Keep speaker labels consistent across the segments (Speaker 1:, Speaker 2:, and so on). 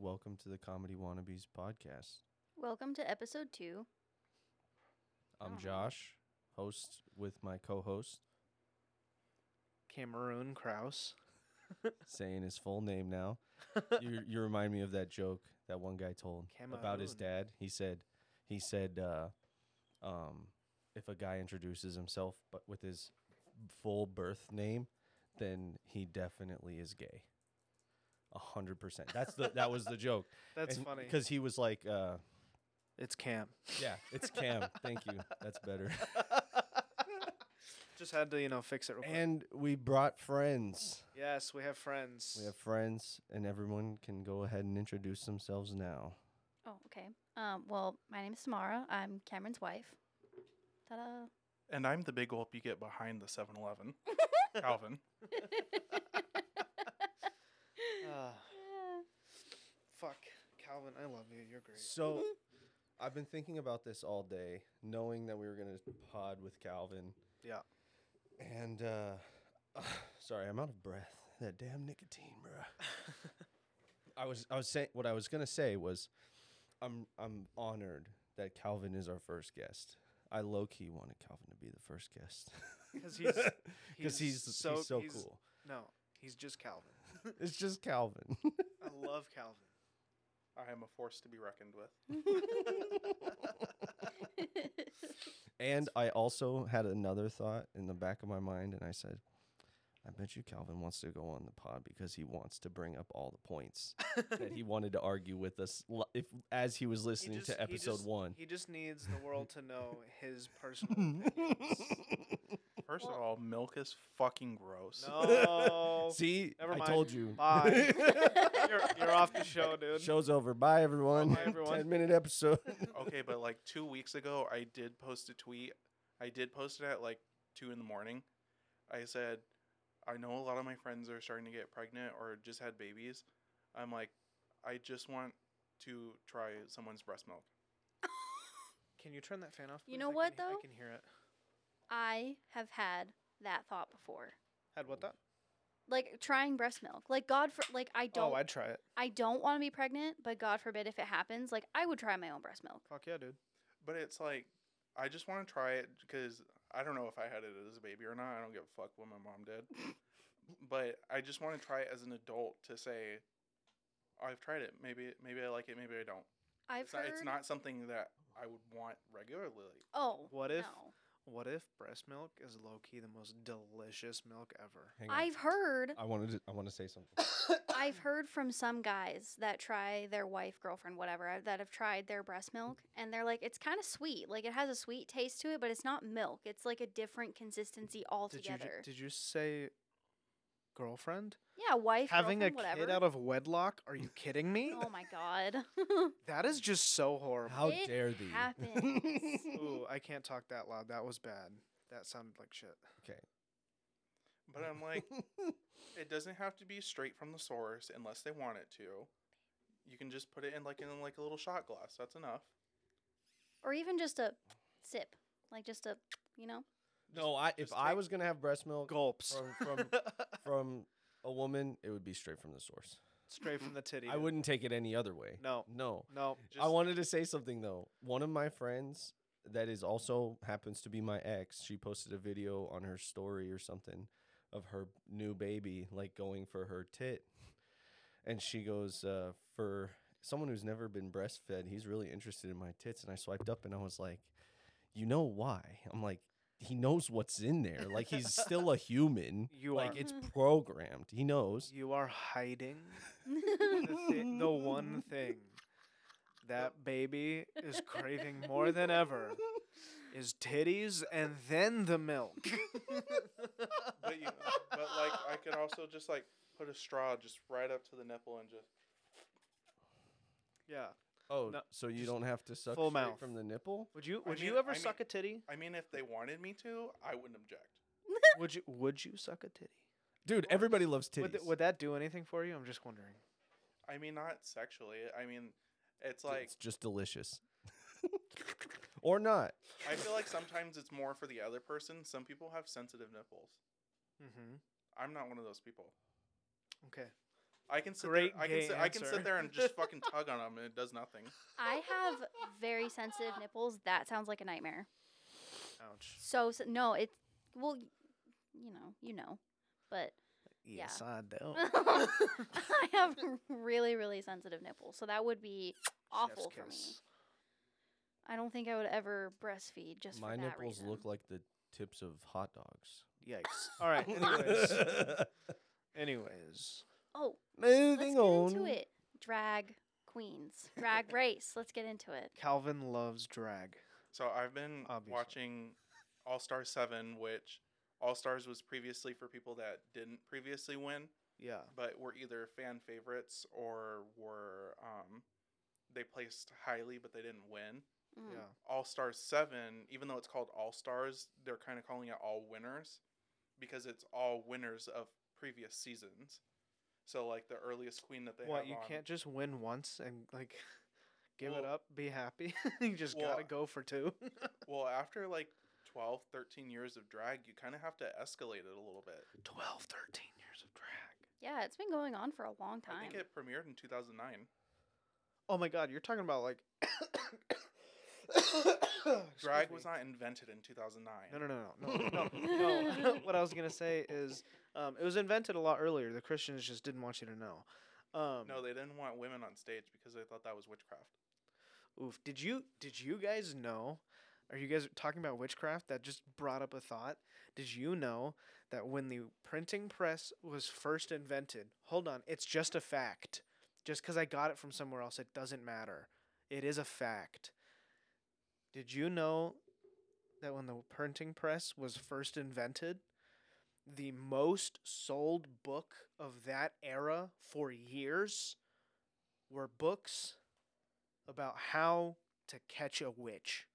Speaker 1: welcome to the Comedy Wannabes podcast.
Speaker 2: Welcome to episode two.
Speaker 1: I'm
Speaker 2: Oh.
Speaker 1: Josh, host with my co-host,
Speaker 3: Cameroon Kraus.
Speaker 1: saying his full name now. you, you remind me of that joke that one guy told about his
Speaker 3: Cameroon.
Speaker 1: dad. He said, he said, uh, um, if a guy introduces himself but with his full birth name, then he definitely is gay. A hundred percent. That's the that was the joke.
Speaker 3: That's funny.
Speaker 1: because he was like. Uh,
Speaker 3: It's Cam.
Speaker 1: Yeah, it's Cam. Thank you. That's better.
Speaker 3: Just had to, you know, fix it real quick.
Speaker 1: And we brought friends.
Speaker 3: yes, we have friends.
Speaker 1: We have friends, and everyone can go ahead and introduce themselves now.
Speaker 2: Oh, okay. Um, well, my name is Samara. I'm Cameron's wife. Ta-da.
Speaker 4: And I'm the big gulp you get behind the 7 Eleven. Calvin.
Speaker 3: Ah. fuck. Calvin, I love you. You're great.
Speaker 1: So, I've been thinking about this all day, knowing that we were gonna pod with Calvin,
Speaker 3: Yeah.
Speaker 1: and uh, sorry, I'm out of breath. That damn nicotine, bruh. I was, I was saying what I was gonna say was, I'm, I'm honored that Calvin is our first guest. I low key wanted Calvin to be the first guest.
Speaker 3: Because he's,
Speaker 1: because he's, he's so, cool.
Speaker 3: No, he's just Calvin.
Speaker 1: It's just Calvin.
Speaker 3: I love Calvin.
Speaker 4: I am a force to be reckoned with.
Speaker 1: and I also had another thought in the back of my mind, and I said, I bet you Calvin wants to go on the pod because he wants to bring up all the points that he wanted to argue with us li- if as he was
Speaker 3: He
Speaker 1: listening
Speaker 3: just-
Speaker 1: to
Speaker 3: he
Speaker 1: episode
Speaker 3: just-
Speaker 1: one.
Speaker 3: He just needs the world to know his personal opinions.
Speaker 4: First of all, milk is fucking gross.
Speaker 3: No.
Speaker 1: See,
Speaker 3: Never
Speaker 1: I
Speaker 3: mind.
Speaker 1: told you.
Speaker 3: Bye. you're, you're off the show, dude.
Speaker 1: Show's over. Bye, everyone.
Speaker 3: Bye, everyone.
Speaker 1: Ten minute episode.
Speaker 4: Okay, but like two weeks ago, I did post a tweet. I did post it at like 2 in the morning. I said, I know a lot of my friends are starting to get pregnant or just had babies. I'm like, I just want to try someone's breast milk.
Speaker 3: Can you turn that fan off?
Speaker 2: You
Speaker 3: please?
Speaker 2: know
Speaker 3: I can
Speaker 2: what,
Speaker 3: he-
Speaker 2: though?
Speaker 3: I can hear it.
Speaker 2: I have had that thought before.
Speaker 3: Had what that?
Speaker 2: Like trying breast milk. Like God for like I don't
Speaker 3: Oh, I'd try it.
Speaker 2: I don't want to be pregnant, but God forbid if it happens, like I would try my own breast milk.
Speaker 3: Fuck yeah, dude.
Speaker 4: But it's like, I just want to try it because I don't know if I had it as a baby or not. I don't give a fuck what my mom did. but I just want to try it as an adult to say, I've tried it. Maybe maybe I like it. Maybe I don't.
Speaker 2: I've
Speaker 4: It's not,
Speaker 2: heard
Speaker 4: it's not something that I would want regularly.
Speaker 2: Oh.
Speaker 3: What if-
Speaker 2: no.
Speaker 3: What if breast milk is low key the most delicious milk ever?
Speaker 1: Hang on.
Speaker 2: I've heard
Speaker 1: I wanted. To, I want to say something.
Speaker 2: I've heard from some guys that try their wife, girlfriend, whatever, uh, that have tried their breast milk, and they're like, it's kind of sweet. Like it has a sweet taste to it, but it's not milk. It's like a different consistency
Speaker 3: Did you ju-
Speaker 2: altogether.
Speaker 3: did you say girlfriend?
Speaker 2: yeah, wife,
Speaker 3: Having a
Speaker 2: girlfriend, whatever.
Speaker 3: kid out of wedlock? Are you kidding me?
Speaker 2: oh my god,
Speaker 3: That is just so horrible.
Speaker 1: How
Speaker 2: It
Speaker 1: dare thee?
Speaker 2: happens.
Speaker 3: Ooh, I can't talk that loud. That was bad. That sounded like shit.
Speaker 1: Okay.
Speaker 4: But I'm like, it doesn't have to be straight from the source unless they want it to. You can just put it in like in like a little shot glass. That's enough.
Speaker 2: or even just a sip, like just a, you know,
Speaker 1: No, I. If I was gonna have breast milk
Speaker 3: Gulps.
Speaker 1: from from from a woman, it would be straight from the source.
Speaker 3: Straight from the titty.
Speaker 1: I wouldn't take it any other way.
Speaker 3: No.
Speaker 1: No.
Speaker 3: No.
Speaker 1: I wanted to say something though. One of my friends that is also happens to be my ex, she posted a video on her story or something of her new baby like going for her tit. And she goes, uh, for someone who's never been breastfed, he's really interested in my tits. And I swiped up and I was like, you know why? I'm like, he knows what's in there. Like he's still a human.
Speaker 3: You
Speaker 1: like
Speaker 3: are-
Speaker 1: it's programmed. He knows.
Speaker 3: You are hiding the, thi- the one thing that baby is craving more than ever is titties and then the milk.
Speaker 4: but you, but like I could also just like put a straw just right up to the nipple and just
Speaker 3: Yeah.
Speaker 1: Oh,
Speaker 3: No,
Speaker 1: so you don't have to suck
Speaker 3: full
Speaker 1: straight
Speaker 3: mouth.
Speaker 1: from the nipple?
Speaker 3: Would you
Speaker 4: I
Speaker 3: would you
Speaker 4: mean-
Speaker 3: ever
Speaker 4: I mean-
Speaker 3: suck a titty?
Speaker 4: I mean if they wanted me to, I wouldn't object.
Speaker 3: Would you would you suck a titty?
Speaker 1: Dude, everybody loves titties.
Speaker 3: Would, th- would that do anything for you? I'm just wondering.
Speaker 4: I mean not sexually. I mean it's like
Speaker 1: it's just delicious. or not.
Speaker 4: I feel like sometimes it's more for the other person. Some people have sensitive nipples.
Speaker 3: Mm-hmm.
Speaker 4: I'm not one of those people.
Speaker 3: Okay.
Speaker 4: I can sit
Speaker 3: Great
Speaker 4: there, I can
Speaker 3: gay
Speaker 4: sit, I can
Speaker 3: answer.
Speaker 4: sit there and just fucking tug on them and it does nothing.
Speaker 2: I have very sensitive nipples. That sounds like a nightmare.
Speaker 3: Ouch.
Speaker 2: So, so no, it's well, y- you know, you know, but Yeah.
Speaker 3: Yes, I do.
Speaker 2: I have really, really sensitive nipples, so that would be awful for me. I don't think I would ever breastfeed just
Speaker 1: My
Speaker 2: for that
Speaker 1: nipples
Speaker 2: reason.
Speaker 1: look like the tips of hot dogs.
Speaker 3: Yikes. All right. Anyways. anyways.
Speaker 2: oh,
Speaker 1: Moving
Speaker 2: let's
Speaker 1: on.
Speaker 2: get into it. Drag queens, drag race. Let's get into it.
Speaker 3: Calvin loves drag.
Speaker 4: So I've been
Speaker 3: Obviously.
Speaker 4: watching All Star Seven, which All Stars was previously for people that didn't previously win,
Speaker 3: Yeah.
Speaker 4: but were either fan favorites or were um, they placed highly but they didn't win.
Speaker 2: Mm.
Speaker 3: Yeah.
Speaker 4: All Stars Seven, even though it's called All Stars, they're kind of calling it All Winners because it's all winners of previous seasons. So like the earliest queen that they
Speaker 3: what
Speaker 4: have
Speaker 3: you
Speaker 4: on-
Speaker 3: can't just win once and like give it
Speaker 4: Well-
Speaker 3: up, be happy. you just
Speaker 4: Well,
Speaker 3: gotta go for two.
Speaker 4: Well, after like 12, 13 years of drag, you kind of have to escalate it a little bit.
Speaker 3: 12, 13 years of drag.
Speaker 2: Yeah, it's been going on for a long
Speaker 4: I
Speaker 2: time.
Speaker 4: think it premiered in 2009.
Speaker 3: Oh my god, you're talking about like
Speaker 4: Drag
Speaker 3: Excuse
Speaker 4: was
Speaker 3: me.
Speaker 4: not invented in 2009.
Speaker 3: No, no, no, no, no, no. no. what I was gonna say is, um, it was invented a lot earlier. The Christians just didn't want you to know. Um,
Speaker 4: No, they didn't want women on stage because they thought that was witchcraft.
Speaker 3: Oof. Did you did you guys know? Are you guys talking about witchcraft? That just brought up a thought. Did you know that when the printing press was first invented? Hold on, it's just a fact. Just because I got it from somewhere else, it doesn't matter. It is a fact. Did you know that when the printing press was first invented, the most sold book of that era for years were books about how to catch a witch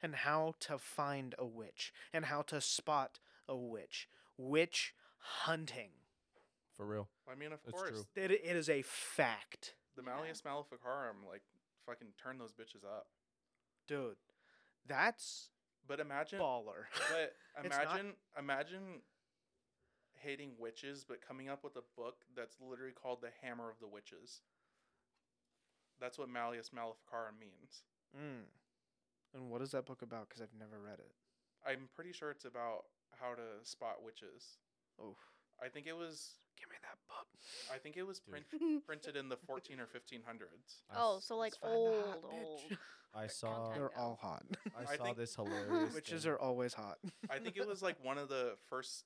Speaker 3: and how to find a witch and how to spot a witch. Witch hunting.
Speaker 1: For real.
Speaker 4: I mean, of
Speaker 1: It's
Speaker 4: course,
Speaker 1: true.
Speaker 3: It, it is a fact.
Speaker 4: the
Speaker 2: Yeah.
Speaker 4: Malleus Maleficarum, like, fucking turn those bitches up.
Speaker 3: Dude, that's
Speaker 4: But imagine,
Speaker 3: baller.
Speaker 4: but
Speaker 3: It's not-
Speaker 4: imagine, imagine hating witches, but coming up with a book that's literally called The Hammer of the Witches. That's what Malleus Maleficarum means.
Speaker 3: mm. And what is that book about? Because I've never read it.
Speaker 4: I'm pretty sure it's about how to spot witches.
Speaker 3: Oof.
Speaker 4: I think it was,
Speaker 3: Give me that book.
Speaker 4: I think it was
Speaker 1: Dude.
Speaker 4: print, printed in the 14 or 1500s.
Speaker 1: I
Speaker 2: oh,
Speaker 1: s-
Speaker 2: so like
Speaker 3: Let's find
Speaker 2: old,
Speaker 3: a hot
Speaker 2: old.
Speaker 3: bitch.
Speaker 1: I saw.
Speaker 2: contact.
Speaker 3: They're all hot.
Speaker 1: I,
Speaker 4: I
Speaker 1: saw
Speaker 4: think-
Speaker 1: this hilarious.
Speaker 3: Witches
Speaker 1: thing.
Speaker 3: are always hot.
Speaker 4: I think it was like one of the first.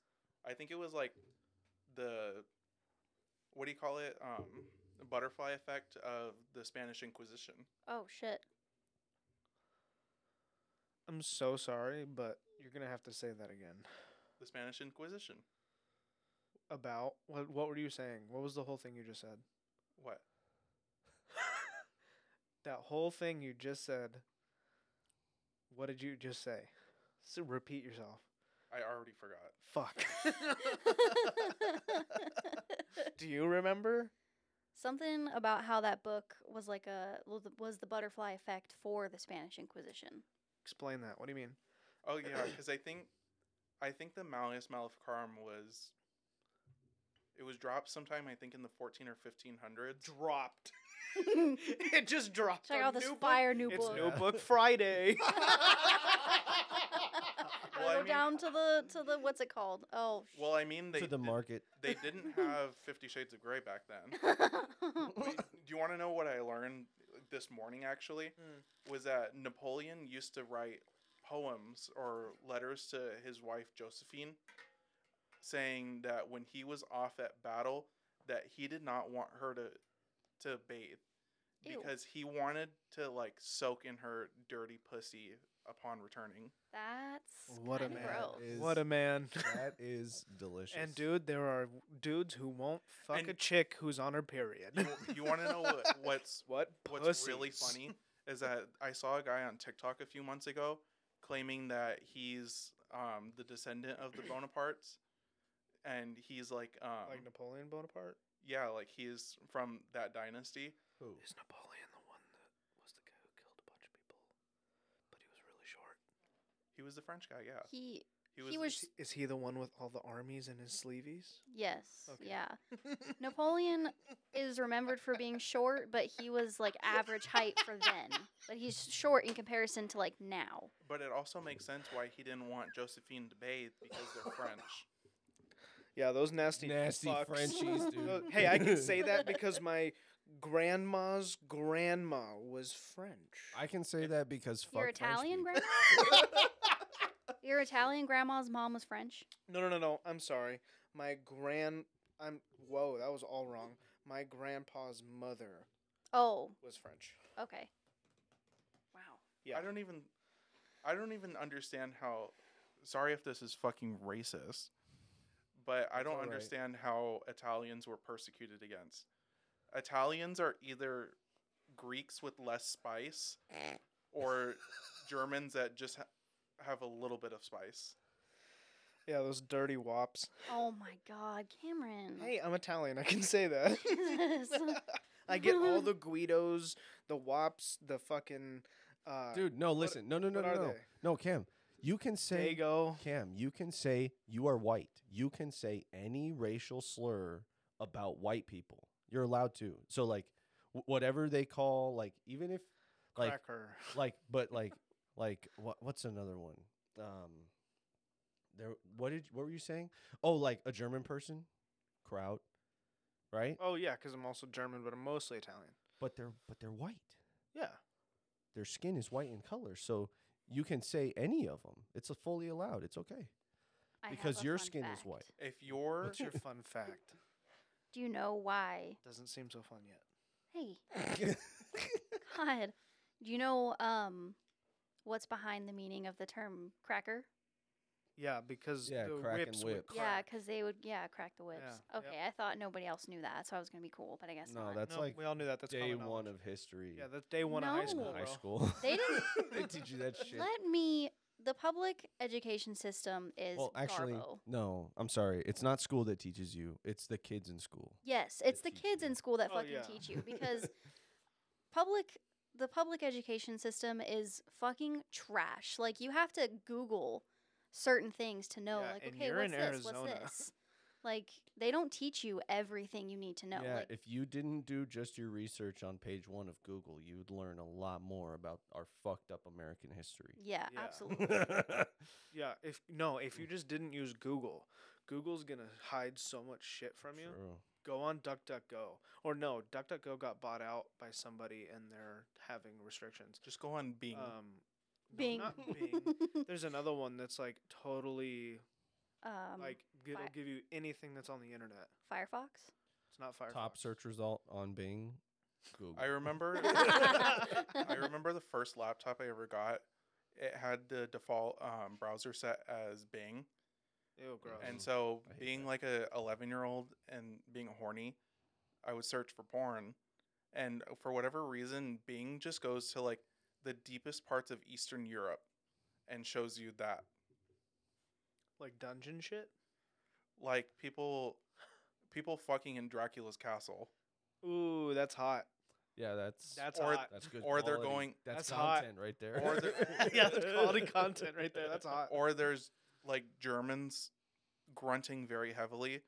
Speaker 4: I think it was like the what do you call it? Um, the butterfly effect of the Spanish Inquisition.
Speaker 2: Oh shit.
Speaker 3: I'm so sorry, but you're gonna have to say that again.
Speaker 4: The Spanish Inquisition.
Speaker 3: About what? What were you saying? What was the whole thing you just said?
Speaker 4: What?
Speaker 3: That whole thing you just said. What did you just say? So repeat yourself.
Speaker 4: I already forgot.
Speaker 3: Fuck. Do you remember?
Speaker 2: Something about how that book was like a was the- was the butterfly effect for the Spanish Inquisition.
Speaker 3: Explain that. What do you mean?
Speaker 4: Oh yeah, because I think I think the Malleus Maleficarum was. It was dropped sometime I think in the 14 or 1500s.
Speaker 3: Dropped. it just dropped.
Speaker 2: Check
Speaker 3: on
Speaker 2: out this
Speaker 3: new book-
Speaker 2: fire new
Speaker 3: It's
Speaker 2: book.
Speaker 3: New Book Friday.
Speaker 2: Gotta
Speaker 4: I
Speaker 2: go
Speaker 4: mean-
Speaker 2: down to the to the what's it called? Oh. sh-
Speaker 4: Well, I mean they
Speaker 1: to the
Speaker 4: did-
Speaker 1: market.
Speaker 4: they didn't have Fifty Shades of Grey back then. Wait, do you want to know what I learned this morning? Actually,
Speaker 3: Mm.
Speaker 4: was that Napoleon used to write poems or letters to his wife Josephine, saying that when he was off at battle, that he did not want her to to bathe
Speaker 2: Ew.
Speaker 4: because he wanted to like soak in her dirty pussy upon returning.
Speaker 2: That's
Speaker 3: What a
Speaker 2: kinda
Speaker 3: man.
Speaker 2: gross.
Speaker 1: Is-
Speaker 3: what a man.
Speaker 1: That is delicious.
Speaker 3: And dude, there are dudes who won't fuck a
Speaker 4: And-
Speaker 3: chick who's on her period.
Speaker 4: You, you want to know what, what's
Speaker 3: what?
Speaker 4: what's really
Speaker 3: pussies.
Speaker 4: funny is that I saw a guy on TikTok a few months ago claiming that he's um, the descendant of the Bonapartes, and he's like, um,
Speaker 3: Like Napoleon Bonaparte.
Speaker 4: yeah, like he's from that dynasty.
Speaker 1: Who?
Speaker 3: Is Napoleon the one that was the guy who killed a bunch of people, but he was really short?
Speaker 4: He was the French guy, yeah.
Speaker 2: He
Speaker 4: He
Speaker 2: He
Speaker 4: the-
Speaker 2: was-
Speaker 3: Is he the one with all the armies in his sleeves?
Speaker 2: Yes.
Speaker 3: Okay.
Speaker 2: Yeah. Napoleon is remembered for being short, but he was like average height for then. But he's short in comparison to like now.
Speaker 4: But it also makes sense why he didn't want Josephine to bathe because they're French.
Speaker 3: Yeah, those nasty
Speaker 1: Nasty
Speaker 3: fucks.
Speaker 1: Frenchies,
Speaker 3: Tho-
Speaker 1: dude.
Speaker 3: hey, I can say that because my grandma's grandma was French.
Speaker 1: I can say that because fuck
Speaker 2: Your
Speaker 1: French
Speaker 2: Italian
Speaker 1: people.
Speaker 2: grandma? Your Italian grandma's mom was French.
Speaker 3: no, no, no, no. I'm sorry. My grand. I'm. Whoa, that was all wrong. My grandpa's mother
Speaker 2: Oh,
Speaker 3: was French.
Speaker 2: okay. Wow.
Speaker 3: Yeah.
Speaker 4: I don't even I don't even understand how sorry if this is fucking racist, but I
Speaker 1: It's
Speaker 4: don't
Speaker 1: all right.
Speaker 4: understand how Italians were persecuted against. Italians are either Greeks with less spice or Germans that just ha- have a little bit of spice.
Speaker 3: Yeah, those dirty wops.
Speaker 2: Oh my God, Cameron.
Speaker 3: Hey, I'm Italian. I can say that.
Speaker 2: Jesus.
Speaker 3: I get all the Guidos, the wops, the fucking. Uh,
Speaker 1: Dude, no, listen. No, no, no,
Speaker 3: what
Speaker 1: no.
Speaker 3: are
Speaker 1: No.
Speaker 3: they?
Speaker 1: no, Cam. You can say
Speaker 3: Dago.
Speaker 1: Cam, you can say you are white. You can say any racial slur about white people. You're allowed to. So like wh- whatever they call like even if like
Speaker 3: Cracker.
Speaker 1: like but like like what what's another one? Um there what did what were you saying? Oh, like a German person? Crowd. Right?
Speaker 3: Oh yeah, because I'm also German, but I'm mostly Italian.
Speaker 1: But they're but they're white.
Speaker 3: Yeah.
Speaker 1: Their skin is white in color. So you can say any of them. It's a fully allowed. It's okay.
Speaker 2: I have
Speaker 1: because
Speaker 2: a
Speaker 1: your
Speaker 2: fun
Speaker 1: skin is
Speaker 2: fact.
Speaker 1: white.
Speaker 4: If you're
Speaker 3: What's your fun fact?
Speaker 2: Do you know why?
Speaker 3: Doesn't seem so fun yet.
Speaker 2: Hey, God. Do you know um what's behind the meaning of the term cracker?
Speaker 3: Yeah, because
Speaker 1: Yeah,
Speaker 3: the
Speaker 1: crack and
Speaker 3: whips would
Speaker 1: whip.
Speaker 2: Yeah, 'cause Yeah,
Speaker 3: crack.
Speaker 2: because they would, yeah, crack the whips.
Speaker 3: Yeah, yep.
Speaker 2: Okay, I thought nobody else knew that, so I was gonna be cool, but I guess
Speaker 1: no,
Speaker 2: not.
Speaker 1: that's
Speaker 3: No,
Speaker 1: like
Speaker 3: we all knew that. That's
Speaker 1: day
Speaker 3: common
Speaker 1: one
Speaker 3: knowledge.
Speaker 1: of history.
Speaker 3: Yeah, that's day one of high school.
Speaker 2: No.
Speaker 1: high
Speaker 3: bro.
Speaker 1: school.
Speaker 2: They didn't-
Speaker 1: they teach you that shit.
Speaker 2: Let me. The public education system is
Speaker 1: well, actually,
Speaker 2: garbo.
Speaker 1: no. I'm sorry. It's not school that teaches you. It's the kids in school.
Speaker 2: Yes, it's the
Speaker 1: teach
Speaker 2: kids
Speaker 1: you.
Speaker 2: in school that
Speaker 3: Oh,
Speaker 2: fucking
Speaker 3: yeah.
Speaker 2: teach you because public the public education system is fucking trash. Like you have to Google certain things to know.
Speaker 3: Yeah,
Speaker 2: like
Speaker 3: and
Speaker 2: okay,
Speaker 3: you're
Speaker 2: what's
Speaker 3: in
Speaker 2: this?
Speaker 3: Arizona.
Speaker 2: What's this? Like they don't teach you everything you need to know.
Speaker 1: yeah,
Speaker 2: like,
Speaker 1: if you didn't do just your research on page one of Google, you'd learn a lot more about our fucked up American history.
Speaker 2: yeah,
Speaker 3: Yeah.
Speaker 2: absolutely.
Speaker 3: Yeah, if no, if
Speaker 1: Mm.
Speaker 3: you just didn't use Google, Google's gonna hide so much shit from you.
Speaker 1: True.
Speaker 3: Go on DuckDuckGo, or no, DuckDuckGo got bought out by somebody, and they're having restrictions.
Speaker 4: just go on Bing.
Speaker 3: Um, no,
Speaker 2: Bing.
Speaker 3: not Bing. There's another one that's like totally
Speaker 2: um,
Speaker 3: like it'll
Speaker 2: Fi-
Speaker 3: give you anything that's on the internet.
Speaker 2: Firefox.
Speaker 3: It's not Firefox.
Speaker 1: Top search result on Bing, Google.
Speaker 4: I remember I remember the first laptop I ever got. It had the default um, browser set as Bing.
Speaker 3: Ew, gross.
Speaker 4: And
Speaker 1: Mhm.
Speaker 4: so
Speaker 1: I hate
Speaker 4: being
Speaker 1: that.
Speaker 4: like a 11 year old and being horny, I would search for porn. And for whatever reason, Bing just goes to like the deepest parts of Eastern Europe and shows you that.
Speaker 3: like dungeon shit.
Speaker 4: Like people people fucking in Dracula's castle.
Speaker 3: Ooh, that's hot.
Speaker 1: yeah, that's
Speaker 3: That's
Speaker 4: Or-
Speaker 3: hot.
Speaker 1: that's good.
Speaker 4: or they're
Speaker 1: quality.
Speaker 4: going-
Speaker 1: That's,
Speaker 3: That's hot.
Speaker 1: content right there.
Speaker 4: Or they're-
Speaker 3: yeah, that's quality content right there. That's
Speaker 1: Uh,
Speaker 3: hot.
Speaker 4: Or there's like Germans grunting very heavily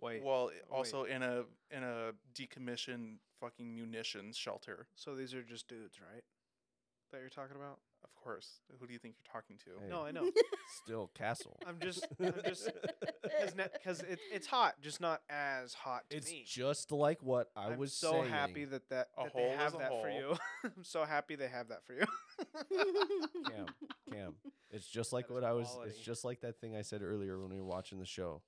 Speaker 3: Wait.
Speaker 4: while
Speaker 3: wait.
Speaker 4: also in a in a decommissioned fucking munitions shelter.
Speaker 3: So these are just dudes, right? That you're talking about?
Speaker 4: Of course. Who do you think you're talking to?
Speaker 1: Hey,
Speaker 3: No, I know.
Speaker 1: still castle.
Speaker 3: I'm just, I'm just, because it, it's hot, just not as hot to
Speaker 1: It's
Speaker 3: me.
Speaker 1: just like what I
Speaker 3: I'm
Speaker 1: was
Speaker 3: so
Speaker 1: saying.
Speaker 3: happy that that,
Speaker 4: A
Speaker 3: that they
Speaker 4: hole is
Speaker 3: have
Speaker 4: a
Speaker 3: that for
Speaker 4: hole.
Speaker 3: you. I'm so happy they have that for you.
Speaker 1: Cam, Cam, it's just like
Speaker 3: That is
Speaker 1: what I was.
Speaker 3: quality.
Speaker 1: It's just like that thing I said earlier when we were watching the show,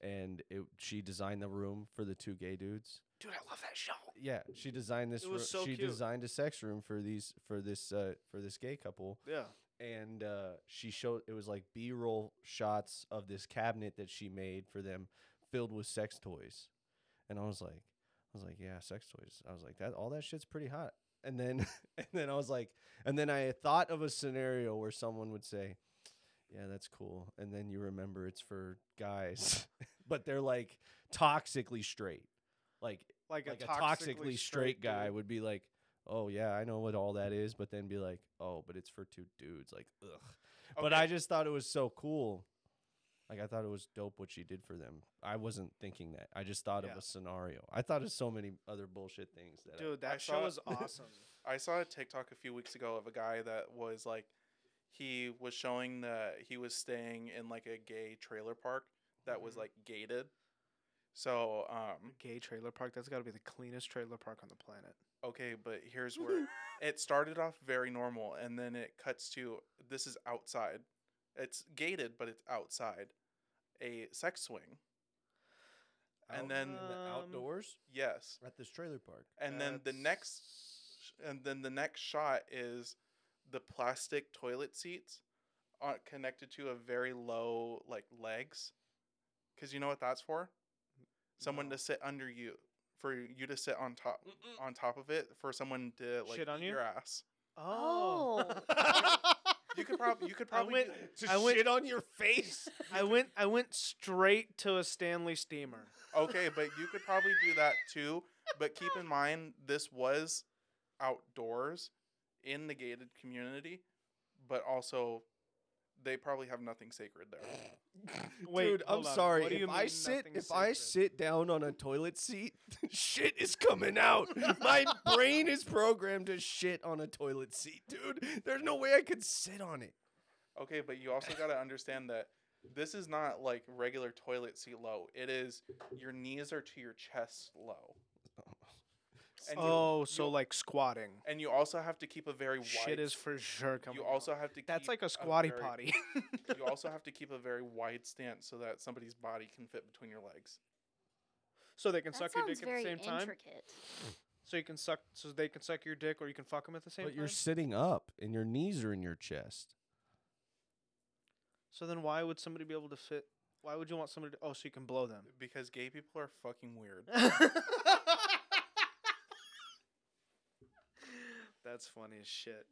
Speaker 1: and it she designed the room for the two gay dudes.
Speaker 3: Dude, I love that show.
Speaker 1: Yeah, she designed this.
Speaker 3: It was
Speaker 1: roo-
Speaker 3: so
Speaker 1: she
Speaker 3: cute.
Speaker 1: designed a sex room for these for this uh, for this gay couple,
Speaker 3: Yeah.
Speaker 1: and uh, she showed it was like B roll shots of this cabinet that she made for them, filled with sex toys, and I was like, I was like, yeah, sex toys. I was like, that all that shit's pretty hot. And then and then I was like, and then I thought of a scenario where someone would say, yeah, that's cool, and then you remember it's for guys, but they're like toxically straight, like
Speaker 3: Like,
Speaker 1: like
Speaker 3: a,
Speaker 1: a
Speaker 3: toxically,
Speaker 1: toxically straight guy
Speaker 3: dude.
Speaker 1: would be like, "Oh yeah, I know what all that is," but then be like, "Oh, but it's for two dudes." Like, ugh. But
Speaker 4: Okay.
Speaker 1: I just thought it was so cool Like I thought it was dope what she did for them. I wasn't thinking that. I just thought of
Speaker 3: Yeah.
Speaker 1: a scenario. I thought of so many other bullshit things that I-
Speaker 3: Dude, that
Speaker 4: I
Speaker 3: show
Speaker 4: saw-
Speaker 3: was awesome.
Speaker 4: I saw a TikTok a few weeks ago of a guy that was like, he was showing that he was staying in like a gay trailer park that was
Speaker 3: Mhm.
Speaker 4: like gated. So, um,
Speaker 3: Gay trailer park. That's got to be the cleanest trailer park on the planet.
Speaker 4: okay, but here's where it started off very normal and then it cuts to this is outside. It's gated, but it's outside. A sex swing. and
Speaker 1: out
Speaker 4: then-
Speaker 1: in the
Speaker 3: Um,
Speaker 1: outdoors
Speaker 4: Yes.
Speaker 1: at this trailer park.
Speaker 4: And then the next and then the next shot is the plastic toilet seats are connected to a very low like legs because you know what that's for someone
Speaker 3: No.
Speaker 4: to sit under you for you to sit on top on top of it for someone to like
Speaker 3: Shit on
Speaker 4: eat
Speaker 3: you?
Speaker 4: your ass
Speaker 2: Oh.
Speaker 4: you could probably you could
Speaker 3: I
Speaker 4: probably
Speaker 3: went.
Speaker 4: do-
Speaker 1: To
Speaker 3: I went-
Speaker 1: shit on your face.
Speaker 3: I went. I went straight to a Stanley steamer.
Speaker 4: okay but you could probably do that too but keep in mind this was outdoors in the gated community but also they probably have nothing sacred there
Speaker 3: Wait,
Speaker 1: Dude, I'm
Speaker 3: hold on.
Speaker 1: sorry.
Speaker 3: What do you
Speaker 1: if I
Speaker 3: mean
Speaker 1: sit
Speaker 3: nothing
Speaker 1: if I
Speaker 3: sacred?
Speaker 1: sit down on a toilet seat, shit is coming out. My brain is programmed to shit on a toilet seat, dude. There's no way I could sit on it.
Speaker 4: Okay, but you also got to understand that this is not like regular toilet seat low. It is your knees are to your chest low. And, you,
Speaker 3: oh, so like squatting.
Speaker 4: and you also have to keep a very wide.
Speaker 3: Shit is for sure coming.
Speaker 4: you
Speaker 3: out.
Speaker 4: also have to.
Speaker 3: That's
Speaker 4: keep
Speaker 3: like a squatty
Speaker 4: very-
Speaker 3: potty.
Speaker 4: you also have to keep a very wide stance so that somebody's body can fit between your legs.
Speaker 3: so they can
Speaker 2: That
Speaker 3: suck your
Speaker 2: sounds
Speaker 3: dick at
Speaker 2: very
Speaker 3: the same time.
Speaker 2: intricate.
Speaker 3: So you can suck. So they can suck your dick, or you can fuck them at the same
Speaker 1: But
Speaker 3: time.
Speaker 1: you're sitting up and your knees are in your chest.
Speaker 3: so then why would somebody be able to fit? Why would you want somebody to? Oh, so you can blow them.
Speaker 4: Because gay people are fucking weird.
Speaker 3: That's funny as shit.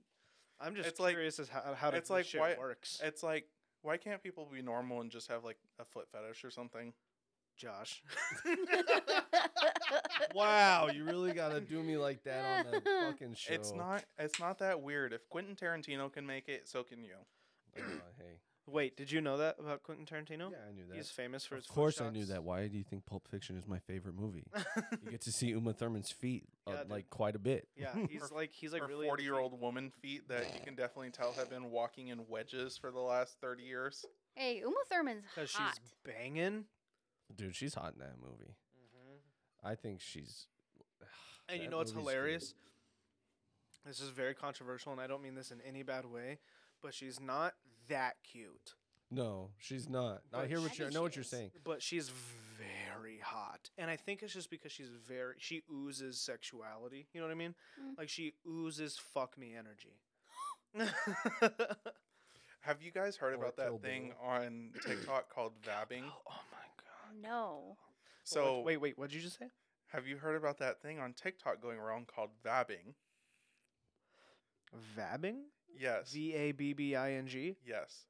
Speaker 3: I'm just
Speaker 4: It's like-
Speaker 3: curious as how how
Speaker 4: it's
Speaker 3: this
Speaker 4: like
Speaker 3: shit
Speaker 4: why-
Speaker 3: works,
Speaker 4: It's like, why can't people be normal and just have like a foot fetish or something?
Speaker 3: Josh.
Speaker 1: Wow, you really gotta do me like that on the fucking show.
Speaker 4: It's not. It's not that weird. If Quentin Tarantino can make it, so can you.
Speaker 1: Uh, hey,
Speaker 3: Wait, did you know that about Quentin Tarantino?
Speaker 1: yeah, I knew that.
Speaker 3: He's famous for his
Speaker 1: Of
Speaker 3: foot
Speaker 1: course, I knew
Speaker 3: shots.
Speaker 1: that. Why do you think Pulp Fiction is my favorite movie? you get to see Uma Thurman's feet uh,
Speaker 3: Yeah, dude.
Speaker 1: like quite a bit.
Speaker 3: yeah, he's like he's like
Speaker 4: or
Speaker 3: really
Speaker 4: 40 year
Speaker 3: into-
Speaker 4: old woman feet that you can definitely tell have been walking in wedges for the last 30 years.
Speaker 2: hey, Uma Thurman's hot.
Speaker 3: Cause she's banging.
Speaker 1: Dude, she's hot in that movie.
Speaker 3: Mm-hmm.
Speaker 1: I think she's.
Speaker 3: And you
Speaker 1: That
Speaker 3: know what's
Speaker 1: movie's good.
Speaker 3: hilarious? This is very controversial, and I don't mean this in any bad way, but she's not that cute.
Speaker 1: No, she's not. I
Speaker 3: But
Speaker 1: hear
Speaker 2: I
Speaker 1: what you. I
Speaker 2: think
Speaker 1: know
Speaker 2: she
Speaker 1: what you're
Speaker 2: is.
Speaker 1: saying.
Speaker 3: But she's very hot. And I think it's just because she's very she oozes sexuality. You know what I mean?
Speaker 2: Mm.
Speaker 3: Like she oozes fuck me energy. Oh
Speaker 4: Have you guys heard
Speaker 1: Or
Speaker 4: about
Speaker 1: Kill
Speaker 4: that thing
Speaker 1: Bill.
Speaker 4: on TikTok called vabbing?
Speaker 3: oh my god.
Speaker 2: no.
Speaker 4: So,
Speaker 3: wait, wait, what did you just say?
Speaker 4: have you heard about that thing on TikTok going around called vabbing?
Speaker 3: Vabbing?
Speaker 4: Yes.
Speaker 3: V A B B I N G?
Speaker 4: yes.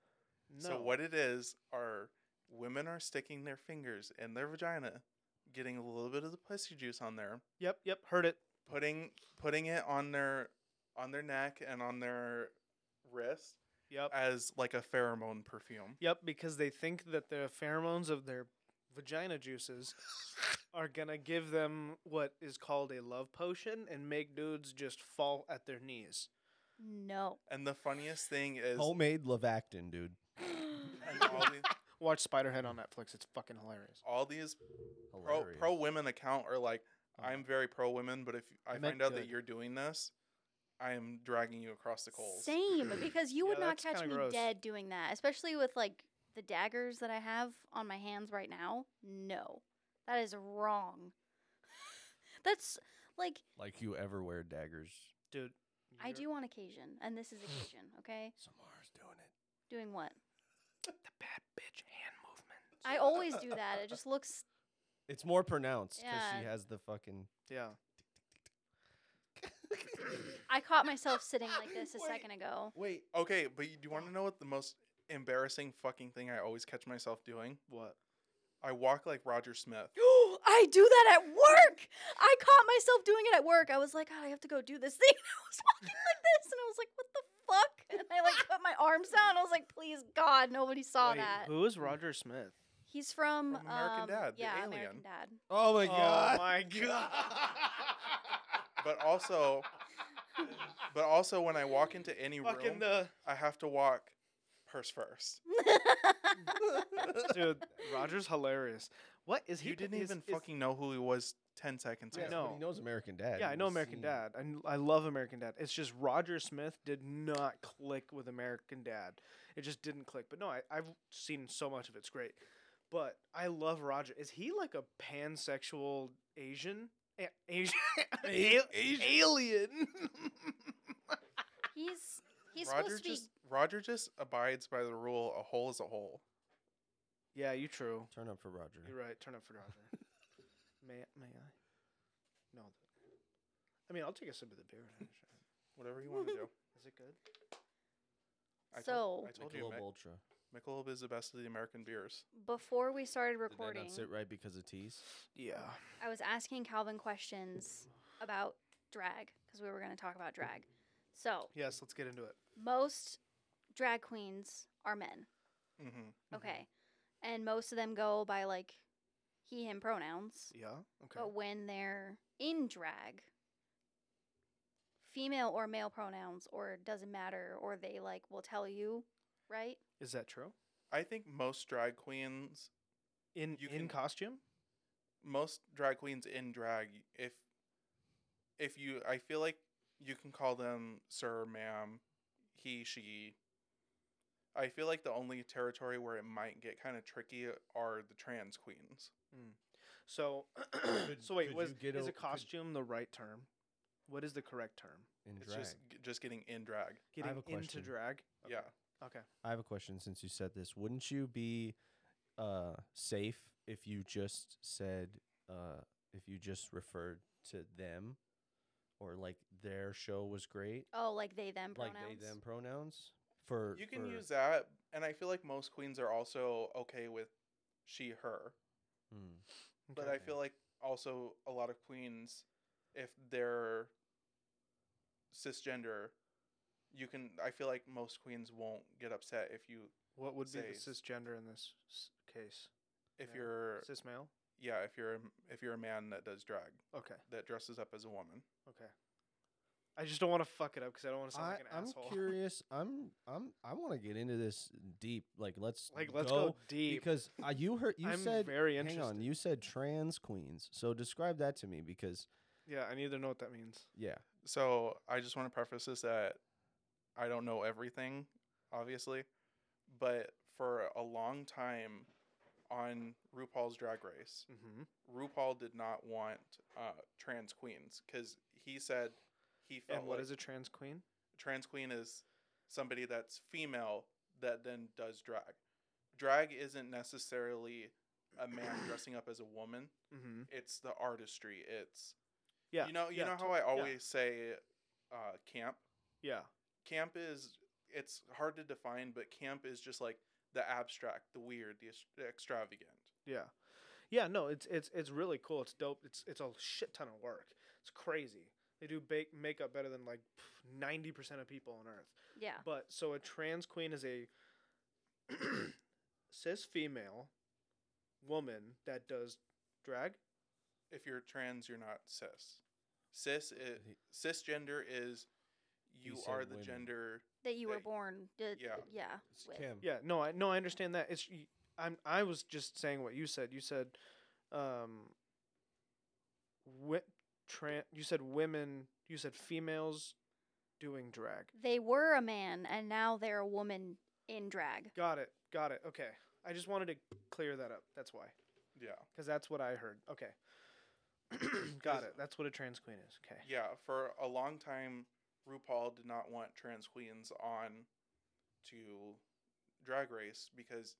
Speaker 3: No.
Speaker 4: So, what it is are women are sticking their fingers in their vagina, getting a little bit of the pussy juice on there,
Speaker 3: Yep, yep, heard it.
Speaker 4: putting putting it on their on their neck and on their wrist
Speaker 3: Yep.
Speaker 4: as like a pheromone perfume.
Speaker 3: Yep, because they think that the pheromones of their vagina juices are gonna give them what is called a love potion and make dudes just fall at their knees.
Speaker 2: No.
Speaker 4: And the funniest thing is,
Speaker 1: Homemade Lavactin, dude.
Speaker 4: and all, the,
Speaker 3: Watch Spiderhead on Netflix; it's fucking hilarious.
Speaker 4: all these pro,
Speaker 1: Hilarious.
Speaker 4: pro women account are like, I'm very pro women, but if I
Speaker 3: meant
Speaker 4: find out that
Speaker 3: good.
Speaker 4: you're doing this, I am dragging you across the coals.
Speaker 2: Same, because you would
Speaker 3: Yeah,
Speaker 2: not
Speaker 3: that's
Speaker 2: catch
Speaker 3: kinda
Speaker 2: me
Speaker 3: gross.
Speaker 2: dead doing that, especially with like the daggers that I have on my hands right now. No, that is wrong. That's like
Speaker 1: Like you ever wear daggers?
Speaker 3: Dude,
Speaker 2: I
Speaker 3: you're
Speaker 2: do on occasion, and this is occasion. Okay,
Speaker 1: Samara's doing it.
Speaker 2: doing what?
Speaker 3: the bad bitch hand movement.
Speaker 2: I always do that. It just looks
Speaker 1: It's more pronounced because
Speaker 2: Yeah.
Speaker 1: she has the fucking.
Speaker 3: Yeah,
Speaker 2: I caught myself sitting like this a
Speaker 4: Wait.
Speaker 2: second ago.
Speaker 1: Wait,
Speaker 4: Okay, but you- do you want to know what the most embarrassing fucking thing I always catch myself doing?
Speaker 3: what?
Speaker 4: I walk like Roger Smith.
Speaker 2: I do that at work. I caught myself doing it at work. I was like, God, I have to go do this thing. I was walking like this, and I was like, what the fuck? and I like put my arms down. I was like, please God, nobody saw
Speaker 4: Wait,
Speaker 2: that.
Speaker 3: Who is Roger Smith?
Speaker 2: He's from,
Speaker 4: From American
Speaker 2: um,
Speaker 4: Dad, the
Speaker 2: yeah,
Speaker 4: alien.
Speaker 2: American Dad.
Speaker 1: Oh my
Speaker 3: Oh
Speaker 1: god.
Speaker 3: my god.
Speaker 4: But also, but also when I walk into any room,
Speaker 3: Fucking the
Speaker 4: I have to walk purse first.
Speaker 3: dude. Roger's hilarious. What is he?
Speaker 4: you didn't
Speaker 3: is-
Speaker 4: even
Speaker 3: is-
Speaker 4: fucking know who he was ten seconds
Speaker 1: Yeah,
Speaker 4: ago.
Speaker 1: but
Speaker 3: No.
Speaker 1: he knows American Dad.
Speaker 3: Yeah, I
Speaker 1: He's
Speaker 3: know American
Speaker 1: seen-
Speaker 3: Dad. I, kn- I love American Dad. It's just Roger Smith did not click with American Dad. It just didn't click. But no, I, I've seen so much of it. It's great. But I love Roger. Is he like a pansexual Asian? A- Asian? A- Alien?
Speaker 2: He's he's
Speaker 4: Roger
Speaker 2: supposed to be
Speaker 4: just Roger just abides by the rule: a hole is a hole.
Speaker 3: yeah, you true.
Speaker 1: Turn up for Roger.
Speaker 3: You're right. Turn up for Roger. may, may I? No. I mean, I'll take a sip of the beer.
Speaker 4: Whatever you want to do.
Speaker 3: Is it good?
Speaker 4: I
Speaker 2: So-
Speaker 4: told, I told you,
Speaker 1: Michelob
Speaker 4: Mic-
Speaker 1: Ultra.
Speaker 4: Michelob is the best of the American beers.
Speaker 2: before we started
Speaker 1: Did that
Speaker 2: recording.
Speaker 1: not sit right because of teas?
Speaker 3: Yeah.
Speaker 2: I was asking Calvin questions about drag because we were going to talk about drag. So,
Speaker 3: Yes, let's get into it.
Speaker 2: most drag queens are men.
Speaker 4: hmm
Speaker 1: Mm-hmm.
Speaker 3: Mhm.
Speaker 2: Okay. And most of them go by like he, him pronouns.
Speaker 3: Yeah. Okay.
Speaker 2: But when they're in drag, female or male pronouns, or it doesn't matter, or they like will tell you, right?
Speaker 3: Is that true?
Speaker 4: I think most drag queens,
Speaker 3: In
Speaker 4: You
Speaker 3: in
Speaker 4: can-
Speaker 3: costume?
Speaker 4: most drag queens in drag, if if you, I feel like you can call them sir, ma'am, he, she. I feel like the only territory where it might get kind of tricky are the trans queens.
Speaker 3: So,
Speaker 1: Could-
Speaker 3: so wait,
Speaker 1: could
Speaker 3: was,
Speaker 1: you get
Speaker 3: is
Speaker 1: o-
Speaker 3: a
Speaker 1: could-
Speaker 3: costume the right term? What is the correct term?
Speaker 1: In
Speaker 4: It's
Speaker 1: drag.
Speaker 4: just g- just getting in drag.
Speaker 1: I
Speaker 3: Getting
Speaker 1: have a
Speaker 3: into
Speaker 1: question.
Speaker 3: drag? Okay.
Speaker 4: Yeah.
Speaker 3: Okay.
Speaker 1: I have a question since you said this. Wouldn't you be uh, safe if you just said, uh, if you just referred to them or like their show was great?
Speaker 2: Oh, like they, them pronouns.
Speaker 1: Like they, them pronouns? For
Speaker 4: You can
Speaker 1: for-
Speaker 4: use that, and I feel like most queens are also okay with she, her.
Speaker 1: Hmm.
Speaker 4: But
Speaker 3: okay.
Speaker 4: I feel like also a lot of queens, if they're cisgender, you can. I feel like most queens won't get upset if you
Speaker 3: what would be the
Speaker 4: says-
Speaker 3: cisgender in this s- case?
Speaker 4: if
Speaker 3: Yeah.
Speaker 4: you're
Speaker 3: Cis male?
Speaker 4: yeah if you're a- if you're a man that does drag
Speaker 3: Okay.
Speaker 4: that dresses up as a woman.
Speaker 3: Okay. I just don't want to fuck it up because I don't want to sound
Speaker 1: I,
Speaker 3: like an
Speaker 1: I'm
Speaker 3: asshole.
Speaker 1: curious. I'm I'm I want to get into this deep. Like let's
Speaker 3: like, let's go, deep.
Speaker 1: because uh, you heard you
Speaker 3: I'm
Speaker 1: said
Speaker 3: very
Speaker 1: hang
Speaker 3: interested.
Speaker 1: on you said trans queens. So describe that to me because
Speaker 3: Yeah, I need to know what that means.
Speaker 1: yeah
Speaker 4: So I just want to preface this that I don't know everything, obviously, but for a long time on RuPaul's Drag Race,
Speaker 3: Mm-hmm.
Speaker 4: RuPaul did not want uh, trans queens because he said he felt
Speaker 3: And what
Speaker 4: like
Speaker 3: is a trans queen?
Speaker 4: trans queen is somebody that's female that then does drag. Drag isn't necessarily a man dressing up as a woman.
Speaker 3: Mm-hmm.
Speaker 4: It's the artistry. It's
Speaker 3: Yeah.
Speaker 4: you know you
Speaker 3: yeah,
Speaker 4: know
Speaker 3: to-
Speaker 4: how I
Speaker 3: yeah,
Speaker 4: always say uh, camp.
Speaker 3: Yeah.
Speaker 4: Camp is it's hard to define, but camp is just like the abstract, the weird, the ex- the extravagant.
Speaker 3: Yeah. Yeah, no, it's it's it's really cool. It's dope. It's it's a shit ton of work. It's crazy. They do bake makeup better than like ninety percent of people on earth.
Speaker 2: Yeah.
Speaker 3: But so a trans queen is a cis female woman that does drag.
Speaker 4: if you're trans, you're not cis. Cis i
Speaker 1: He-
Speaker 4: cisgender is you
Speaker 1: said
Speaker 4: are the
Speaker 1: women.
Speaker 4: gender.
Speaker 2: That you were
Speaker 4: They-
Speaker 2: born. d-
Speaker 4: yeah.
Speaker 2: Yeah.
Speaker 1: It's
Speaker 2: with.
Speaker 1: Kim.
Speaker 3: Yeah, no, I no, I understand that. It's y- I'm I was just saying what you said. You said, um, wi- tran- You said women. You said females doing drag.
Speaker 2: They were a man and now they're a woman in drag.
Speaker 3: Got it. Got it. Okay. I just wanted to clear that up. That's why.
Speaker 4: Yeah,
Speaker 3: Because that's what I heard. Okay. Got it. That's what a trans queen is. Okay.
Speaker 4: yeah. For a long time, RuPaul did not want trans queens on to Drag Race because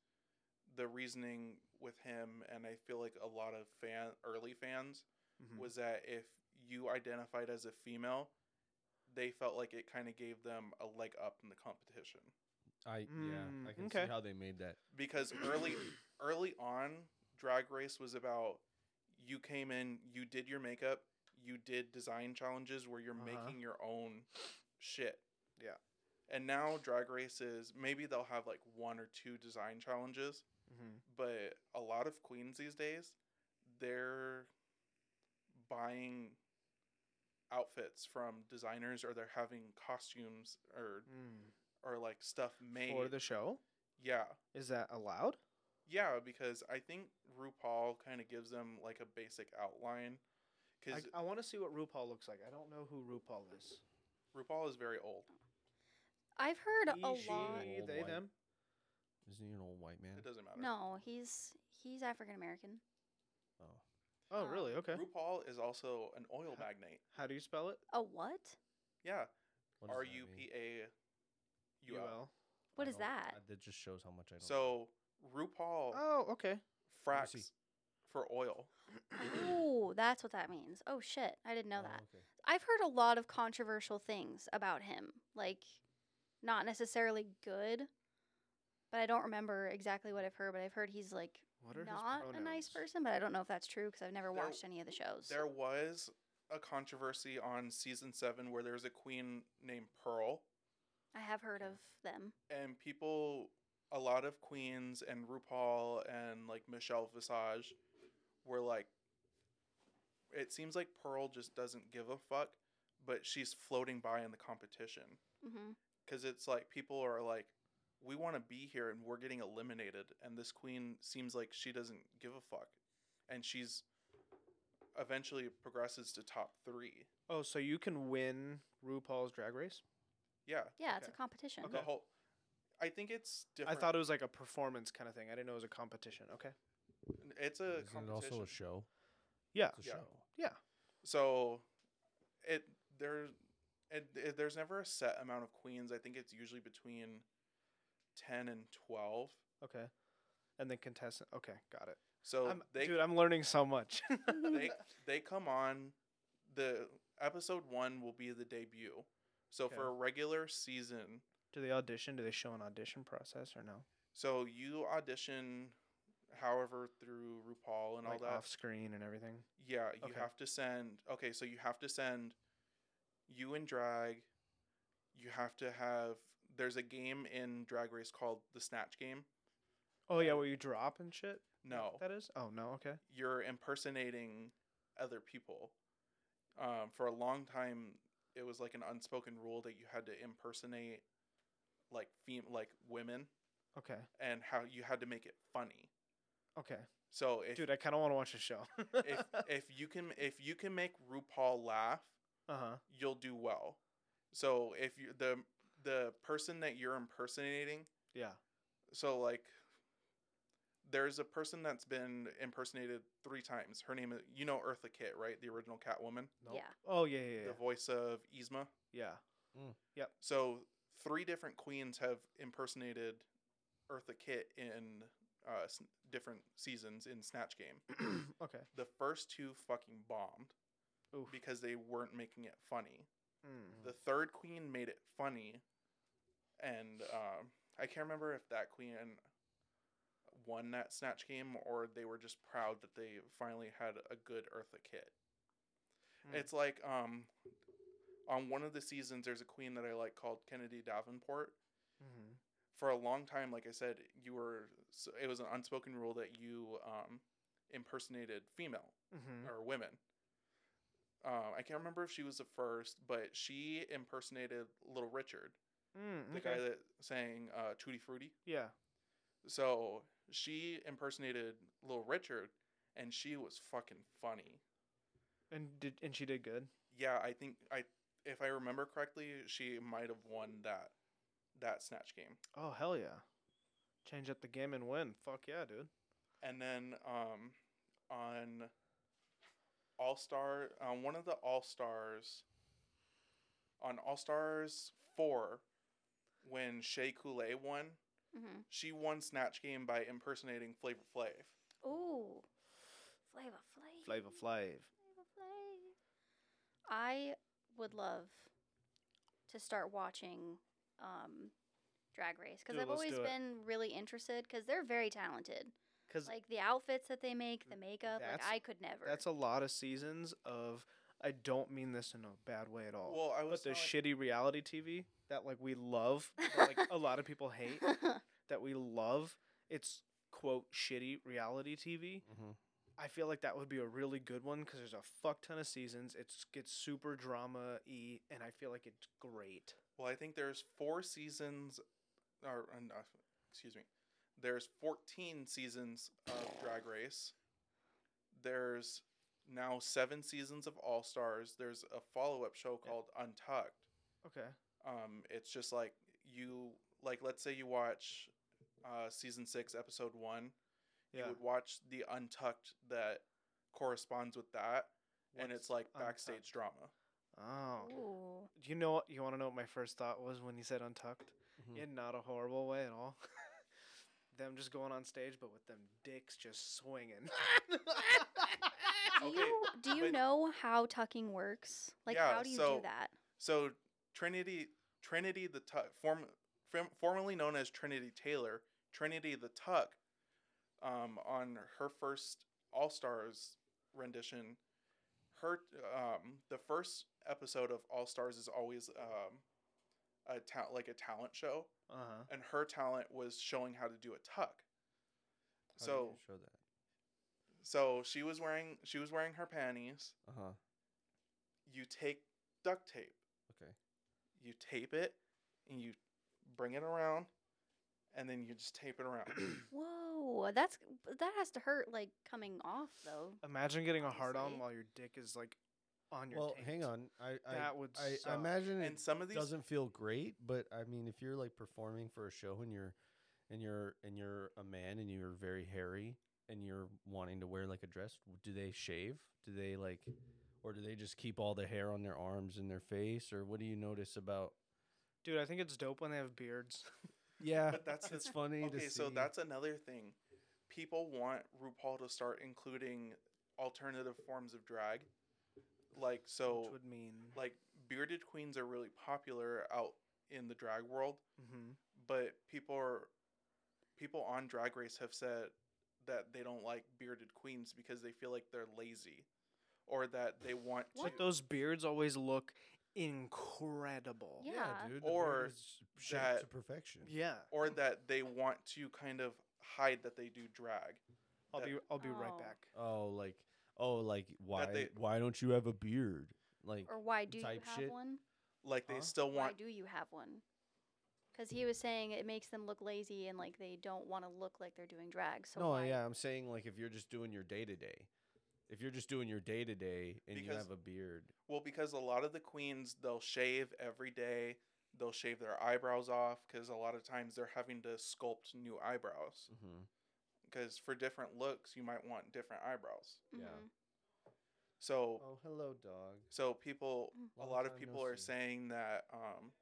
Speaker 4: the reasoning with him, and I feel like a lot of fan early fans
Speaker 1: Hmm.
Speaker 3: Mhm.
Speaker 4: was that if you identified as a female, they felt like it kind of gave them a leg up in the competition.
Speaker 1: I
Speaker 3: Mm,
Speaker 1: yeah I can
Speaker 3: okay.
Speaker 1: see how they made that.
Speaker 4: because early early on drag race was about you came in you did your makeup you did design challenges where you're
Speaker 3: Uh-huh.
Speaker 4: making your own shit
Speaker 3: Yeah.
Speaker 4: And now drag races, maybe they'll have like one or two design challenges,
Speaker 3: Mm-hmm.
Speaker 4: but a lot of queens these days, they're buying outfits from designers or they're having costumes or or like stuff made
Speaker 3: mm-hmm. For the show,
Speaker 4: yeah.
Speaker 3: is that allowed?
Speaker 4: Yeah, because I think RuPaul kind of gives them like a basic outline
Speaker 3: I,
Speaker 4: cuz
Speaker 3: I want to see what RuPaul looks like. I don't know who RuPaul is.
Speaker 4: RuPaul is very old.
Speaker 2: I've heard a
Speaker 3: He, she,
Speaker 2: lot.
Speaker 1: Old
Speaker 3: they,
Speaker 1: white.
Speaker 3: them.
Speaker 1: Isn't he an old white man?
Speaker 4: It doesn't matter.
Speaker 2: No, he's he's African American.
Speaker 1: Oh.
Speaker 3: Oh,
Speaker 2: Uh,
Speaker 3: really? Okay.
Speaker 4: RuPaul is also an oil
Speaker 3: Huh?
Speaker 4: magnate.
Speaker 3: How do you spell it?
Speaker 2: A what?
Speaker 4: Yeah,
Speaker 1: What does
Speaker 4: R
Speaker 1: that
Speaker 4: U
Speaker 1: mean?
Speaker 4: P A U L.
Speaker 3: UL.
Speaker 1: I
Speaker 2: What is
Speaker 1: don't-
Speaker 2: that?
Speaker 1: I- Uh, That just shows how much I don't. know.
Speaker 4: So RuPaul
Speaker 3: Oh, okay.
Speaker 1: Let me
Speaker 4: fracks
Speaker 1: see.
Speaker 4: for oil.
Speaker 2: oh, that's what that means. Oh shit, I didn't know
Speaker 1: Oh,
Speaker 2: that.
Speaker 1: okay.
Speaker 2: I've heard a lot of controversial things about him, like not necessarily good, but I don't remember exactly what I've heard. But I've heard he's like
Speaker 3: What are his
Speaker 2: not a nice
Speaker 3: pronouns?
Speaker 2: person, but I don't know if that's true because I've never
Speaker 4: There-
Speaker 2: watched any of the shows.
Speaker 4: There was a controversy on season seven where there was a queen named Pearl,
Speaker 2: I have heard of them.
Speaker 4: and people, a lot of queens and RuPaul and like Michelle Visage were like, it seems like Pearl just doesn't give a fuck, but she's floating by in the competition.
Speaker 2: hmm
Speaker 4: because it's like people are like we want to be here and we're getting eliminated and this queen seems like she doesn't give a fuck and she's eventually progresses to top three
Speaker 3: Oh, so you can win RuPaul's Drag Race?
Speaker 4: yeah
Speaker 2: Yeah, it's a
Speaker 3: Okay.
Speaker 2: competition.
Speaker 4: the whole i think it's different
Speaker 3: I thought it was like a performance kind of thing. I didn't know it was a competition. Okay.
Speaker 4: it's a
Speaker 1: Isn't it
Speaker 4: competition
Speaker 1: also a show?
Speaker 3: Yeah.
Speaker 1: It's a
Speaker 4: Yeah.
Speaker 1: show.
Speaker 4: so it there it, it, there's never a set amount of queens i think it's usually between 10 and 12
Speaker 3: Okay. And then contestant. Okay, got it.
Speaker 4: so
Speaker 3: I'm,
Speaker 4: they
Speaker 3: Um, dude, I'm learning so much.
Speaker 4: they they come on the episode one will be the debut so for
Speaker 3: Okay.
Speaker 4: a regular season
Speaker 3: do they audition? Do they show an audition process or no?
Speaker 4: so you audition however through rupaul and
Speaker 3: like
Speaker 4: all that
Speaker 3: off screen and everything.
Speaker 4: yeah you
Speaker 3: Okay.
Speaker 4: have to send okay so you have to send you in drag you have to have there's a game in drag race called the snatch game
Speaker 3: Oh yeah, where you drop and shit.
Speaker 4: no
Speaker 3: That is. Oh no. Okay.
Speaker 4: you're impersonating other people. Um, for a long time, it was like an unspoken rule that you had to impersonate like fem- like women
Speaker 3: Okay.
Speaker 4: and how you had to make it funny.
Speaker 3: Okay.
Speaker 4: So if
Speaker 3: Dude, I kind of want to watch the show.
Speaker 4: if if you can if you can make RuPaul laugh,
Speaker 3: uh huh.
Speaker 4: you'll do well. So if you the the person that you're impersonating,
Speaker 3: Yeah.
Speaker 4: so like there's a person that's been impersonated three times. Her name is you know Eartha Kitt, right? The original Catwoman.
Speaker 2: Yeah.
Speaker 3: Oh yeah, yeah, yeah.
Speaker 4: the voice of Yzma.
Speaker 3: yeah.
Speaker 4: So three different queens have impersonated Eartha Kitt in uh, s- different seasons in Snatch Game.
Speaker 3: okay.
Speaker 4: The first two fucking bombed
Speaker 3: Oof.
Speaker 4: because they weren't making it funny.
Speaker 3: Mm.
Speaker 4: The third queen made it funny, and um, I can't remember if that queen won that Snatch Game or they were just proud that they finally had a good Eartha Kitt.
Speaker 3: Mm.
Speaker 4: It's like um, on one of the seasons, there's a queen that I like called Kennedy Davenport.
Speaker 3: Mhm.
Speaker 4: For a long time, like I said, you were so it was an unspoken rule that you um, impersonated female
Speaker 3: Mhm.
Speaker 4: or women. Um, I can't remember if she was the first, but she impersonated Little Richard,
Speaker 3: Mm,
Speaker 4: the
Speaker 3: okay.
Speaker 4: guy that sang uh, "Tutti Frutti."
Speaker 3: yeah.
Speaker 4: So she impersonated Little Richard, and she was fucking funny.
Speaker 3: And did and she did good.
Speaker 4: yeah, I think I if I remember correctly, she might have won that that snatch game.
Speaker 3: Oh hell yeah. Change up the game and win. Fuck yeah, dude.
Speaker 4: And then um on All Star on one of the All Stars on All Stars 4 when Shea Coulee won,
Speaker 2: hmm
Speaker 4: she won snatch game by impersonating Flavor Flav.
Speaker 2: Ooh, Flava Flav.
Speaker 3: Flavor Flav.
Speaker 2: Flavor Flav. I would love to start watching um, Drag Race because
Speaker 3: Dude,
Speaker 2: I've
Speaker 3: let's
Speaker 2: always
Speaker 3: do it.
Speaker 2: been really interested because they're very talented.
Speaker 3: Cause
Speaker 2: Like the outfits that they make, the makeup. Like
Speaker 3: That's-
Speaker 2: I could never.
Speaker 3: that's a lot of seasons of I don't mean this in a bad way at all.
Speaker 4: Well, I was
Speaker 3: but the
Speaker 4: telling-
Speaker 3: shitty reality TV that like we love, that, like a lot of people hate, that we love, it's quote shitty reality TV.
Speaker 1: hmm
Speaker 3: I feel like that would be a really good one because there's a fuck ton of seasons. It gets super drama y, and I feel like it's great.
Speaker 4: Well, I think there's four seasons, or uh, no, excuse me, there's 14 seasons of Drag Race. There's now seven seasons of All Stars. There's a follow up show called Untucked.
Speaker 3: Okay.
Speaker 4: Um, it's just like you like let's say you watch uh, season six episode one. You
Speaker 3: Yeah.
Speaker 4: would watch the Untucked that corresponds with that, and
Speaker 3: What's
Speaker 4: it's like backstage
Speaker 3: Untucked?
Speaker 4: drama.
Speaker 3: Oh.
Speaker 2: Ooh.
Speaker 3: You know what? You want to know what my first thought was when you said untucked?
Speaker 1: Mhm.
Speaker 3: In not a horrible way at all. them just going on stage, but with them dicks just swinging.
Speaker 2: Do
Speaker 4: Okay,
Speaker 2: you do you
Speaker 4: but-
Speaker 2: know how tucking works? Like
Speaker 4: Yeah,
Speaker 2: how do you
Speaker 4: so-
Speaker 2: do that?
Speaker 4: So Trinity, Trinity the Tuck, form, fam- formerly known as Trinity Taylor, Trinity the Tuck, um, on her first All Stars rendition, her um, the first episode of All Stars is always um, a ta- like a talent show,
Speaker 3: uh huh.
Speaker 4: and her talent was showing how to do a tuck.
Speaker 1: How do
Speaker 4: so
Speaker 1: you show that.
Speaker 4: so she was wearing she was wearing her panties.
Speaker 1: Uh huh.
Speaker 4: You take duct tape.
Speaker 1: Okay.
Speaker 4: you tape it and you bring it around and then you just tape it around
Speaker 2: Whoa, that's that has to hurt like coming off though.
Speaker 3: Imagine getting a hard on
Speaker 2: Obviously.
Speaker 3: while your dick is like on your.
Speaker 1: Well, hang
Speaker 3: taint.
Speaker 1: on. I I,
Speaker 3: That would
Speaker 1: I, I
Speaker 3: suck.
Speaker 1: imagine
Speaker 4: and
Speaker 1: it
Speaker 4: some of these
Speaker 1: doesn't feel great, but I mean, if you're like performing for a show and you're and you're and you're a man and you're very hairy and you're wanting to wear like a dress, w- do they shave? Do they like, or do they just keep all the hair on their arms and their face? Or what do you notice about?
Speaker 3: Dude, I think it's dope when they have beards.
Speaker 1: Yeah,
Speaker 4: But that's the-
Speaker 1: it's funny. to
Speaker 4: okay so
Speaker 1: see.
Speaker 4: that's another thing people want rupaul to start including alternative forms of drag like so
Speaker 3: which would mean.
Speaker 4: like bearded queens are really popular out in the drag world
Speaker 3: hmm
Speaker 4: but people are people on drag race have said that they don't like bearded queens because they feel like they're lazy or that they want to
Speaker 3: But those beards always look incredible.
Speaker 2: Yeah.
Speaker 1: dude. the beard
Speaker 4: Or
Speaker 1: is shaped
Speaker 4: that-
Speaker 1: to perfection.
Speaker 3: Yeah.
Speaker 4: or that they want to kind of hide that they do drag.
Speaker 3: I'll
Speaker 4: That-
Speaker 3: be. I'll be right
Speaker 2: Oh.
Speaker 3: back.
Speaker 1: Oh, like oh, like why
Speaker 4: they-
Speaker 1: why don't you have a beard? Like
Speaker 2: Or why do you have
Speaker 1: type shit.
Speaker 2: one?
Speaker 4: Like they
Speaker 1: Huh?
Speaker 4: still
Speaker 2: Why
Speaker 4: want
Speaker 2: do you have one? Because he was saying it makes them look lazy and like they don't want to look like they're doing drag. So
Speaker 1: no,
Speaker 2: why?
Speaker 1: yeah, I'm saying like if you're just doing your day to day, if you're just doing your day to day and you
Speaker 4: Because-
Speaker 1: have a beard,
Speaker 4: well because a lot of the queens they'll shave every day. They'll shave their eyebrows off because a lot of times they're having to sculpt new eyebrows
Speaker 1: mm-hmm. Mm.
Speaker 4: because for different looks you might want different eyebrows.
Speaker 1: yeah.
Speaker 2: Mhm.
Speaker 4: So
Speaker 1: oh hello dog.
Speaker 4: so people
Speaker 2: Mm.
Speaker 4: a
Speaker 1: Long
Speaker 4: lot of
Speaker 1: time no
Speaker 4: people are
Speaker 1: see.
Speaker 4: saying that um,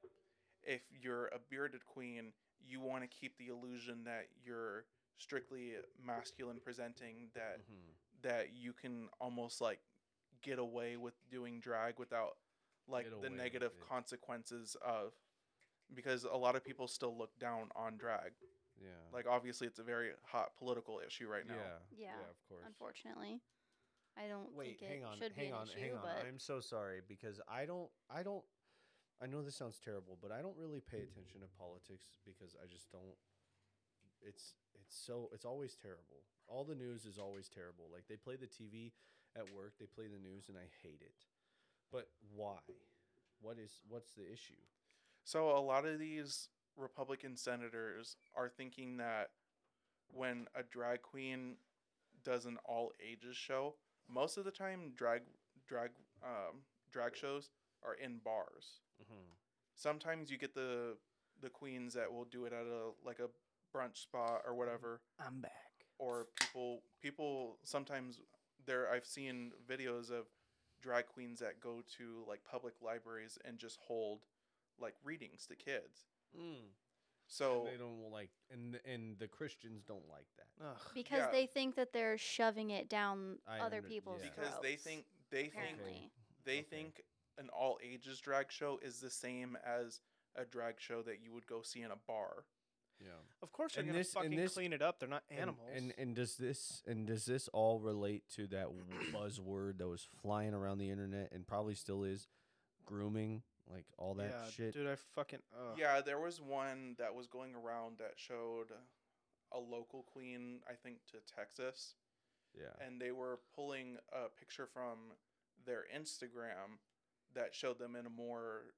Speaker 4: if you're a bearded queen, you want to keep the illusion that you're strictly masculine presenting that
Speaker 1: Mm-hmm.
Speaker 4: that you can almost like get away with doing drag without like
Speaker 1: Get away
Speaker 4: the
Speaker 1: with
Speaker 4: negative
Speaker 1: it.
Speaker 4: consequences of because a lot of people still look down on drag.
Speaker 1: Yeah,
Speaker 4: Like obviously it's a very hot political issue right now.
Speaker 1: yeah,
Speaker 2: Yeah,
Speaker 1: of course.
Speaker 2: Unfortunately, I don't
Speaker 1: Wait,
Speaker 2: think it
Speaker 1: hang on,
Speaker 2: should be
Speaker 1: hang
Speaker 2: an
Speaker 1: on,
Speaker 2: issue.
Speaker 1: hang on.
Speaker 2: But
Speaker 1: I'm so sorry because I don't, I don't, I know this sounds terrible, but I don't really pay attention to politics because I just don't. It's it's so it's always terrible. All the news is always terrible. Like they play the TV at work, they play the news, and I hate it. But why? What is what's the issue?
Speaker 4: So a lot of these Republican senators are thinking that when a drag queen does an all ages show, most of the time drag drag um, drag shows are in bars. Sometimes you get the the queens that will do it at a like a brunch spot
Speaker 1: Mm-hmm.
Speaker 4: or whatever,
Speaker 3: I'm back.
Speaker 4: or people people sometimes there I've seen videos of drag queens that go to like public libraries and just hold like readings to kids.
Speaker 2: Hmm.
Speaker 4: So
Speaker 1: So they don't like, and and the Christians don't like that.
Speaker 3: Ugh.
Speaker 2: because
Speaker 4: yeah.
Speaker 2: they think that they're shoving it down
Speaker 1: I
Speaker 2: other
Speaker 1: under-
Speaker 2: people's
Speaker 1: yeah.
Speaker 4: because they
Speaker 2: throats,
Speaker 4: think they
Speaker 2: apparently.
Speaker 4: think they
Speaker 1: Okay.
Speaker 4: think an all ages drag show is the same as a drag show that you would go see in a bar.
Speaker 1: Yeah.
Speaker 3: Of course they're
Speaker 1: And
Speaker 3: gonna
Speaker 1: this- and
Speaker 3: fucking
Speaker 1: this-
Speaker 3: clean it up. They're not
Speaker 1: And-
Speaker 3: animals.
Speaker 1: And, and does this and does this all relate to that w- buzzword that was flying around the internet and probably still is grooming, like all that
Speaker 3: yeah,
Speaker 1: shit?
Speaker 3: dude, I fucking ugh.
Speaker 4: Yeah, there was one that was going around that showed a local queen, I think, to Texas,
Speaker 1: Yeah.
Speaker 4: and they were pulling a picture from their Instagram that showed them in a more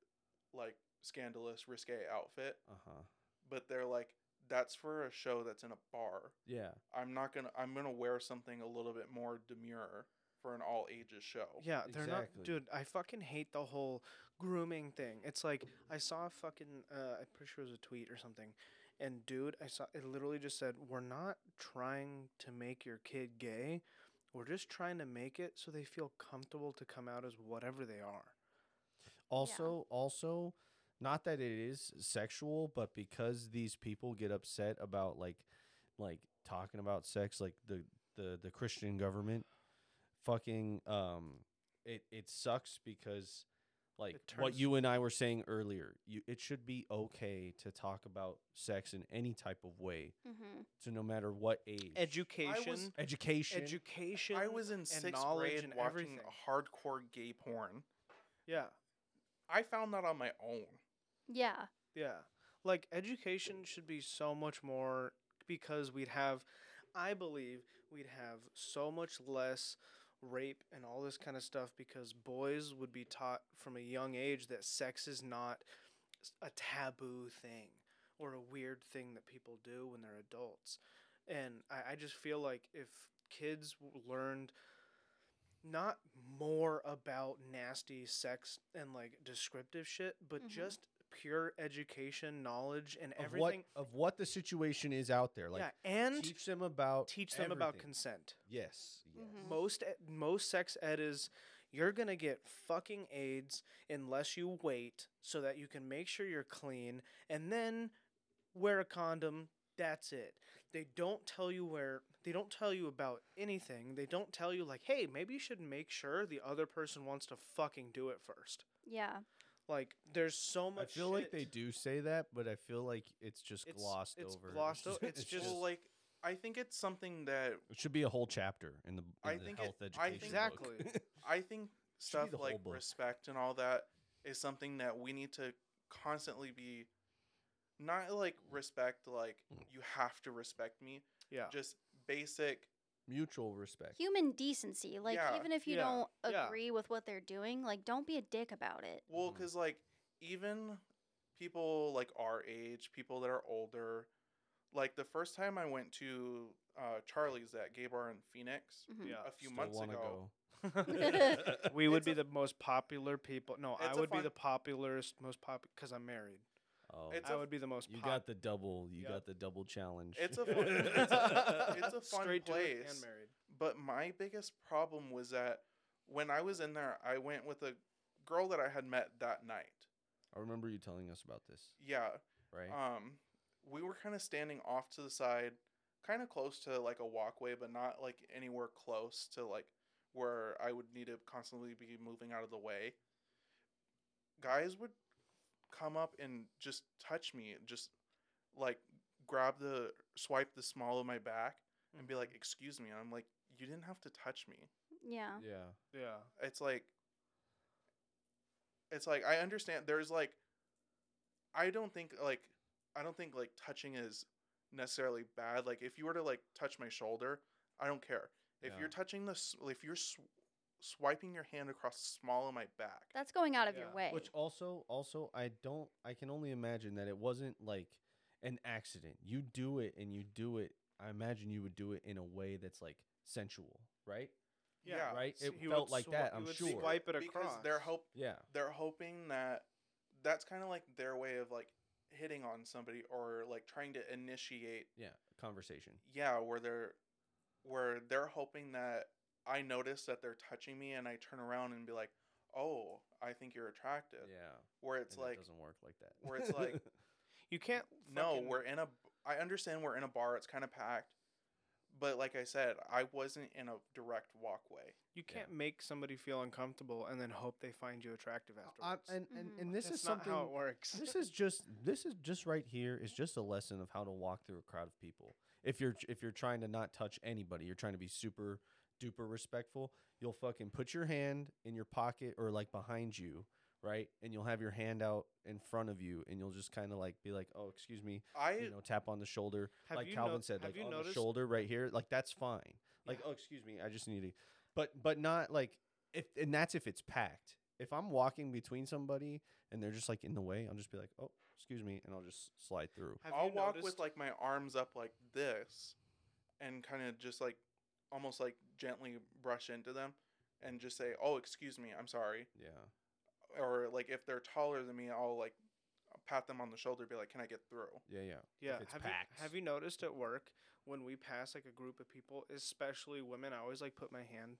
Speaker 4: like scandalous, risque outfit.
Speaker 1: Uh huh.
Speaker 4: But they're like, that's for a show that's in a bar.
Speaker 1: Yeah.
Speaker 4: I'm not gonna. I'm gonna wear something a little bit more demure for an all ages show.
Speaker 3: Yeah, they're
Speaker 1: Exactly.
Speaker 3: not, dude. I fucking hate the whole grooming thing. It's like I saw a fucking, uh, I'm pretty sure it was a tweet or something, and dude, I saw it literally just said, "We're not trying to make your kid gay. We're just trying to make it so they feel comfortable to come out as whatever they are."
Speaker 1: Also, also, not that it is sexual, but because these people get upset about like, like talking about sex, like the the the Christian government, fucking um, it it sucks because. Like what
Speaker 3: turns-
Speaker 1: you and I were saying earlier, you, it should be okay to talk about sex in any type of way,
Speaker 2: Mm-hmm.
Speaker 1: to no matter what age,
Speaker 3: Education,
Speaker 1: education,
Speaker 3: education.
Speaker 4: I was in
Speaker 3: and
Speaker 4: sixth
Speaker 3: knowledge
Speaker 4: grade
Speaker 3: and
Speaker 4: watching
Speaker 3: everything.
Speaker 4: hardcore gay porn.
Speaker 3: Yeah,
Speaker 4: I found that on my own.
Speaker 2: Yeah.
Speaker 3: Yeah. Like education should be so much more because we'd have I believe we'd have so much less rape and all this kind of stuff because boys would be taught from a young age that sex is not s- a taboo thing or a weird thing that people do when they're adults. And I, I just feel like if kids w- learned not more about nasty sex and like descriptive shit, but
Speaker 2: Mhm.
Speaker 3: just pure education, knowledge, and
Speaker 1: of what
Speaker 3: everything.
Speaker 1: of what the situation is out there. Like
Speaker 3: yeah, and teach,
Speaker 1: teach them about
Speaker 3: them about
Speaker 1: everything.
Speaker 3: consent.
Speaker 1: Yes. Yes.
Speaker 2: Mhm.
Speaker 3: Most e- most sex ed is you're gonna get fucking AIDS unless you wait so that you can make sure you're clean and then wear a condom. That's it. They don't tell you where. They don't tell you about anything. They don't tell you like, hey, maybe you should make sure the other person wants to fucking do it first.
Speaker 2: Yeah.
Speaker 3: Like, there's so
Speaker 1: I
Speaker 3: much.
Speaker 1: feel like they
Speaker 3: shit.
Speaker 1: do say that, but I feel like it's just
Speaker 3: It's-
Speaker 1: glossed
Speaker 3: it's
Speaker 1: over.
Speaker 3: glossed o- it's just-
Speaker 4: well, like I think it's something that
Speaker 1: it should be a whole chapter in the, in
Speaker 4: I
Speaker 1: the
Speaker 4: think it-
Speaker 1: health education.
Speaker 4: I think-
Speaker 1: book.
Speaker 3: Exactly.
Speaker 4: I
Speaker 1: Should
Speaker 4: think
Speaker 1: be
Speaker 4: stuff
Speaker 1: the whole
Speaker 4: like
Speaker 1: book.
Speaker 4: respect and all that is something that we need to constantly be not like respect like you have to respect me
Speaker 3: Yeah.
Speaker 4: just basic
Speaker 1: Mutual respect.
Speaker 2: Human decency. Like
Speaker 4: Yeah.
Speaker 2: even if you
Speaker 3: Yeah.
Speaker 2: don't
Speaker 3: Yeah.
Speaker 2: agree with what they're doing, like don't be a dick about it.
Speaker 4: well
Speaker 1: Mhm.
Speaker 4: because like even people like our age people that are older like the first time i went to uh, charlie's at gay bar in phoenix
Speaker 2: Mhm.
Speaker 4: a few
Speaker 1: Still
Speaker 4: months
Speaker 1: wanna
Speaker 4: ago
Speaker 1: go.
Speaker 3: We would
Speaker 4: It's
Speaker 3: be the
Speaker 4: a-
Speaker 3: most popular people. No, I
Speaker 4: It's a
Speaker 3: would be
Speaker 4: fun-
Speaker 3: the popularist, most pop because I'm married.
Speaker 1: oh,
Speaker 4: It's
Speaker 3: I
Speaker 4: a-
Speaker 3: would be the most.
Speaker 1: you
Speaker 3: pop-
Speaker 1: got the double. You
Speaker 3: Yep.
Speaker 1: got the double challenge.
Speaker 4: It's a fun- it's a- it's a fun
Speaker 3: Straight to it
Speaker 4: place.
Speaker 3: and married.
Speaker 4: But my biggest problem was that when I was in there, I went with a girl that I had met that night.
Speaker 1: I remember you telling us about this,
Speaker 4: Yeah.
Speaker 1: right?
Speaker 4: Um, we were kind of standing off to the side, kind of close to like a walkway, but not like anywhere close to like where I would need to constantly be moving out of the way. Guys would come up and just touch me, just like grab the swipe the small of my back and be like, "Excuse me," and I'm like, "You didn't have to touch me."
Speaker 2: Yeah.
Speaker 1: yeah.
Speaker 3: yeah,
Speaker 4: it's like it's like I understand there's like I don't think like I don't think like touching is necessarily bad. Like if you were to like touch my shoulder, I don't care. If
Speaker 1: Yeah.
Speaker 4: you're touching the s- if you're sw- swiping your hand across the small of my back.
Speaker 2: That's going out of
Speaker 3: Yeah.
Speaker 2: your way.
Speaker 1: Which also, also, I don't. I can only imagine that it wasn't like an accident. You do it, and you do it. I imagine you would do it in a way that's like sensual, right?
Speaker 4: Yeah.
Speaker 1: Right?
Speaker 3: So
Speaker 1: It
Speaker 3: he
Speaker 1: felt
Speaker 3: would
Speaker 1: like
Speaker 3: swi-
Speaker 1: that,
Speaker 3: he
Speaker 1: I'm
Speaker 3: would
Speaker 1: sure.
Speaker 3: Swipe it
Speaker 4: Because
Speaker 3: across.
Speaker 4: they're hope
Speaker 1: Yeah.
Speaker 4: they're hoping that that's kind of like their way of like hitting on somebody or like trying to initiate
Speaker 1: Yeah. Conversation.
Speaker 4: yeah, where they're where they're hoping that I notice that they're touching me and I turn around and be like, "Oh, I think you're attractive."
Speaker 1: Yeah.
Speaker 4: Where it's
Speaker 1: and it
Speaker 4: like,
Speaker 1: doesn't work like that.
Speaker 4: where it's like,
Speaker 3: You can't.
Speaker 4: "No,
Speaker 3: fucking-
Speaker 4: we're in a I understand we're in a bar, it's kind of packed, But like I said, I wasn't in a direct walkway.
Speaker 3: You can't make somebody feel uncomfortable and then hope they find you attractive
Speaker 1: I,
Speaker 3: afterwards.
Speaker 1: and, and,
Speaker 2: Mhm.
Speaker 1: and this
Speaker 3: That's
Speaker 1: is
Speaker 3: not
Speaker 1: something
Speaker 3: how it works.
Speaker 1: this is just this is just right here is just a lesson of how to walk through a crowd of people. If you're if you're trying to not touch anybody, you're trying to be super duper respectful, you'll fucking put your hand in your pocket or like behind you, right? And you'll have your hand out in front of you and you'll just kind of like be like, "Oh, excuse me."
Speaker 4: I
Speaker 1: You know, tap on the shoulder.
Speaker 3: Have
Speaker 1: like
Speaker 3: you
Speaker 1: Calvin
Speaker 3: no-
Speaker 1: said,
Speaker 3: have
Speaker 1: like
Speaker 3: you
Speaker 1: on the
Speaker 3: noticed-
Speaker 1: shoulder right here, like that's fine. Like,
Speaker 3: Yeah.
Speaker 1: "Oh, excuse me, I just need to." But but not like if and that's if it's packed. If I'm walking between somebody and they're just like in the way, I'll just be like, "Oh, excuse me," and I'll just slide through.
Speaker 3: Have
Speaker 4: I'll
Speaker 3: you
Speaker 4: walk
Speaker 3: noticed-
Speaker 4: with like my arms up like this and kind of just like almost like gently brush into them and just say, "Oh, excuse me, I'm sorry."
Speaker 1: Yeah.
Speaker 4: Or like if they're taller than me, I'll like pat them on the shoulder be like, "Can I get through?"
Speaker 1: Yeah, yeah.
Speaker 3: Yeah,
Speaker 1: if it's
Speaker 3: have
Speaker 1: packed.
Speaker 3: you have you noticed at work when we pass like a group of people, especially women, I always like put my hand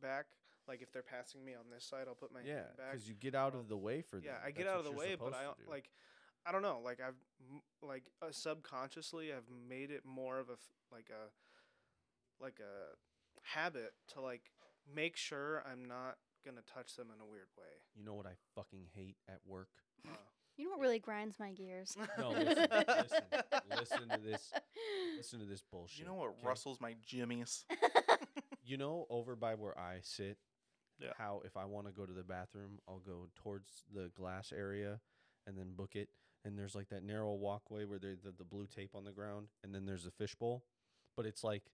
Speaker 3: back. Like if they're passing me on this side, I'll put my
Speaker 1: yeah,
Speaker 3: hand back.
Speaker 1: cuz you get out of the way for them.
Speaker 3: yeah, I get
Speaker 1: That's
Speaker 3: out of the
Speaker 1: what
Speaker 3: way,
Speaker 1: you're
Speaker 3: but I
Speaker 1: supposed to
Speaker 3: don't-
Speaker 1: do.
Speaker 3: like I don't know, like I've m- like uh, subconsciously I've made it more of a f- like a like a habit to like make sure I'm not gonna touch them in a weird way. Uh,
Speaker 1: you know what I fucking hate at work?
Speaker 2: You know what really grinds my gears?
Speaker 1: No, listen, listen, listen to this. Listen to this bullshit.
Speaker 4: You know what
Speaker 1: okay?
Speaker 4: rustles my jimmies?
Speaker 1: you know over by where I sit,
Speaker 3: Yeah.
Speaker 1: how if I want to go to the bathroom, I'll go towards the glass area and then book it. And there's like that narrow walkway where there's the, the blue tape on the ground, and then there's a fishbowl. But it's like,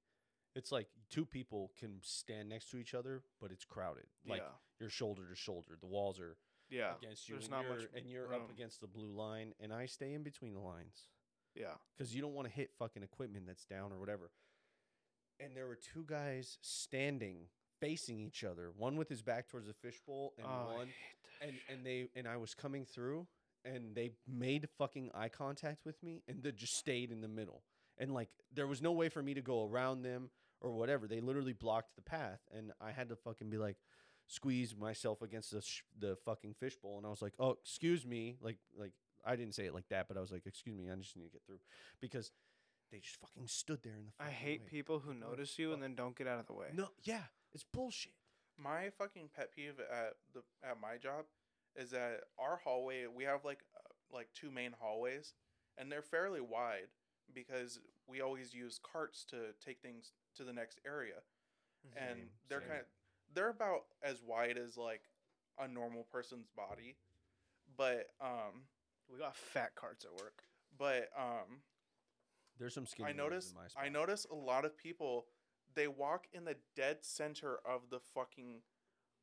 Speaker 1: it's like two people can stand next to each other, but it's crowded. Like you're shoulder to shoulder. The walls are
Speaker 3: yeah. Yeah.
Speaker 1: against you,
Speaker 3: there's
Speaker 1: and,
Speaker 3: not
Speaker 1: you're,
Speaker 3: much
Speaker 1: and you're up
Speaker 3: room.
Speaker 1: against the blue line. And I stay in between the lines
Speaker 3: Yeah.
Speaker 1: because you don't want to hit fucking equipment that's down or whatever. And there were two guys standing facing each other, one with his back towards the fishbowl, and
Speaker 3: Oh, I
Speaker 1: one
Speaker 3: hate that
Speaker 1: and
Speaker 3: shit.
Speaker 1: and they and I was coming through, and they made fucking eye contact with me, and they just stayed in the middle, and like there was no way for me to go around them or whatever. They literally blocked the path, and I had to fucking be like. Squeeze myself against the sh- the fucking fishbowl, and I was like, "Oh, excuse me," like like I didn't say it like that, but I was like, "Excuse me, I just need to get through," because they just fucking stood there in the.
Speaker 3: I
Speaker 1: fucking
Speaker 3: hate
Speaker 1: way.
Speaker 3: people who
Speaker 1: What the
Speaker 3: notice you
Speaker 1: fuck?
Speaker 3: and then don't get out of the way.
Speaker 1: No, yeah, it's bullshit.
Speaker 4: My fucking pet peeve at the at my job is that our hallway we have like uh, like two main hallways and they're fairly wide because we always use carts to take things to the next area
Speaker 3: Mm-hmm.
Speaker 4: and
Speaker 1: Same,
Speaker 4: they're
Speaker 1: same.
Speaker 4: kind of they're about as wide as like a normal person's body but um
Speaker 3: we got fat carts at work.
Speaker 4: but um
Speaker 1: There's some skinny.
Speaker 4: I
Speaker 1: ladies
Speaker 4: notice
Speaker 1: in my spot.
Speaker 4: I notice a lot of people they walk in the dead center of the fucking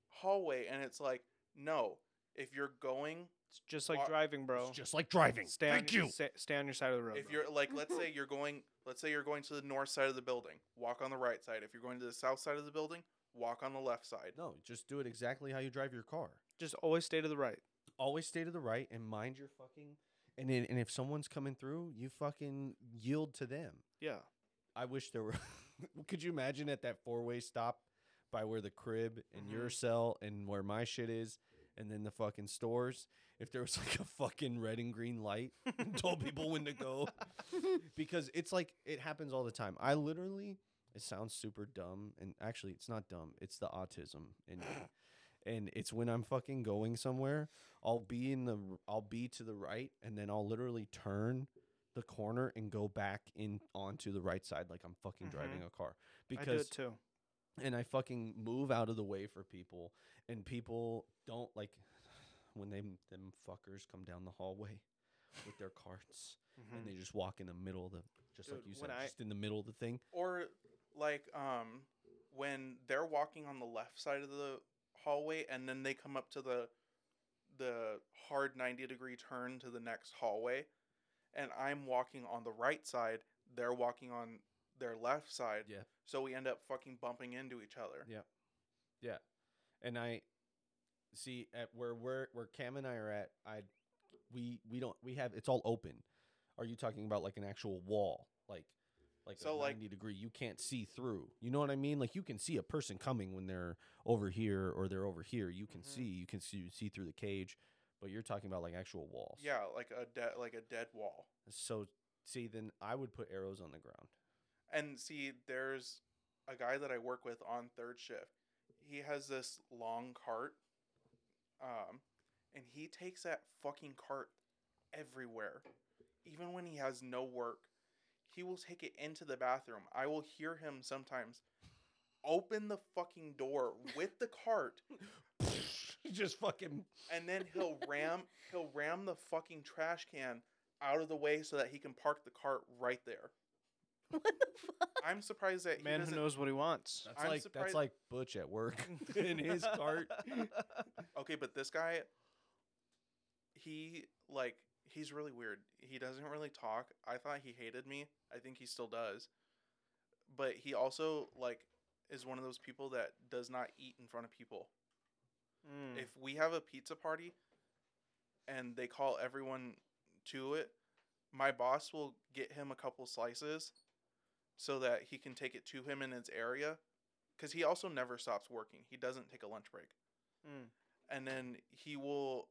Speaker 4: hallway and it's like no if you're going
Speaker 3: It's just like
Speaker 4: Wa-
Speaker 3: driving, bro.
Speaker 1: It's just like driving.
Speaker 3: Stay on
Speaker 1: Thank
Speaker 3: your,
Speaker 1: you.
Speaker 3: Stay, stay on your side of the road.
Speaker 4: if
Speaker 3: bro.
Speaker 4: you're like let's say you're going let's say you're going to the north side of the building walk on the right side if you're going to the south side of the building walk on the left side
Speaker 1: No, just do it exactly how you drive your car.
Speaker 3: just always stay to the right.
Speaker 1: Always stay to the right and mind your fucking. And then, and if someone's coming through, you fucking yield to them.
Speaker 3: Yeah.
Speaker 1: I wish there were. could you imagine at that four way stop by where the crib and your cell and where my shit is, and then the fucking stores? If there was like a fucking red and green light, and told people when to go, because it's like it happens all the time. I literally, it sounds super dumb, and actually it's not dumb. It's the autism in me. And it's when I'm fucking going somewhere, I'll be in the, r- I'll be to the right, and then I'll literally turn the corner and go back in onto the right side like I'm fucking driving a car
Speaker 3: Mm-hmm. I do
Speaker 1: because
Speaker 3: it too.
Speaker 1: and I fucking move out of the way for people and people don't like when they them fuckers come down the hallway with their carts
Speaker 3: Mm-hmm.
Speaker 1: and they just walk in the middle of the just like
Speaker 3: Mm. Dude,
Speaker 1: you said
Speaker 3: when I-
Speaker 1: just in the middle of the thing
Speaker 4: or like um when they're walking on the left side of the hallway and then they come up to the the hard 90 degree turn to the next hallway and I'm walking on the right side they're walking on their left side
Speaker 1: Yeah.
Speaker 4: so we end up fucking bumping into each other
Speaker 1: Yeah. and I see at where where where Cam and I are at I we we don't we have it's all open are you talking about like an actual wall like like
Speaker 4: So,
Speaker 1: a
Speaker 4: like-
Speaker 1: 90 degree you can't see through you know what i mean like you can see a person coming when they're over here or they're over here you can
Speaker 4: Mhm.
Speaker 1: see you can see see through the cage but you're talking about like actual walls
Speaker 4: yeah like a dead like a dead wall
Speaker 1: so see then i would put arrows on the ground
Speaker 4: And see, there's a guy that I work with on third shift. He has this long cart, um, and he takes that fucking cart everywhere. Even when he has no work, he will take it into the bathroom. I will hear him sometimes open the fucking door with the cart
Speaker 1: just fucking
Speaker 4: and then he'll ram he'll ram the fucking trash can out of the way so that he can park the cart right there.
Speaker 2: What the fuck?
Speaker 4: I'm surprised that
Speaker 3: Man
Speaker 4: he
Speaker 3: who
Speaker 4: doesn't.
Speaker 3: knows what he wants.
Speaker 1: that's
Speaker 4: I'm
Speaker 1: like that's
Speaker 4: surprised-
Speaker 1: like Butch at work in his cart.
Speaker 3: Hmm.
Speaker 4: Okay, but this guy, he like he's really weird. He doesn't really talk. I thought he hated me. I think he still does. But he also like is one of those people that does not eat in front of people.
Speaker 3: Mm.
Speaker 4: if we have a pizza party and they call everyone to it, my boss will get him a couple slices so that he can take it to him in his area. Because he also never stops working, he doesn't take a lunch break.
Speaker 3: Mm.
Speaker 4: And then he will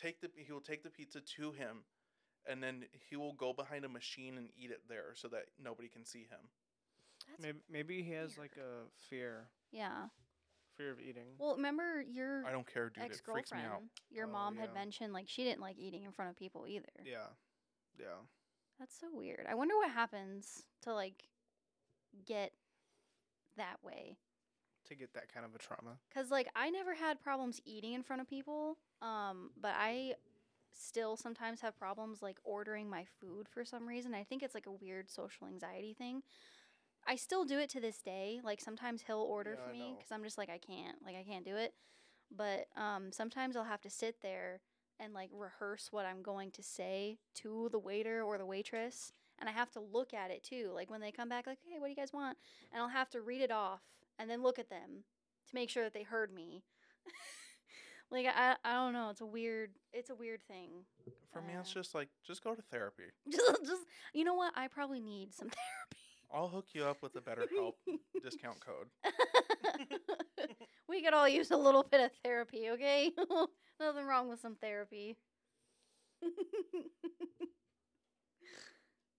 Speaker 4: take the he will take the pizza to him and then he will go behind a machine and eat it there so that nobody can see him.
Speaker 2: That's,
Speaker 3: Maybe, maybe he has
Speaker 2: weird.
Speaker 3: like a fear,
Speaker 2: Yeah.
Speaker 3: fear of eating.
Speaker 2: Well, remember your
Speaker 4: I don't care, dude.
Speaker 2: ex
Speaker 4: It freaks me
Speaker 2: girlfriend?
Speaker 4: out.
Speaker 2: Your
Speaker 3: Oh,
Speaker 2: mom
Speaker 3: yeah.
Speaker 2: had mentioned like she didn't like eating in front of people either.
Speaker 3: yeah, yeah.
Speaker 2: That's so weird. I wonder what happens to like get that way.
Speaker 3: To get that kind of a trauma.
Speaker 2: Cause like I never had problems eating in front of people, um, but I still sometimes have problems like ordering my food for some reason. I think it's like a weird social anxiety thing. I still do it to this day. Like sometimes he'll order
Speaker 3: Yeah, I
Speaker 2: for me
Speaker 3: know.
Speaker 2: because I'm just like I can't, like I can't do it. But um, sometimes I'll have to sit there and like rehearse what I'm going to say to the waiter or the waitress, and I have to look at it too. Like when they come back, like hey, what do you guys want? And I'll have to read it off and then look at them to make sure that they heard me. like I, I don't know. It's a weird, it's a weird thing.
Speaker 4: For me, it's
Speaker 2: Uh.
Speaker 4: just like just go to therapy.
Speaker 2: just, just you know what? I probably need some
Speaker 4: I'll hook you up with a better help discount code.
Speaker 2: we could all use a little bit of therapy, okay? Nothing wrong with some therapy.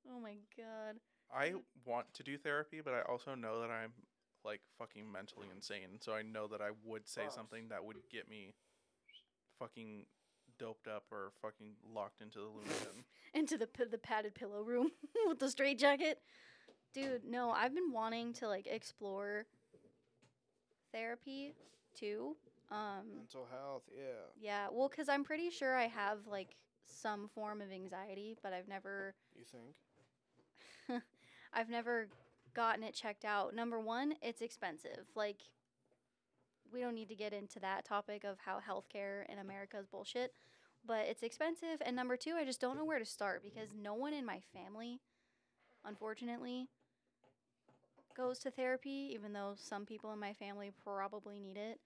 Speaker 2: oh my god.
Speaker 4: I want to do therapy, but I also know that I'm like fucking mentally insane. So I know that I would say
Speaker 3: Gross.
Speaker 4: something that would get me fucking doped up or fucking locked into the loony bin.
Speaker 2: Into the p- the padded pillow room with the straight jacket. Dude, no, I've been wanting to like explore therapy too. Um
Speaker 3: Mental health. Yeah.
Speaker 2: yeah, well cuz I'm pretty sure I have like some form of anxiety, but I've never
Speaker 3: You think?
Speaker 2: I've never gotten it checked out. Number one, it's expensive. Like, we don't need to get into that topic of how healthcare in America is bullshit, but it's expensive. And number two, I just don't know where to start because no one in my family, unfortunately, goes to therapy, even though some people in my family probably need it.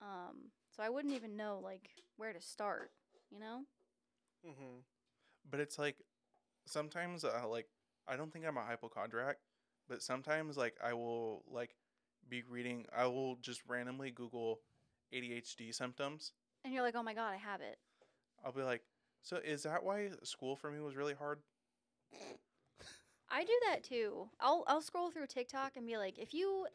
Speaker 2: Um, so I wouldn't even know like where to start, you know?
Speaker 3: Mm-hmm.
Speaker 4: But it's like sometimes, uh, like I don't think I'm a hypochondriac, but sometimes like I will like be reading. I will just randomly Google ADHD symptoms.
Speaker 2: And you're like, oh my god, I have it.
Speaker 4: I'll be like, so is that why school for me was really hard?
Speaker 2: I do that too. I'll I'll scroll through TikTok and be like, if you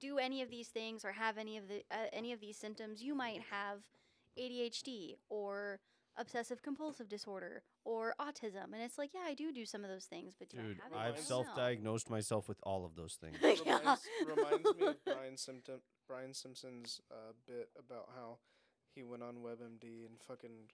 Speaker 2: do any of these things or have any of the uh, any of these symptoms, you might have ADHD or obsessive compulsive disorder or autism. And it's like, yeah, I do do some of those things, but do
Speaker 1: Dude,
Speaker 2: I have it? I
Speaker 1: I've
Speaker 2: don't
Speaker 3: Reminds-
Speaker 2: know.
Speaker 1: self-diagnosed myself with all of those things.
Speaker 2: Yeah.
Speaker 3: reminds, reminds me of Brian Simpson, Brian Simpson's uh, bit about how he went on WebMD and fucking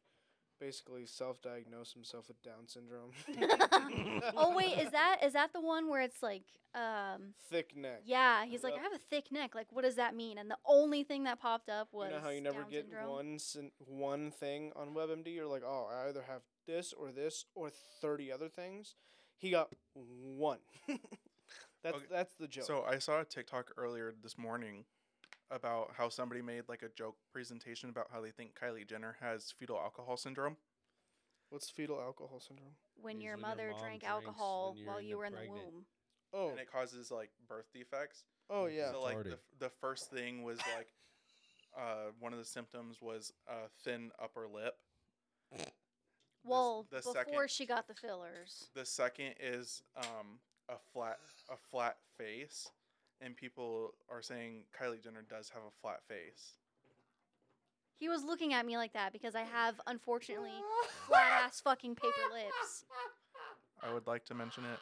Speaker 3: basically self-diagnosed himself with Down syndrome.
Speaker 2: oh wait, is that is that the one where it's like, um,
Speaker 3: thick neck?
Speaker 2: yeah, he's like, I
Speaker 3: Yep.
Speaker 2: have a thick neck. Like, what does that mean? And the only thing that popped up was
Speaker 3: you know how you never
Speaker 2: Down
Speaker 3: get
Speaker 2: syndrome.
Speaker 3: one syn- one thing on WebMD. You're like, oh, I either have this or this or thirty other things. He got one. that's
Speaker 4: Okay,
Speaker 3: that's the joke.
Speaker 4: So I saw a TikTok earlier this morning about how somebody made like a joke presentation about how they think Kylie Jenner has fetal alcohol syndrome.
Speaker 3: what's fetal alcohol syndrome?
Speaker 2: when your
Speaker 1: Usually your
Speaker 2: mother
Speaker 1: mom
Speaker 2: drank
Speaker 1: drinks
Speaker 2: alcohol
Speaker 1: when you're
Speaker 2: while
Speaker 1: in
Speaker 2: you
Speaker 1: the
Speaker 2: were in the
Speaker 1: pregnant-
Speaker 2: womb.
Speaker 3: Oh,
Speaker 4: And it causes like birth defects.
Speaker 3: oh yeah.
Speaker 4: So like the,
Speaker 1: Retarded.
Speaker 4: f- the first thing was like uh, one of the symptoms was a thin upper lip. The s-
Speaker 2: Well,
Speaker 4: the
Speaker 2: before
Speaker 4: second-
Speaker 2: she got the fillers.
Speaker 4: The second is um, a flat a flat face, and people are saying Kylie Jenner does have a flat face.
Speaker 2: He was looking at me like that because I have, unfortunately, flat ass fucking paper lips.
Speaker 4: I would like to mention it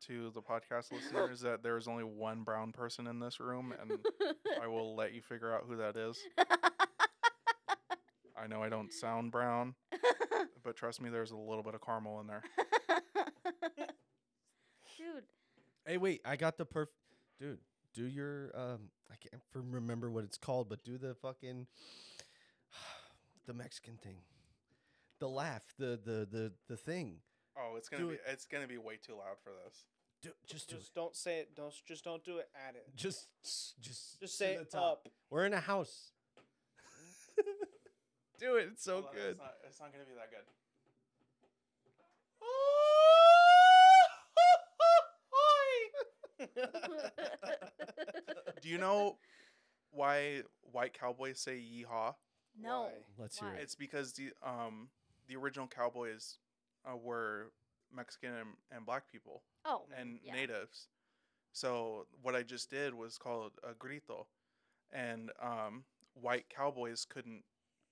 Speaker 4: to the podcast listeners that there is only one brown person in this room, and I will let you figure out who that is. I know I don't sound brown, but trust me, there's a little bit of caramel in there.
Speaker 2: Dude,
Speaker 1: Hey, wait, I got the perf. Dude, do your um, I can't f- remember what it's called, but do the fucking the Mexican thing, the laugh, the the the the thing.
Speaker 4: Oh, it's gonna
Speaker 1: Do
Speaker 4: be
Speaker 1: it.
Speaker 4: it's gonna be way too loud for this.
Speaker 1: Do, just do
Speaker 3: Just don't say it. Don't s- just don't do it at it.
Speaker 1: it. Just s- just
Speaker 3: Just
Speaker 1: to
Speaker 3: say
Speaker 1: the
Speaker 3: it
Speaker 1: top.
Speaker 3: up.
Speaker 1: We're in a house. do it. It's so
Speaker 4: Hold on,
Speaker 1: good.
Speaker 4: It's not, it's not gonna be that good. Do you know why white cowboys say yeehaw?
Speaker 2: no.
Speaker 3: Why?
Speaker 1: Let's
Speaker 2: Why?
Speaker 1: hear it.
Speaker 4: It's because the um the original cowboys uh, were Mexican and, and black people
Speaker 2: Oh,
Speaker 4: and
Speaker 2: yeah.
Speaker 4: natives. So what I just did was called a grito, and um, white cowboys couldn't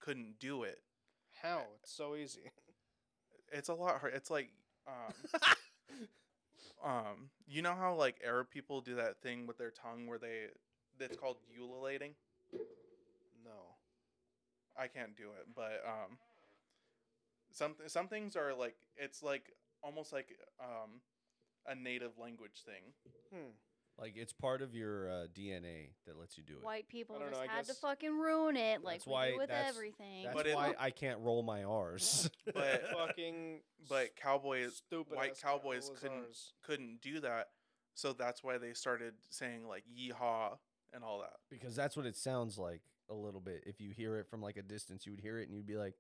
Speaker 4: couldn't do it.
Speaker 3: How? It's so easy.
Speaker 4: It's a lot hard. It's like um, um, you know how like Arab people do that thing with their tongue where they that's called ululating.
Speaker 3: No.
Speaker 4: I can't do it, but um, some some things are like it's like almost like um, a native language thing.
Speaker 3: Hmm.
Speaker 1: Like it's part of your uh, DNA that lets you do it.
Speaker 2: White people
Speaker 3: don't know,
Speaker 2: just
Speaker 3: I
Speaker 2: had to
Speaker 3: guess-
Speaker 2: fucking ruin it, like
Speaker 1: That's
Speaker 2: we
Speaker 1: why-
Speaker 2: do with
Speaker 1: that's-
Speaker 2: everything.
Speaker 1: That's
Speaker 4: But it-
Speaker 1: why I can't roll my R's.
Speaker 4: But-
Speaker 3: Fucking
Speaker 4: But cowboys
Speaker 3: stupid.
Speaker 4: white
Speaker 3: ass Carol
Speaker 4: cowboys
Speaker 3: was
Speaker 4: couldn't-
Speaker 3: ours.
Speaker 4: couldn't do that, so that's why they started saying like "yeehaw" and all that.
Speaker 1: because that's what it sounds like a little bit. If you hear it from like a distance, you would hear it and you'd be like,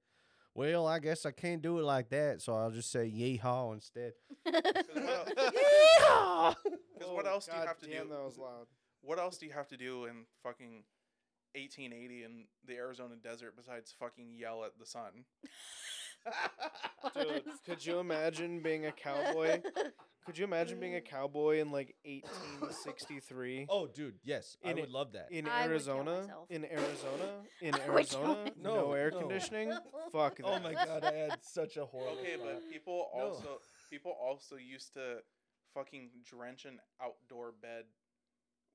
Speaker 1: "Well, I guess I can't do it like that, so I'll just say yeehaw instead." Yeehaw!
Speaker 4: Because what
Speaker 3: Oh,
Speaker 4: else do you
Speaker 3: God
Speaker 4: have to
Speaker 3: damn,
Speaker 4: do?
Speaker 3: That was loud.
Speaker 4: What else do you have to do in fucking 1880 in the Arizona desert besides fucking yell at the sun?
Speaker 3: Dude, could you imagine being a cowboy? Could you imagine being a cowboy in like 1863
Speaker 1: oh, dude, yes,
Speaker 3: In
Speaker 1: I
Speaker 3: it-
Speaker 1: would love that.
Speaker 3: in
Speaker 2: I would kill
Speaker 3: Arizona?
Speaker 2: myself.
Speaker 3: In Arizona? In
Speaker 2: I would kill
Speaker 3: Arizona?
Speaker 1: myself.
Speaker 3: No,
Speaker 1: No,
Speaker 3: air
Speaker 1: no.
Speaker 3: conditioning? Fuck that.
Speaker 1: oh my god, I had such a horrible.
Speaker 4: Okay, but
Speaker 1: thought.
Speaker 4: people
Speaker 1: No.
Speaker 4: also people also used to fucking drench an outdoor bed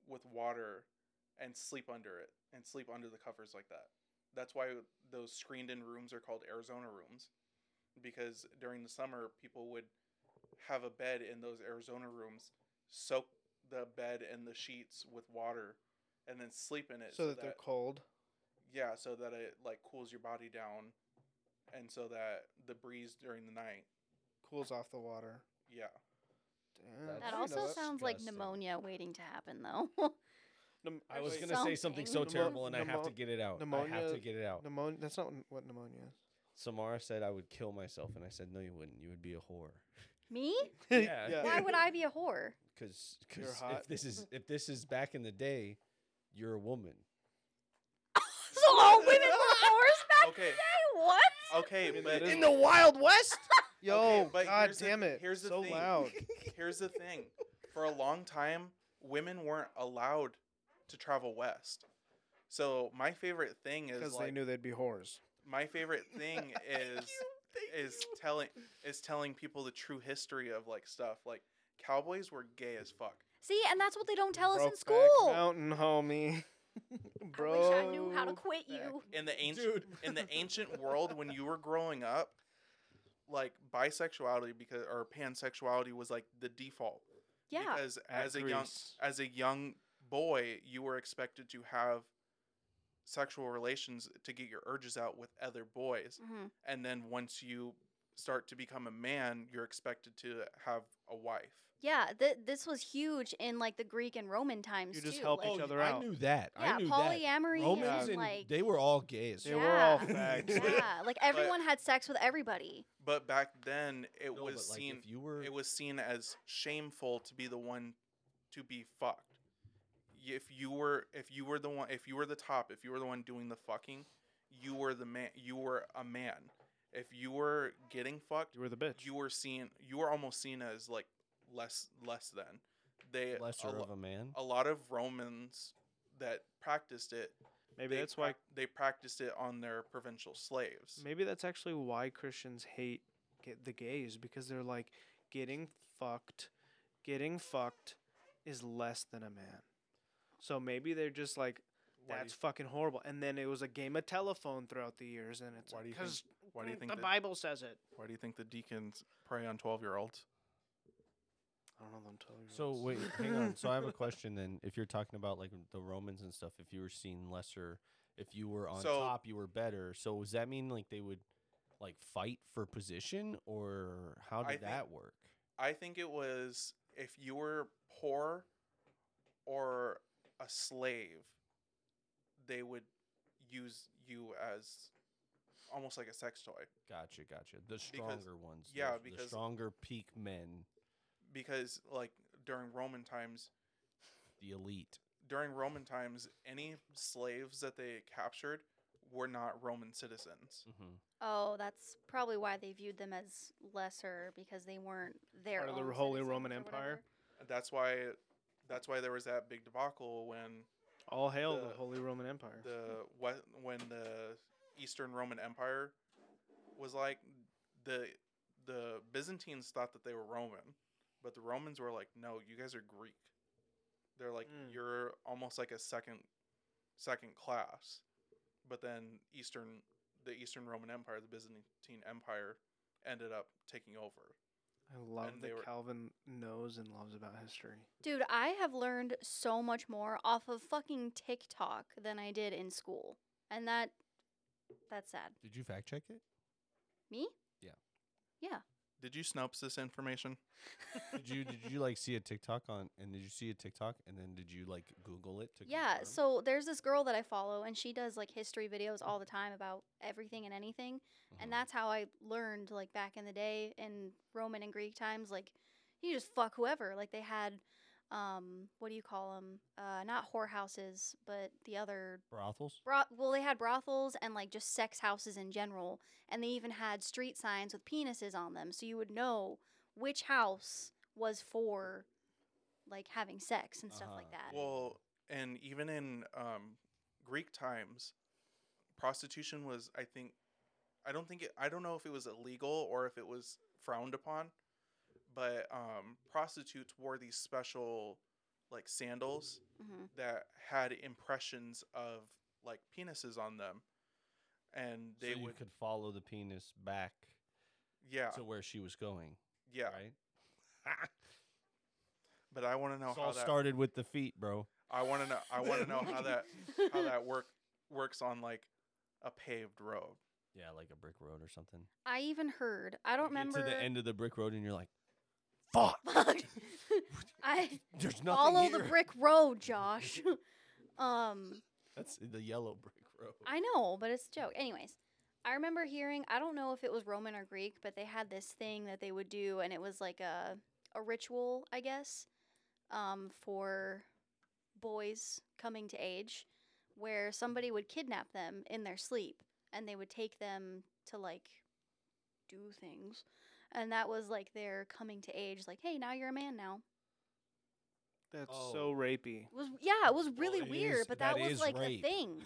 Speaker 4: with water and sleep under it and sleep under the covers like that. That's why those screened-in rooms are called Arizona rooms because during the summer people would have a bed in those Arizona rooms, soak the bed and the sheets with water and then sleep in it
Speaker 3: So that they're cold.
Speaker 4: yeah, so that it like cools your body down and so that the breeze during the night
Speaker 3: Cools off the water.
Speaker 4: Yeah.
Speaker 3: Damn,
Speaker 1: That
Speaker 3: I
Speaker 2: that
Speaker 3: didn't know
Speaker 2: also
Speaker 3: that.
Speaker 2: sounds like
Speaker 1: disgusting.
Speaker 2: pneumonia waiting to happen, though.
Speaker 3: Pneum-
Speaker 1: I was
Speaker 3: wait,
Speaker 1: gonna say something so
Speaker 2: Something.
Speaker 1: terrible, and I have to
Speaker 3: Pneumo-
Speaker 1: get it out. I have
Speaker 3: pneumonia-
Speaker 1: to get it out.
Speaker 3: pneumonia. That's not what pneumonia is.
Speaker 1: Samara said I would kill myself, and I said, "No, you wouldn't. You would be a whore."
Speaker 2: Me?
Speaker 1: Yeah.
Speaker 2: Why would I be a whore?
Speaker 1: Because
Speaker 3: You're
Speaker 1: if
Speaker 3: hot.
Speaker 1: this is if this is back in the day, you're a woman.
Speaker 2: So all women were whores back
Speaker 4: Okay.
Speaker 2: then? What?
Speaker 4: Okay,
Speaker 3: I mean,
Speaker 4: but
Speaker 3: that is-
Speaker 1: In the Wild West.
Speaker 3: Yo,
Speaker 4: Okay, but
Speaker 3: god
Speaker 4: here's the-
Speaker 3: damn it.
Speaker 4: here's the
Speaker 3: so
Speaker 4: thing.
Speaker 3: loud.
Speaker 4: here's the thing. For a long time, women weren't allowed to travel west. So my favorite thing is
Speaker 3: Because
Speaker 4: like
Speaker 3: they knew they'd be whores.
Speaker 4: my favorite thing is is telling is telling people the true history of like stuff. Like cowboys were gay as fuck.
Speaker 2: See, and that's what they don't tell us in
Speaker 3: Brokeback
Speaker 2: school.
Speaker 3: Mountain, homie. Bro.
Speaker 2: I wish I knew how to quit you.
Speaker 4: In the ancient
Speaker 1: Dude.
Speaker 4: in the ancient world when you were growing up, like bisexuality because or pansexuality was like the default.
Speaker 2: Yeah.
Speaker 4: Because as a young as a young boy, you were expected to have sexual relations to get your urges out with other boys.
Speaker 2: Mhm.
Speaker 4: And then once you start to become a man, you're expected to have a wife.
Speaker 2: Yeah, th- this was huge in like the Greek and Roman times
Speaker 3: You just
Speaker 2: too.
Speaker 3: help
Speaker 2: like,
Speaker 3: each other
Speaker 1: Oh, I
Speaker 3: out.
Speaker 1: knew that.
Speaker 2: Yeah,
Speaker 1: I knew that.
Speaker 2: polyamory
Speaker 1: Romans
Speaker 2: and
Speaker 1: and
Speaker 2: like
Speaker 1: they were all gay as
Speaker 3: They
Speaker 1: fuck.
Speaker 3: were all
Speaker 2: Yeah.
Speaker 3: fags.
Speaker 2: yeah, like everyone had sex with everybody.
Speaker 4: But back then it
Speaker 1: No,
Speaker 4: was
Speaker 1: but, like,
Speaker 4: seen
Speaker 1: if you were
Speaker 4: it was seen as shameful to be the one to be fucked. Y- If you were if you were the one if you were the top, if you were the one doing the fucking, you were the man you were a man. If you were getting fucked,
Speaker 3: You were the bitch.
Speaker 4: you were seen you were almost seen as like less less than. They
Speaker 1: Lesser
Speaker 4: a, lo-
Speaker 1: of a man.
Speaker 4: a lot of Romans that practiced it.
Speaker 3: Maybe
Speaker 4: they
Speaker 3: that's why.
Speaker 4: prac- they practiced it on their provincial slaves.
Speaker 3: Maybe that's actually why Christians hate get the gays because they're like getting fucked. Getting fucked is less than a man. So maybe they're just like
Speaker 4: Why do
Speaker 3: that's fucking horrible. And then it was a game of telephone throughout the years, and it's
Speaker 4: Why do you
Speaker 3: because
Speaker 4: you- why do you think
Speaker 3: the
Speaker 4: the-
Speaker 3: Bible says it.
Speaker 4: Why do you think the deacons prey on twelve year olds?
Speaker 3: I don't know them twelve year
Speaker 1: So wait, hang on. So I have a question then. If you're talking about like the Romans and stuff, if you were seen lesser, if you were on
Speaker 4: So-
Speaker 1: top, you were better. So does that mean like they would like fight for position, or how
Speaker 4: I
Speaker 1: did
Speaker 4: think-
Speaker 1: that work?
Speaker 4: I think it was if you were poor or a slave, they would use you as almost like a sex toy
Speaker 1: Gotcha, gotcha. The stronger ones, the-
Speaker 4: yeah,
Speaker 1: the,
Speaker 4: because-
Speaker 1: stronger peak men,
Speaker 4: because like during Roman times,
Speaker 1: the elite.
Speaker 4: during Roman times, any slaves that they captured were not Roman citizens.
Speaker 1: Mm-hmm.
Speaker 2: Oh, that's probably why they viewed them as lesser because they weren't their
Speaker 3: Part of the
Speaker 2: own
Speaker 3: Holy
Speaker 2: citizens
Speaker 3: Roman
Speaker 2: or
Speaker 3: Empire?
Speaker 2: whatever.
Speaker 4: That's why that's why there was that big debacle when
Speaker 3: All hail the,
Speaker 4: the-
Speaker 3: Holy Roman Empire.
Speaker 4: the what when the Eastern Roman Empire was like the the Byzantines thought that they were Roman, but the Romans were like, no, you guys are Greek. They're like
Speaker 3: Mm.
Speaker 4: you're almost like a second second class. But then Eastern the Eastern Roman Empire, the Byzantine Empire, ended up taking over.
Speaker 3: I love
Speaker 4: and they
Speaker 3: that
Speaker 4: were-
Speaker 3: Calvin knows and loves about history.
Speaker 2: Dude, I have learned so much more off of fucking TikTok than I did in school. And that that's sad.
Speaker 1: Did you fact check it?
Speaker 2: Me?
Speaker 4: Did you snopes this information?
Speaker 1: did you did you like see a TikTok on and did you see a TikTok and then did you like Google it to
Speaker 2: Yeah,
Speaker 1: confirm?
Speaker 2: so there's this girl that I follow and she does like history videos all the time about everything and anything.
Speaker 1: Mhm.
Speaker 2: And that's how I learned like back in the day in Roman and Greek times like you just fuck whoever. Like they had um what do you call them? Uh not whorehouses, but the other
Speaker 1: brothels.
Speaker 2: bro- well they had brothels and like just sex houses in general and they even had street signs with penises on them so you would know which house was for like having sex and stuff like
Speaker 1: Uh-huh.
Speaker 2: that
Speaker 4: Well, and even in um, Greek times, prostitution was, I think, I don't think it, I don't know if it was illegal or if it was frowned upon, but um, prostitutes wore these special like sandals
Speaker 2: Mhm.
Speaker 4: that had impressions of like penises on them, and they
Speaker 1: so you
Speaker 4: would,
Speaker 1: could follow the penis back
Speaker 4: yeah,
Speaker 1: to where she was going.
Speaker 4: yeah.
Speaker 1: Right.
Speaker 4: But I want to know
Speaker 1: It's
Speaker 4: how
Speaker 1: all
Speaker 4: that.
Speaker 1: started with the feet, bro.
Speaker 4: I want to know. I want to know how that how that work works on like a paved road.
Speaker 1: Yeah, like a brick road or something.
Speaker 2: i even heard i don't
Speaker 1: You get
Speaker 2: remember
Speaker 1: to the end of the brick road and you're like, fuck.
Speaker 2: i
Speaker 1: There's nothing
Speaker 2: follow
Speaker 1: here.
Speaker 2: the brick road josh um
Speaker 1: That's the yellow brick road.
Speaker 2: I know, but it's a joke. Anyways, I remember hearing, I don't know if it was Roman or Greek, but they had this thing that they would do, and it was like a, a ritual, I guess, um, for boys coming to age, where somebody would kidnap them in their sleep and they would take them to like do things. And that was like their coming to age, like, hey, now you're a man now.
Speaker 3: That's
Speaker 1: Oh.
Speaker 3: so rapey.
Speaker 2: It was yeah, it was really
Speaker 1: it
Speaker 2: weird,
Speaker 1: is-
Speaker 2: but
Speaker 1: that
Speaker 2: that, was
Speaker 1: is
Speaker 2: like
Speaker 1: rape.
Speaker 2: a thing.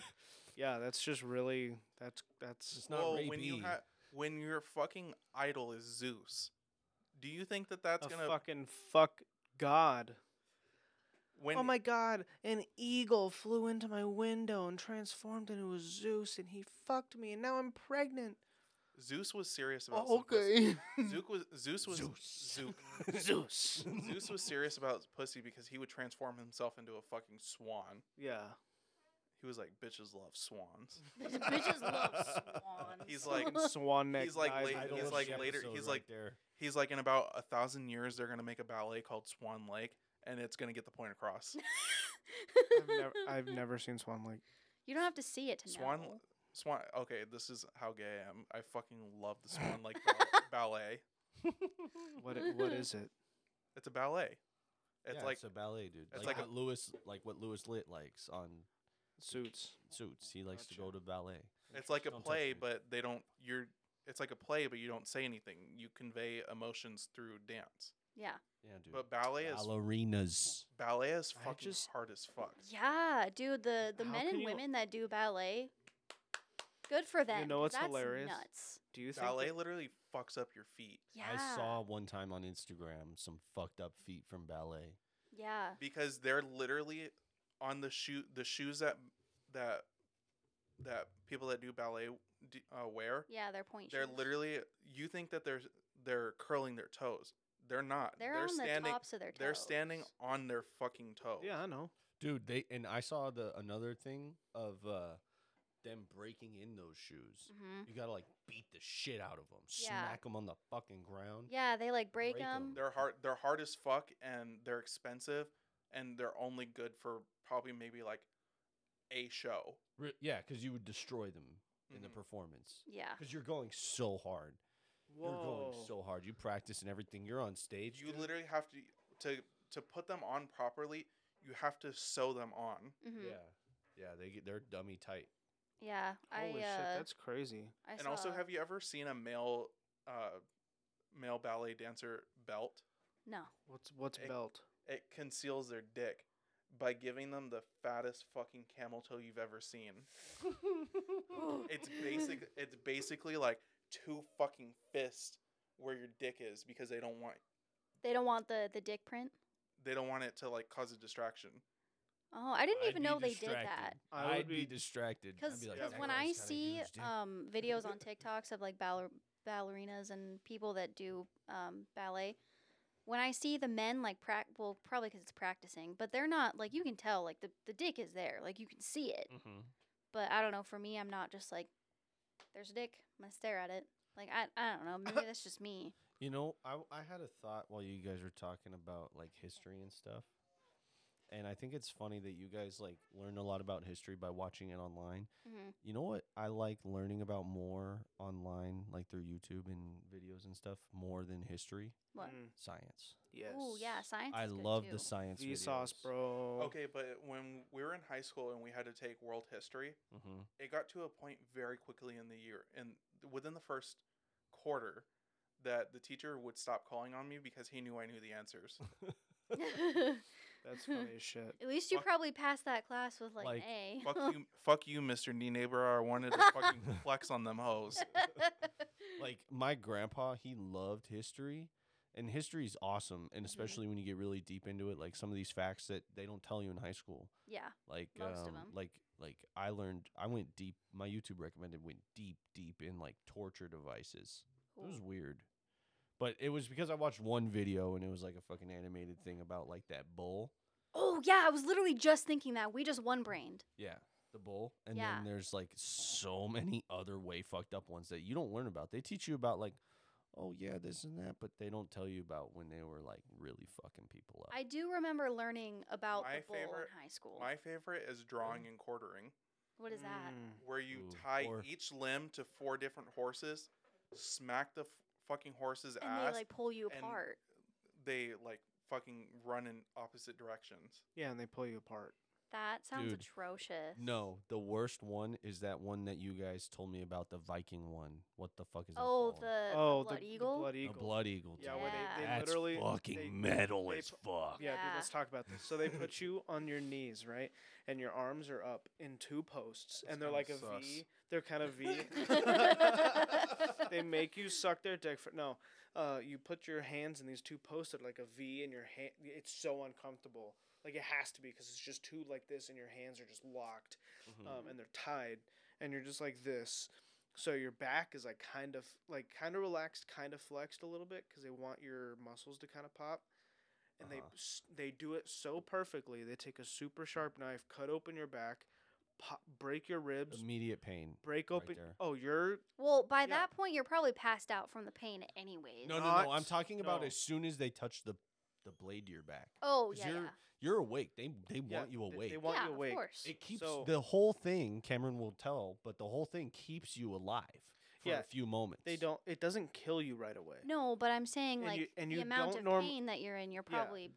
Speaker 3: Yeah, that's just really that's that's
Speaker 1: It's not
Speaker 4: well,
Speaker 1: rapey.
Speaker 4: when you ha- when your fucking idol is Zeus, do you think that that's
Speaker 3: a
Speaker 4: gonna
Speaker 3: fucking fuck god.
Speaker 4: when
Speaker 3: oh my god, an eagle flew into my window and transformed into a Zeus and he fucked me and now I'm pregnant.
Speaker 4: Zeus was serious about
Speaker 3: Oh,
Speaker 4: some pussy. Zeus was Zeus was
Speaker 1: Zeus.
Speaker 4: Zeus.
Speaker 3: Zeus.
Speaker 4: Zeus was serious about pussy because he would transform himself into a fucking swan.
Speaker 3: Yeah.
Speaker 4: He was like, "Bitches love swans."
Speaker 2: Bitches love swans.
Speaker 4: He's like-
Speaker 3: Swan neck.
Speaker 4: He's like
Speaker 3: dive
Speaker 4: late-
Speaker 1: Title
Speaker 4: he's
Speaker 1: of
Speaker 3: head.
Speaker 4: like
Speaker 1: the
Speaker 4: later-
Speaker 1: episode
Speaker 4: he's
Speaker 1: right
Speaker 4: like-
Speaker 1: there.
Speaker 4: He's like, in about a thousand years, they're gonna make a ballet called Swan Lake, and it's gonna get the point across.
Speaker 3: I've never, I've never seen Swan Lake.
Speaker 2: You don't have to see it to
Speaker 4: Swan,
Speaker 2: know.
Speaker 4: Swan. Okay, this is how gay I am. I fucking love the Swan Lake ball- ballet.
Speaker 3: What i- what is it?
Speaker 4: It's a ballet. It's
Speaker 1: Yeah,
Speaker 4: like
Speaker 1: it's a ballet, dude.
Speaker 4: it's
Speaker 1: like,
Speaker 4: like a-
Speaker 1: what Lewis, like what Lewis Lit likes on
Speaker 3: Suits.
Speaker 1: Suits. He likes to
Speaker 3: Gotcha.
Speaker 1: go to ballet.
Speaker 4: It's like a
Speaker 1: Don't touch
Speaker 4: play,
Speaker 1: me.
Speaker 4: but they don't. You're. It's like a play, but you don't say anything. You convey emotions through dance.
Speaker 2: Yeah.
Speaker 1: Yeah, dude.
Speaker 4: But ballet is
Speaker 1: Ballerinas.
Speaker 4: ballet is
Speaker 3: I
Speaker 4: fucking
Speaker 3: just-
Speaker 4: hard as fuck.
Speaker 2: Yeah, dude, the the
Speaker 3: How
Speaker 2: men
Speaker 3: can
Speaker 2: and
Speaker 3: you-
Speaker 2: women that do ballet, good for them.
Speaker 3: know
Speaker 2: 'cause
Speaker 3: what's
Speaker 2: that's
Speaker 3: hilarious?
Speaker 2: Nuts.
Speaker 3: Do you think
Speaker 4: Ballet
Speaker 3: ballet?
Speaker 4: literally fucks up your feet
Speaker 2: Yeah.
Speaker 1: I saw one time on Instagram some fucked up feet from ballet.
Speaker 2: Yeah.
Speaker 4: because they're literally on the shoe the shoes that that that people that do ballet d- uh, wear.
Speaker 2: Yeah, they're point
Speaker 4: They're
Speaker 2: shoes.
Speaker 4: literally you think that they're they're curling their toes. They're not.
Speaker 2: They're, on the
Speaker 4: standing
Speaker 2: tops of their toes.
Speaker 4: they're standing on their fucking toes.
Speaker 3: yeah, I know.
Speaker 1: Dude, they and I saw the another thing of uh them breaking in those shoes.
Speaker 2: hmm
Speaker 1: You gotta like beat the shit out of them,
Speaker 2: Yeah.
Speaker 1: smack them on the fucking ground.
Speaker 2: Yeah, they like break,
Speaker 1: Break 'em.
Speaker 2: them.
Speaker 4: They're hard they're hard as fuck and they're expensive and they're only good for probably maybe like a show.
Speaker 1: Re- yeah, because you would destroy them in the
Speaker 4: Mhm.
Speaker 1: performance
Speaker 2: Yeah.
Speaker 1: because you're going so hard. You're going so hard. You practice and everything. You're on stage.
Speaker 4: You literally have to to to put them on properly. You have to sew them on.
Speaker 2: hmm
Speaker 1: Yeah, yeah. They get they're dummy tight.
Speaker 2: Yeah. I uh,
Speaker 3: Holy shit, that's crazy.
Speaker 2: I
Speaker 4: and also,
Speaker 2: saw-
Speaker 4: have you ever seen a male uh, male ballet dancer belt?
Speaker 2: no.
Speaker 3: What's what's
Speaker 4: Hey.
Speaker 3: belt?
Speaker 4: It conceals their dick by giving them the fattest fucking camel toe you've ever seen. It's basic. it's basically like two fucking fists where your dick is because they don't want
Speaker 2: They don't want the the dick print.
Speaker 4: they don't want it to like cause a distraction.
Speaker 2: Oh, I didn't
Speaker 1: I'd
Speaker 2: even
Speaker 1: be
Speaker 2: know they did
Speaker 1: distracted.
Speaker 2: that.
Speaker 3: I would
Speaker 1: I'd be,
Speaker 3: be-
Speaker 1: distracted. I'd
Speaker 2: Because
Speaker 1: be like,
Speaker 4: "That
Speaker 2: when
Speaker 4: guy's
Speaker 1: "That
Speaker 2: I
Speaker 1: guy's got a
Speaker 2: see
Speaker 1: huge dick."
Speaker 2: um, videos on TikToks of like baller- ballerinas and people that do um, ballet, when I see the men like prac, well, probably because it's practicing, but they're not like you can tell like the the dick is there, like you can see
Speaker 4: Mm.
Speaker 2: it.
Speaker 1: Mhm.
Speaker 2: But I don't know. For me, I'm not just like there's a dick. I'm gonna stare at it. Like I I don't know. Maybe that's just me.
Speaker 1: You know, I, w- I had a thought while you guys were talking about like history and stuff. And I think it's funny that you guys like learn a lot about history by watching it online.
Speaker 2: Mhm.
Speaker 1: You know what I like learning about more online, like through YouTube and videos and stuff, more than history?
Speaker 2: What?
Speaker 3: Mm,
Speaker 1: Science.
Speaker 3: yes.
Speaker 2: Oh yeah, science.
Speaker 1: I
Speaker 2: is good
Speaker 1: love
Speaker 2: too.
Speaker 1: the science.
Speaker 3: Vsauce,
Speaker 1: videos.
Speaker 2: Oh.
Speaker 3: bro.
Speaker 4: Okay, but when we were in high school and we had to take world history,
Speaker 1: Mhm.
Speaker 4: it got to a point very quickly in the year and within the first quarter that the teacher would stop calling on me because he knew I knew the answers.
Speaker 3: That's funny as shit.
Speaker 2: At least you
Speaker 4: Fuck-
Speaker 2: probably passed that class with like,
Speaker 1: Like,
Speaker 2: an A.
Speaker 4: fuck you, fuck you, Mr. Knee Neighbor. I wanted to fucking flex on them hoes.
Speaker 1: Like my grandpa, he loved history. And history is awesome,
Speaker 2: Mm-hmm.
Speaker 1: and especially when you get really deep into it, like some of these facts that they don't tell you in high school.
Speaker 2: yeah.
Speaker 1: like
Speaker 2: Most of
Speaker 1: um,
Speaker 2: 'em.
Speaker 1: like like I learned I went deep my YouTube recommended went deep deep in like torture devices. It was
Speaker 2: Ooh.
Speaker 1: weird. But it was because I watched one video and it was like a fucking animated thing about like that bull.
Speaker 2: Oh yeah, I was literally just thinking that. We just one brained.
Speaker 1: Yeah. The bull. And
Speaker 2: Yeah.
Speaker 1: then there's like so many other way fucked up ones that you don't learn about. They teach you about like oh yeah this and that, but they don't tell you about when they were like really fucking people up.
Speaker 2: I do remember learning about
Speaker 4: My
Speaker 2: the bull
Speaker 4: favorite-
Speaker 2: in high school.
Speaker 4: My favorite is drawing
Speaker 2: Mm.
Speaker 4: and quartering,
Speaker 2: what is that?
Speaker 3: Mm.
Speaker 4: where you
Speaker 1: Ooh,
Speaker 4: tie
Speaker 1: or-
Speaker 4: each limb to four different horses, smack the f- fucking horse's
Speaker 2: And
Speaker 4: ass.
Speaker 2: they like pull you
Speaker 4: mm, and-
Speaker 2: apart.
Speaker 4: they like fucking run in opposite directions.
Speaker 3: Yeah, and they pull you apart.
Speaker 2: That sounds
Speaker 1: Dude,
Speaker 2: atrocious.
Speaker 1: no, the worst one is that one that you guys told me about, the Viking one. What the fuck is that?
Speaker 2: Oh,
Speaker 1: called?
Speaker 2: the,
Speaker 3: oh,
Speaker 2: the blood
Speaker 3: the,
Speaker 2: eagle.
Speaker 3: The blood eagle.
Speaker 1: A blood eagle.
Speaker 3: Yeah,
Speaker 1: dude.
Speaker 3: where they, they
Speaker 2: Yeah.
Speaker 1: That's
Speaker 3: literally
Speaker 1: fucking
Speaker 3: they-
Speaker 1: metal
Speaker 3: they
Speaker 1: as
Speaker 3: pu-
Speaker 1: fuck.
Speaker 3: Yeah, dude,
Speaker 2: Yeah.
Speaker 3: let's talk about this. So they put you on your knees, right? And your arms are up in two posts,
Speaker 4: That's
Speaker 3: and they're like
Speaker 4: kinda
Speaker 3: a
Speaker 4: sus.
Speaker 3: V. They're kind of V. they make you suck their dick for no. Uh, you put your hands in these two posts at like a V, and your hand. It's so uncomfortable. Like it has to be because it's just two like this, and your hands are just locked,
Speaker 1: Hmm. Mm-hmm.
Speaker 3: um, and they're tied, and you're just like this. So your back is like kind of like kind of relaxed, kind of flexed a little bit because they want your muscles to kind of pop. And they
Speaker 1: Uh-huh.
Speaker 3: s they do it so perfectly. They take a super sharp knife, cut open your back, pop, break your ribs,
Speaker 1: Immediate pain.
Speaker 3: break
Speaker 1: right
Speaker 3: open.
Speaker 1: there.
Speaker 3: oh, you're
Speaker 2: well, by
Speaker 3: yeah.
Speaker 2: that point, you're probably passed out from the pain, anyways.
Speaker 1: No, no, no.
Speaker 3: Not-
Speaker 1: I'm talking about
Speaker 3: no.
Speaker 1: as soon as they touch the the blade to your back.
Speaker 2: Oh
Speaker 1: 'Cause
Speaker 2: yeah,
Speaker 1: you're
Speaker 2: yeah.
Speaker 1: you're awake. They they
Speaker 3: yeah,
Speaker 1: want you
Speaker 3: they-
Speaker 1: awake.
Speaker 3: They, want
Speaker 2: yeah,
Speaker 3: you awake.
Speaker 2: Of course.
Speaker 1: it keeps
Speaker 3: so-
Speaker 1: the whole thing. Cameron will tell, but the whole thing keeps you alive for
Speaker 3: Yeah,
Speaker 1: a few moments.
Speaker 3: They don't. It doesn't kill you right away.
Speaker 2: no, but I'm saying
Speaker 3: And
Speaker 2: like
Speaker 3: you- and
Speaker 2: the
Speaker 3: you
Speaker 2: amount
Speaker 3: don't
Speaker 2: of
Speaker 3: norm-
Speaker 2: pain that you're in, you're
Speaker 3: Yeah.
Speaker 2: probably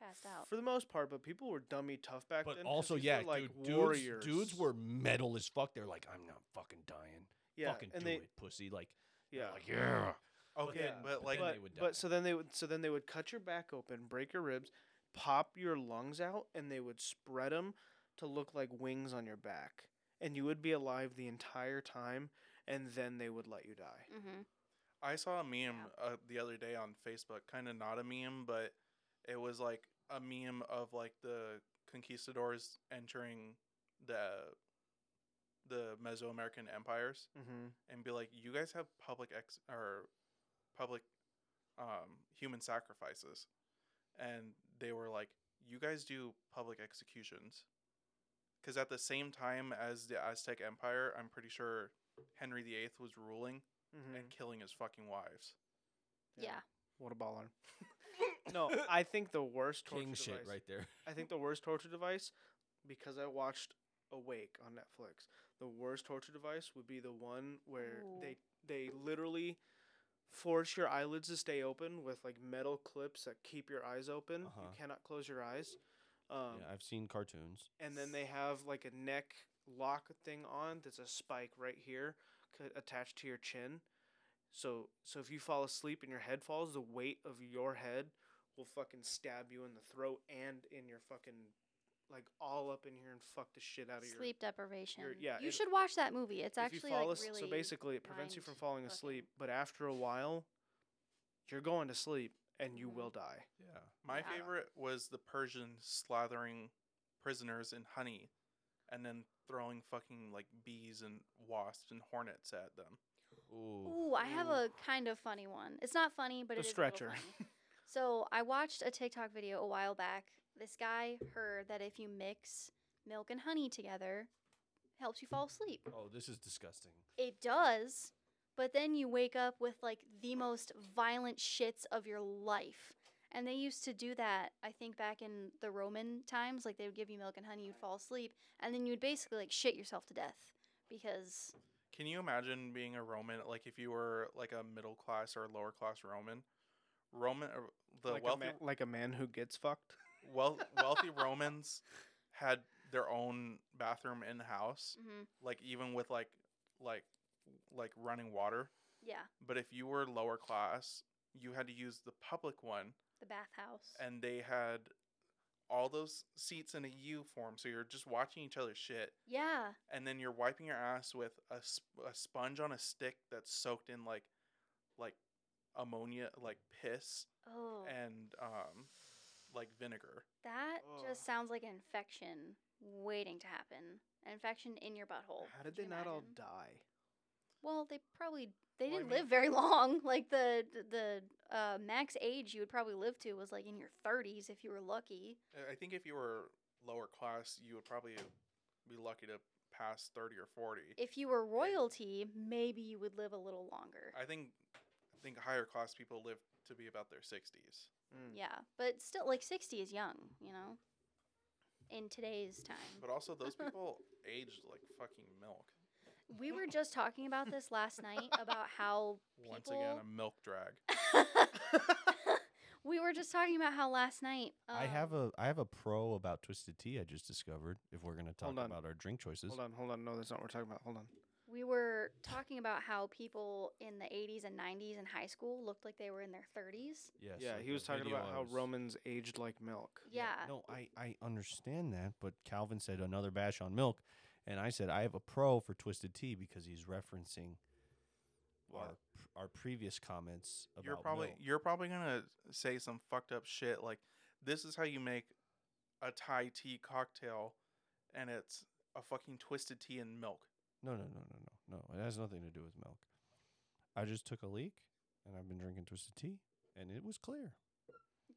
Speaker 2: passed out.
Speaker 3: For the most part, but people were dummy tough back
Speaker 1: But
Speaker 3: then. 'cause
Speaker 1: also,
Speaker 3: these
Speaker 1: yeah,
Speaker 3: were, like
Speaker 1: dude,
Speaker 3: warriors.
Speaker 1: dudes, dudes were metal as fuck. They're like, I'm not fucking dying.
Speaker 3: yeah,
Speaker 1: fucking
Speaker 3: and
Speaker 1: do
Speaker 3: they
Speaker 1: it, pussy. Like,
Speaker 3: yeah.
Speaker 1: yeah. like yeah.
Speaker 4: Okay,
Speaker 1: then-
Speaker 4: Oh, but,
Speaker 1: but
Speaker 4: like,
Speaker 1: then
Speaker 3: but,
Speaker 1: they would die.
Speaker 3: but so then they would so then they would cut your back open, break your ribs, pop your lungs out, and they would spread them to look like wings on your back, and you would be alive the entire time, and then they would let you die.
Speaker 2: hmm
Speaker 4: I saw a meme uh, the other day on Facebook, kind of not a meme, but it was like a meme of like the conquistadors entering the the Mesoamerican empires
Speaker 3: Mm-hmm.
Speaker 4: and be like, "You guys have public ex or public um, human sacrifices," and they were like, "You guys do public executions," because at the same time as the Aztec Empire, I'm pretty sure Henry VIII was ruling
Speaker 3: Mm-hmm.
Speaker 4: and killing his fucking wives.
Speaker 2: Yeah.
Speaker 3: What a baller. no, I think the worst torture
Speaker 1: King shit
Speaker 3: device-
Speaker 1: right there.
Speaker 3: I think the worst torture device, because I watched Awake on Netflix. The worst torture device would be the one where
Speaker 2: Ooh.
Speaker 3: they they literally force your eyelids to stay open with like metal clips that keep your eyes open. You
Speaker 1: Uh-huh.
Speaker 3: cannot close your eyes. Um,
Speaker 1: yeah, I've seen cartoons.
Speaker 3: and then they have like a neck lock thing on that's a spike right here c- attached to your chin so so if you fall asleep and your head falls the weight of your head will fucking stab you in the throat and in your fucking like all up in here and fuck the shit out of
Speaker 2: Sleep deprivation.
Speaker 3: yeah,
Speaker 2: you
Speaker 3: it-
Speaker 2: should watch that movie. It's
Speaker 3: your if you
Speaker 2: actually
Speaker 3: fall
Speaker 2: like
Speaker 3: as-
Speaker 2: really.
Speaker 3: so basically it prevents you from falling
Speaker 2: mind-fucking.
Speaker 3: asleep but after a while you're going to sleep and you
Speaker 2: Mhm.
Speaker 3: will die
Speaker 4: Yeah. My
Speaker 2: Yeah.
Speaker 4: favorite was the Persian slathering prisoners in honey and then throwing fucking like bees and wasps and hornets at them.
Speaker 1: Ooh.
Speaker 2: Ooh, I have
Speaker 3: Ooh.
Speaker 2: a kind of funny one. It's not funny, but
Speaker 3: The
Speaker 2: it's
Speaker 3: stretcher.
Speaker 2: so I watched a TikTok video a while back. This guy heard that if you mix milk and honey together, helps you fall asleep.
Speaker 1: Oh, this is disgusting.
Speaker 2: It does, but then you wake up with like the most violent shits of your life. And they used to do that, I think, back in the Roman times. Like they would give you milk and honey, you'd fall asleep, and then you'd basically like shit yourself to death because
Speaker 4: Can you imagine being a Roman like if you were like a middle class or lower class Roman? Roman or the
Speaker 3: like,
Speaker 4: wealthy
Speaker 3: a man, like a man who gets fucked
Speaker 4: wealth, wealthy Romans had their own bathroom in the house,
Speaker 2: mhm,
Speaker 4: like even with like like like running water.
Speaker 2: yeah,
Speaker 4: But if you were lower class, you had to use the public one
Speaker 2: the bathhouse.
Speaker 4: and they had all those seats in a U form, so you're just watching each other's shit,
Speaker 2: yeah.
Speaker 4: and then you're wiping your ass with a, sp- a sponge on a stick that's soaked in like like ammonia, like piss
Speaker 2: Oh,
Speaker 4: and um like vinegar.
Speaker 2: that
Speaker 3: Ugh.
Speaker 2: just sounds like an infection waiting to happen. An infection in your butthole.
Speaker 3: how
Speaker 2: Could
Speaker 3: did they
Speaker 2: you
Speaker 3: not all
Speaker 2: imagine?
Speaker 3: die
Speaker 2: Well, they probably they
Speaker 4: Well, I
Speaker 2: didn't
Speaker 4: mean-
Speaker 2: live very long. Like the the uh, max age you would probably live to was like in your 30s if you were lucky.
Speaker 4: I- I think if you were lower class, you would probably be lucky to pass thirty or forty.
Speaker 2: If you were royalty, maybe you would live a little longer.
Speaker 4: I think I think higher class people live to be about their sixties.
Speaker 3: Mm.
Speaker 2: yeah, but still, like 60 is young, you know. In today's time,
Speaker 4: But also those people aged like fucking milk.
Speaker 2: we were just talking about this last night about how
Speaker 4: Once again,
Speaker 2: People-
Speaker 4: a milk drag.
Speaker 2: we were just talking about how last night. Um,
Speaker 1: I have a I have a pro about twisted tea I just discovered. If we're gonna talk
Speaker 3: Hold on.
Speaker 1: about our drink choices,
Speaker 3: hold on hold on no that's not what we're talking about hold on
Speaker 2: We were talking about how people in the 80s and 90s in high school looked like they were in their 30s.
Speaker 1: yes,
Speaker 3: yeah,
Speaker 1: like
Speaker 3: he
Speaker 1: the
Speaker 3: was talking
Speaker 1: video
Speaker 3: about
Speaker 1: I
Speaker 3: how
Speaker 1: was-
Speaker 3: Romans aged like milk.
Speaker 2: Yeah.
Speaker 1: No, I I understand that, but Calvin said another bash on milk, and I said I have a pro for twisted tea because he's referencing our pr- our previous comments about
Speaker 4: you're probably
Speaker 1: milk.
Speaker 4: you're probably gonna say some fucked up shit like this is how you make a Thai tea cocktail, and it's a fucking twisted tea and milk.
Speaker 1: No, no, no, no, no, no. It has nothing to do with milk. I just took a leak, and I've been drinking twisted tea, and it was clear.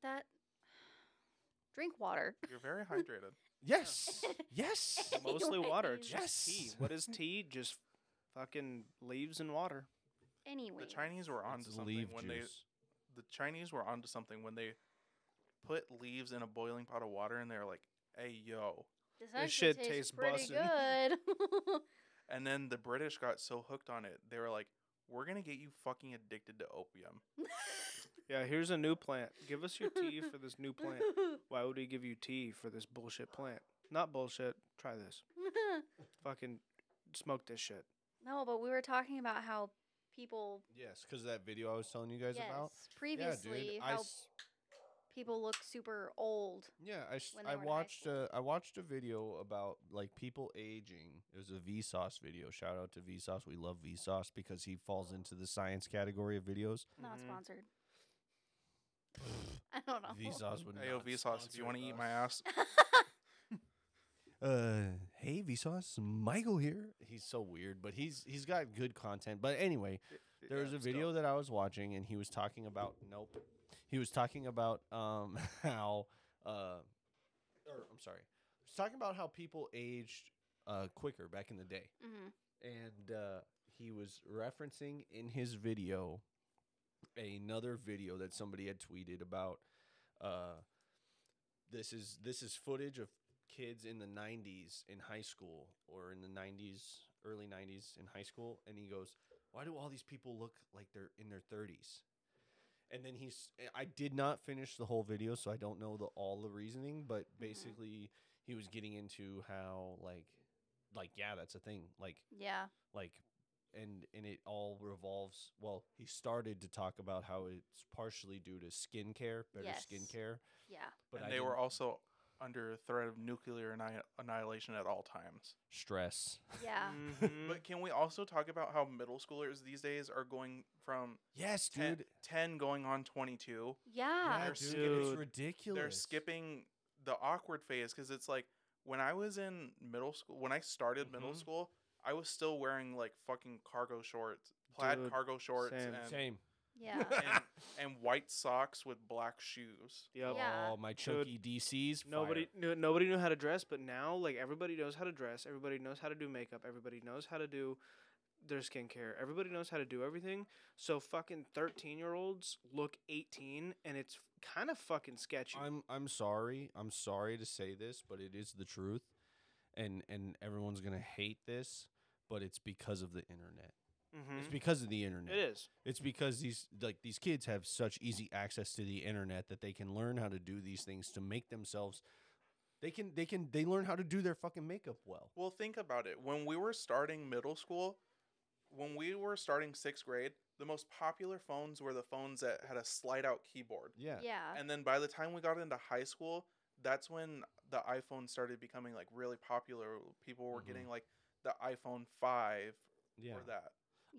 Speaker 2: That. Drink water.
Speaker 4: You're very hydrated.
Speaker 1: Yes, yes.
Speaker 3: Mostly water. It's
Speaker 1: Anyways.
Speaker 3: just tea. What is tea? Just fucking leaves and water.
Speaker 2: Anyway.
Speaker 4: the Chinese were onto
Speaker 1: It's
Speaker 4: something
Speaker 1: leaf
Speaker 4: when
Speaker 1: juice.
Speaker 4: they the Chinese were onto something when they put leaves in a boiling pot of water and they're like, "Hey yo."
Speaker 2: This,
Speaker 3: shit
Speaker 2: tastes,
Speaker 3: tastes
Speaker 2: pretty
Speaker 3: bussin'.
Speaker 2: good.
Speaker 4: And then the British got so hooked on it, they were like, "We're gonna get you fucking addicted to opium."
Speaker 3: Yeah, here's a new plant. Give us your tea for this new plant. Why would we give you tea for this bullshit plant? Not bullshit. Try this. Fucking smoke this shit.
Speaker 2: no, but we were talking about how people
Speaker 1: Yes, because that video I was telling you guys
Speaker 2: yes,
Speaker 1: about. yeah,
Speaker 2: previously
Speaker 1: dude. I
Speaker 2: how
Speaker 1: s-
Speaker 2: people look super old.
Speaker 1: Yeah, I, s-
Speaker 2: when they
Speaker 1: I
Speaker 2: were in high
Speaker 1: watched
Speaker 2: school.
Speaker 1: a, I watched a video about like people aging. It was a Vsauce video. Shout out to Vsauce. We love Vsauce because he falls into the science category of videos.
Speaker 2: Not
Speaker 4: Mhm.
Speaker 2: sponsored. I don't know.
Speaker 1: Vsauce would
Speaker 4: Hey, yo,
Speaker 1: not
Speaker 4: Vsauce, if
Speaker 1: sponsor
Speaker 4: you want to eat my
Speaker 1: us.
Speaker 4: ass,
Speaker 1: Uh, hey Vsauce, Michael here. He's so weird, but he's he's got good content. But anyway, there was a video that I was watching, and he was talking about nope. He was talking about um how uh, or I'm sorry, he was talking about how people aged uh quicker back in the day,
Speaker 2: hmm
Speaker 1: and uh, he was referencing in his video another video that somebody had tweeted about. Uh, this is this is footage of kids in the 90s in high school or in the 90s early 90s in high school and he goes why do all these people look like they're in their 30s and then he's i did not finish the whole video so i don't know the all the reasoning but basically he was getting into how like like yeah that's a thing like
Speaker 2: Yeah.
Speaker 1: like and and it all revolves well he started to talk about how it's partially due to skincare better
Speaker 2: Yes.
Speaker 1: skincare
Speaker 2: Yeah.
Speaker 1: but
Speaker 4: and
Speaker 1: I
Speaker 4: they were
Speaker 1: didn't-
Speaker 4: also under threat of nuclear anni- annihilation at all times.
Speaker 1: stress
Speaker 2: Yeah.
Speaker 1: Mm.
Speaker 3: Mm-hmm.
Speaker 1: Mm-hmm.
Speaker 4: But can we also talk about how middle schoolers these days are going from
Speaker 1: yes
Speaker 4: ten,
Speaker 1: dude
Speaker 4: 10 going on 22?
Speaker 2: Yeah.
Speaker 1: Yeah,
Speaker 4: They're
Speaker 1: dude,
Speaker 4: skipping-
Speaker 1: it's ridiculous.
Speaker 4: They're skipping the awkward phase because it's like when I was in middle school, when I started middle
Speaker 1: Mhm.
Speaker 4: school, I was still wearing like fucking cargo shorts, plaid
Speaker 3: Dude,
Speaker 4: cargo shorts,
Speaker 3: same.
Speaker 4: and,
Speaker 1: Same.
Speaker 2: Yeah.
Speaker 4: and, and white socks with black shoes.
Speaker 3: Yep.
Speaker 2: Yeah.
Speaker 1: Oh, my chunky DCs.
Speaker 3: Nobody
Speaker 1: fire.
Speaker 3: knew, nobody knew how to dress, but now like everybody knows how to dress. Everybody knows how to do makeup. Everybody knows how to do their skincare. Everybody knows how to do everything. So fucking thirteen year olds look eighteen, and it's kind of fucking sketchy.
Speaker 1: I'm I'm sorry. I'm sorry to say this, but it is the truth, and and everyone's gonna hate this, but it's because of the internet.
Speaker 3: Mhm.
Speaker 4: Mm-hmm.
Speaker 1: It's because of the internet.
Speaker 3: It is.
Speaker 1: It's because these like these kids have such easy access to the internet that they can learn how to do these things to make themselves. They can they can they learn how to do their fucking makeup well.
Speaker 4: Well, think about it. When we were starting middle school, when we were starting sixth grade, the most popular phones were the phones that had a slide out keyboard.
Speaker 1: Yeah.
Speaker 2: yeah.
Speaker 4: And then by the time we got into high school, that's when the iPhone started becoming like really popular. People were
Speaker 1: Mhm.
Speaker 4: getting like the iPhone 5
Speaker 1: Yeah.
Speaker 4: or that.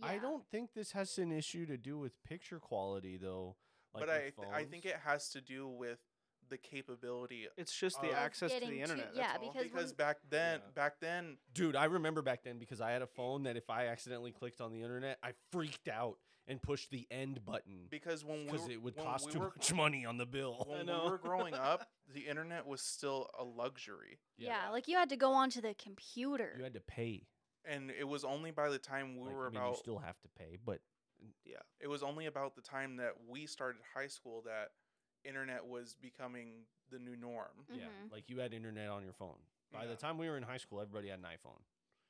Speaker 1: I
Speaker 2: yeah.
Speaker 1: don't think this has an issue to do with picture quality though. Like
Speaker 4: but I,
Speaker 1: with
Speaker 4: th- I
Speaker 1: phones.
Speaker 4: think it has to do with the capability
Speaker 3: It's just
Speaker 1: Uh,
Speaker 3: the
Speaker 4: Of
Speaker 3: access to
Speaker 2: getting
Speaker 3: the
Speaker 2: to-
Speaker 3: internet.
Speaker 2: yeah,
Speaker 3: that's all.
Speaker 2: because
Speaker 4: because
Speaker 2: when-
Speaker 4: back then
Speaker 1: Yeah.
Speaker 4: back then
Speaker 1: Dude, I remember back then because I had a phone that if I accidentally clicked on the internet, I freaked out and pushed the end button
Speaker 4: because when we
Speaker 1: because
Speaker 4: were,
Speaker 1: it would
Speaker 4: when
Speaker 1: cost
Speaker 4: we
Speaker 1: too
Speaker 4: were,
Speaker 1: much money on the bill.
Speaker 4: when
Speaker 3: know.
Speaker 4: we were growing up, the internet was still a luxury.
Speaker 2: Yeah. Like you had to go onto the computer.
Speaker 1: you had to pay.
Speaker 4: and it was only by the time we
Speaker 1: Like,
Speaker 4: were
Speaker 1: I mean, you
Speaker 4: about
Speaker 1: still have to pay, but
Speaker 4: it was only about the time that we started high school that internet was becoming the new norm
Speaker 1: yeah,
Speaker 2: Mhm.
Speaker 1: like you had internet on your phone. By the
Speaker 4: Yeah.
Speaker 1: time we were in high school, everybody had an iPhone.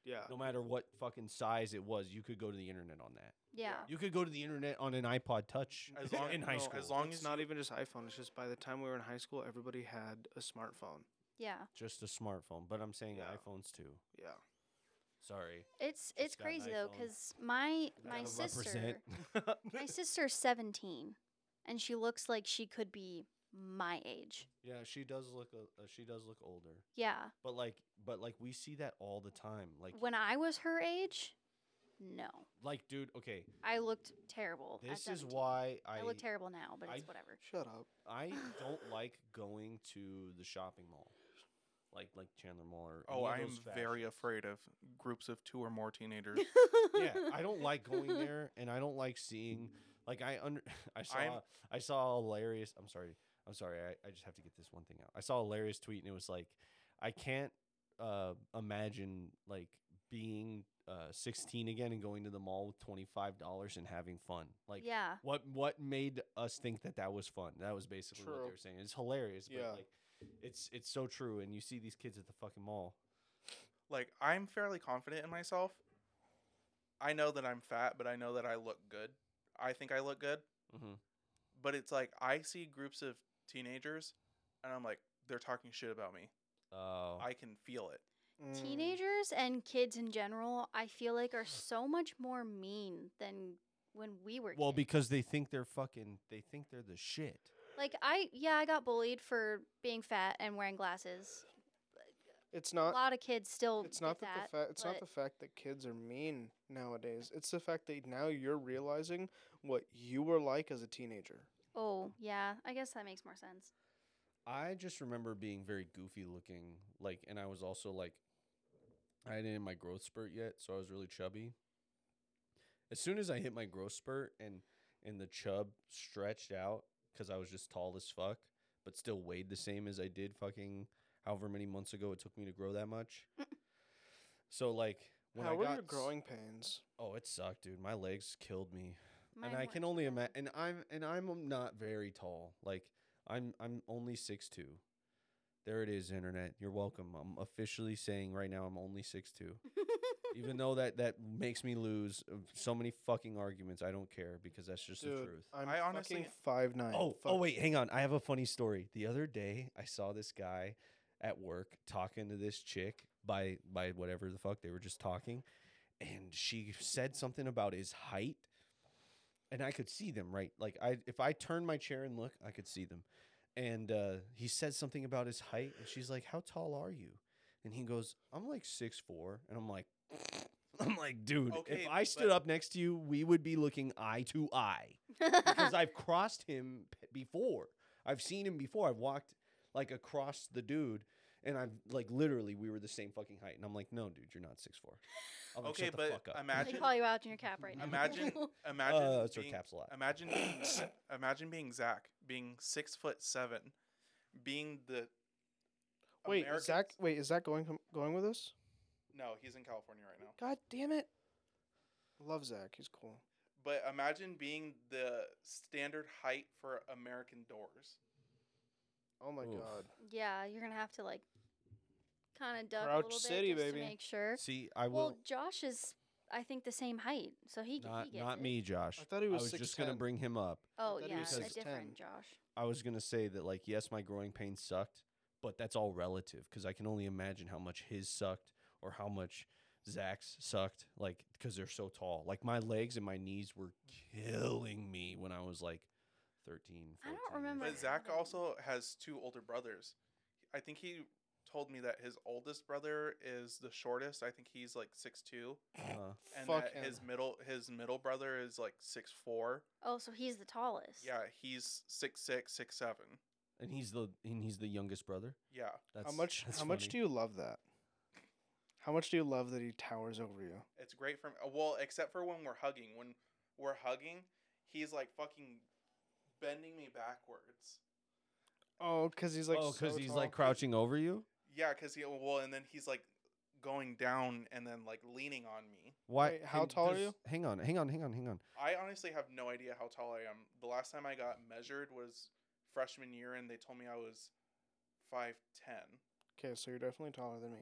Speaker 3: yeah.
Speaker 1: No matter what fucking size it was, you could go to the internet on that.
Speaker 2: yeah.
Speaker 1: You could go to the internet on an iPod Touch
Speaker 4: As long-
Speaker 1: in high
Speaker 4: no,
Speaker 1: school.
Speaker 4: as long
Speaker 3: it's
Speaker 4: as
Speaker 3: not even just iPhone. It's just by the time we were in high school, everybody had a smartphone.
Speaker 2: Yeah.
Speaker 1: Just a smartphone, but I'm saying
Speaker 3: Yeah.
Speaker 1: iPhones too.
Speaker 3: Yeah.
Speaker 1: Sorry.
Speaker 2: It's
Speaker 1: Just
Speaker 2: it's
Speaker 1: got an
Speaker 2: crazy though,
Speaker 1: iPhone.
Speaker 2: because my my
Speaker 1: Gotta
Speaker 2: sister
Speaker 1: represent.
Speaker 2: my sister's seventeen, and she looks like she could be my age.
Speaker 1: Yeah, she does look uh, uh, she does look older.
Speaker 2: Yeah.
Speaker 1: But like, but like, we see that all the time. Like,
Speaker 2: when I was her age, no,
Speaker 1: like, dude. Okay,
Speaker 2: I looked terrible. at
Speaker 1: this is
Speaker 2: 17.
Speaker 1: why I
Speaker 2: I, look terrible now, but
Speaker 1: I-
Speaker 2: it's whatever.
Speaker 3: Shut up.
Speaker 1: I don't like going to the shopping mall, like like Chandler Mall or.
Speaker 4: oh i
Speaker 1: any of
Speaker 4: am
Speaker 1: those
Speaker 4: very
Speaker 1: fashions.
Speaker 4: afraid of groups of two or more teenagers
Speaker 1: yeah, I don't like going there, and I don't like seeing. Like I under, I saw
Speaker 4: I'm-
Speaker 1: I saw a hilarious. I'm sorry, I'm sorry. I, I just have to get this one thing out. I saw a hilarious tweet, and it was like, I can't uh, imagine like being uh, 16 again and going to the mall with 25 dollars and having fun. Like,
Speaker 2: yeah,
Speaker 1: what what made us think that that was fun? That was basically what they
Speaker 3: True.
Speaker 1: were saying. It's hilarious,
Speaker 3: Yeah.
Speaker 1: but like, it's it's so true. And you see these kids at the fucking mall.
Speaker 4: like i'm fairly confident in myself i know that i'm fat but i know that i look good i think i look good
Speaker 1: Mhm.
Speaker 4: but it's like i see groups of teenagers and i'm like they're talking shit about me
Speaker 1: Oh,
Speaker 4: i can feel it
Speaker 3: Mm.
Speaker 2: teenagers and kids in general, I feel like are so much more mean than when we were
Speaker 1: Well,
Speaker 2: kids.
Speaker 1: because they think they're fucking. They think they're the shit.
Speaker 2: like I yeah I got bullied for being fat and wearing glasses.
Speaker 3: It's
Speaker 1: Uh,
Speaker 2: A
Speaker 3: not.
Speaker 2: lot of kids still
Speaker 3: It's not
Speaker 2: get
Speaker 3: that
Speaker 2: that.
Speaker 3: the fa- it's not
Speaker 2: but-
Speaker 3: the fact that kids are mean nowadays. It's the fact that now you're realizing what you were like as a teenager.
Speaker 2: oh yeah, I guess that makes more sense.
Speaker 1: I just remember being very goofy looking, like, and I was also like, I didn't hit my growth spurt yet, so I was really chubby. As soon as I hit my growth spurt and and the chub stretched out because I was just tall as fuck, but still weighed the same as I did fucking however many months ago it took me to grow that much. so like when
Speaker 3: How
Speaker 1: I
Speaker 3: were
Speaker 1: got
Speaker 3: your
Speaker 1: s-
Speaker 3: growing pains?
Speaker 1: oh it sucked, dude. My legs killed me
Speaker 2: Mine
Speaker 1: and I
Speaker 2: weren't
Speaker 1: can
Speaker 2: too
Speaker 1: only
Speaker 2: bad.
Speaker 1: imagine. And I'm and I'm um, not very tall. Like I'm I'm only six two. There it is, internet. You're welcome. I'm officially saying right now I'm only six two. Even though that that makes me lose uh, so many fucking arguments, I don't care because that's just the
Speaker 3: Dude,
Speaker 1: truth.
Speaker 3: I'm
Speaker 4: I honestly-
Speaker 3: fucking five nine.
Speaker 1: Oh, oh wait, hang on. I have a funny story. The other day, I saw this guy at work talking to this chick by by whatever the fuck they were just talking, and she said something about his height, and I could see them right. Like I, if I turned my chair and look, I could see them, and uh, he said something about his height, and she's like, "How tall are you?" And he goes, "I'm like six four. and I'm like. I'm like, dude,
Speaker 4: Okay,
Speaker 1: if I stood
Speaker 4: but-
Speaker 1: up next to you, we would be looking eye to eye because I've crossed him p- before. I've seen him before. I've walked like across the dude, and I've like literally we were the same fucking height, and I'm like, no, dude, you're not six four. I'm like,
Speaker 4: Okay,
Speaker 1: "Shut the
Speaker 4: but
Speaker 1: fuck up."
Speaker 2: They
Speaker 4: imagine-
Speaker 2: call you out in your cap right now.
Speaker 4: Imagine,
Speaker 2: Oh,
Speaker 4: imagine,
Speaker 1: Uh, that's her
Speaker 4: being-
Speaker 1: caps a lot.
Speaker 4: Imagine, being, Z- imagine being Zach, being six foot seven, being the.
Speaker 3: wait, is
Speaker 4: American-
Speaker 3: Zach, wait, is that going going with us?
Speaker 4: No, he's in California right now.
Speaker 3: God damn it! Love Zach, he's cool.
Speaker 4: But imagine being the standard height for American doors.
Speaker 3: Oh my
Speaker 1: Oof.
Speaker 3: god.
Speaker 2: yeah, you're gonna have to like kind of duck
Speaker 3: Crouch
Speaker 2: a little
Speaker 3: City,
Speaker 2: bit just
Speaker 3: baby.
Speaker 2: to make sure.
Speaker 1: See, I
Speaker 2: Well,
Speaker 1: will
Speaker 2: Josh is I think the same height, so he, g- he
Speaker 1: not
Speaker 2: gets
Speaker 1: not
Speaker 2: it.
Speaker 1: me, Josh.
Speaker 3: I thought he was
Speaker 1: just gonna
Speaker 3: 6'10".
Speaker 1: bring him up.
Speaker 2: Oh
Speaker 3: thought
Speaker 1: he
Speaker 2: yeah,
Speaker 1: was
Speaker 2: a
Speaker 3: 6'10".
Speaker 2: different Josh.
Speaker 1: I was gonna say that like yes, my growing pain sucked, but that's all relative because I can only imagine how much his sucked or how much Zach's sucked, like because they're so tall. Like my legs and my knees were killing me when I was like 13.
Speaker 2: I don't
Speaker 1: 14 or
Speaker 2: remember
Speaker 1: something.
Speaker 4: But
Speaker 2: Right.
Speaker 4: Zach also has two older brothers. I think he told me that his oldest brother is the shortest. I think he's like six two,
Speaker 1: Uh,
Speaker 4: and
Speaker 3: Fuck
Speaker 4: that
Speaker 3: him.
Speaker 4: his middle his middle brother is like six four.
Speaker 2: Oh, so he's the tallest.
Speaker 4: Yeah, he's six six six seven.
Speaker 1: and he's the and he's the youngest brother.
Speaker 4: Yeah,
Speaker 1: That's
Speaker 3: how much? How
Speaker 1: that's
Speaker 3: much
Speaker 1: funny.
Speaker 3: do you love that? How much do you love that he towers over you?
Speaker 4: it's great for uh, well, except for when we're hugging. When we're hugging, he's like fucking bending me backwards.
Speaker 3: Oh, because he's like.
Speaker 1: oh, because
Speaker 3: so
Speaker 1: he's
Speaker 3: tall.
Speaker 1: like crouching over you.
Speaker 4: Yeah, because he well, and then he's like going down and then like leaning on me.
Speaker 1: Why?
Speaker 3: Wait, how
Speaker 1: and
Speaker 3: tall are
Speaker 1: does-
Speaker 3: you?
Speaker 1: Hang on, hang on, hang on, hang on.
Speaker 4: I honestly have no idea how tall I am. The last time I got measured was freshman year, and they told me I was five ten.
Speaker 3: Okay, so you're definitely taller than me.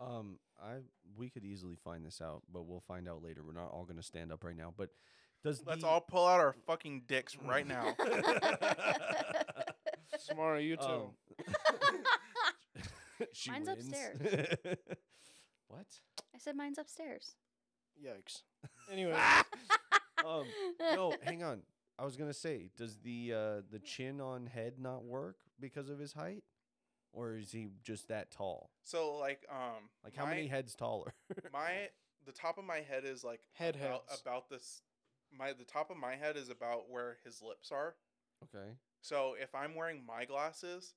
Speaker 1: Um, I we could easily find this out, but we'll find out later. We're not all gonna stand up right now. But does
Speaker 4: Let's
Speaker 1: the-
Speaker 4: all pull out our fucking dicks right now.
Speaker 3: Samara, you too.
Speaker 1: Um, she
Speaker 2: Mine's
Speaker 1: wins.
Speaker 2: upstairs.
Speaker 1: what?
Speaker 2: I said mine's upstairs.
Speaker 3: Yikes. Anyway,
Speaker 1: Um, no, hang on. I was gonna say, does the uh, the chin on head not work because of his height, or is he just that tall?
Speaker 4: so like um
Speaker 1: Like how
Speaker 4: my-
Speaker 1: many heads taller?
Speaker 4: my the top of my head is like
Speaker 3: Head
Speaker 4: about,
Speaker 3: heads.
Speaker 4: about this my the top of my head is about where his lips are.
Speaker 1: okay.
Speaker 4: So if I'm wearing my glasses,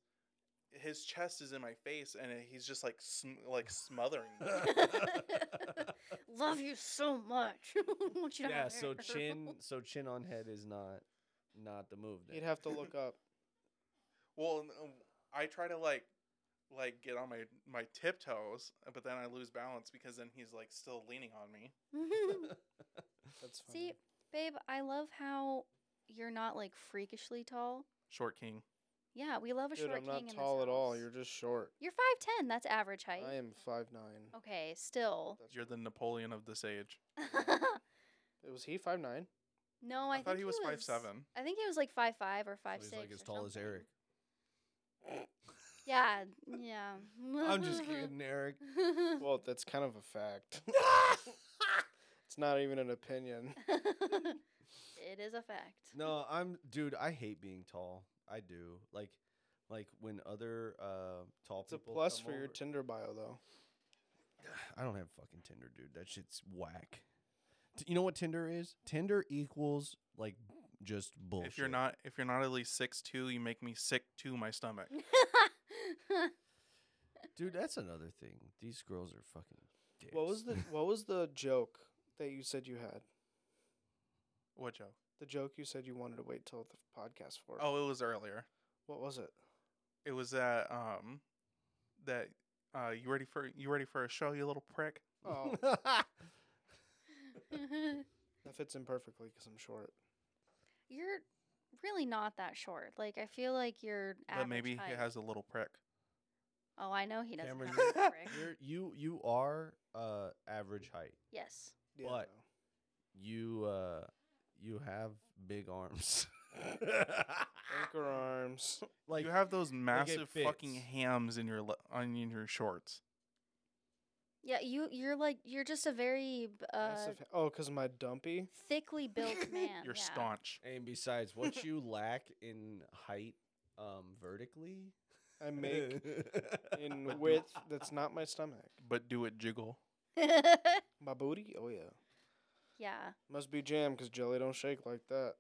Speaker 4: his chest is in my face, and he's just like sm- like smothering. me.
Speaker 2: Love you so much. want you to
Speaker 1: yeah.
Speaker 2: have
Speaker 1: So
Speaker 2: hair.
Speaker 1: chin, so chin on head is not not the move. Then.
Speaker 3: you'd have to look up.
Speaker 4: Well, n- um, I try to like like get on my my tiptoes, but then I lose balance because then he's like still leaning on me.
Speaker 3: That's funny.
Speaker 2: See, babe, I love how you're not like freakishly tall.
Speaker 4: Short king.
Speaker 2: Yeah, we love a
Speaker 3: Dude,
Speaker 2: short
Speaker 3: I'm
Speaker 2: king. in
Speaker 3: not
Speaker 2: this
Speaker 3: tall at all.
Speaker 2: house.
Speaker 3: You're just short.
Speaker 2: You're five ten. That's average height.
Speaker 3: I am five nine.
Speaker 2: Okay, still.
Speaker 4: You're the Napoleon of this age.
Speaker 3: Was he five nine?
Speaker 2: no, I,
Speaker 4: I thought
Speaker 2: think
Speaker 4: he was 5'7".
Speaker 2: I think he was like five five or five
Speaker 1: he's
Speaker 2: six.
Speaker 1: like as
Speaker 2: or
Speaker 1: tall as
Speaker 2: something.
Speaker 1: Eric.
Speaker 2: Yeah, yeah.
Speaker 1: I'm just kidding, Eric.
Speaker 3: Well, that's kind of a fact. it's not even an opinion.
Speaker 2: It is a fact.
Speaker 1: No, I'm dude, I hate being tall. I do. Like like when other uh tall
Speaker 3: It's a
Speaker 1: people
Speaker 3: plus
Speaker 1: come
Speaker 3: for your
Speaker 1: over-
Speaker 3: Tinder bio, though.
Speaker 1: I don't have fucking Tinder, dude. That shit's whack. T- you know what Tinder is? Tinder equals like just bullshit.
Speaker 4: If you're not if you're not at least six two, you make me sick to my stomach.
Speaker 1: dude, that's another thing. These girls are fucking. Dicks.
Speaker 3: What was the What was the joke that you said you had?
Speaker 4: What Joe?
Speaker 3: The joke you said you wanted to wait till the podcast for.
Speaker 4: Oh, it was earlier.
Speaker 3: what was it?
Speaker 4: It was that um that uh you ready for you ready for a show, you little prick?
Speaker 3: Oh,
Speaker 2: You're
Speaker 3: that fits in perfectly because I'm short.
Speaker 2: really not that short. Like I feel like you're.
Speaker 4: But
Speaker 2: average
Speaker 4: maybe
Speaker 2: height.
Speaker 4: he has a little prick.
Speaker 2: Oh, I know he doesn't.
Speaker 1: Cameron,
Speaker 2: have
Speaker 1: you're-
Speaker 2: that prick.
Speaker 1: You're, you you are uh average height.
Speaker 2: Yes.
Speaker 3: Yeah,
Speaker 1: But-
Speaker 3: no.
Speaker 1: You uh you have big arms.
Speaker 3: anchor arms.
Speaker 1: like
Speaker 4: you have those massive fucking
Speaker 1: fits.
Speaker 4: hams in your le- on in your shorts.
Speaker 2: Yeah, you you're like you're just a very b- uh,
Speaker 3: Massive- oh, because my dumpy.
Speaker 2: thickly built man.
Speaker 4: You're
Speaker 2: yeah.
Speaker 4: staunch.
Speaker 1: and besides what you lack in height um vertically
Speaker 3: I make in
Speaker 4: But-
Speaker 3: width that's not my stomach.
Speaker 4: But do it jiggle.
Speaker 3: My booty. Oh yeah,
Speaker 2: yeah.
Speaker 3: must be jam because jelly don't shake like that.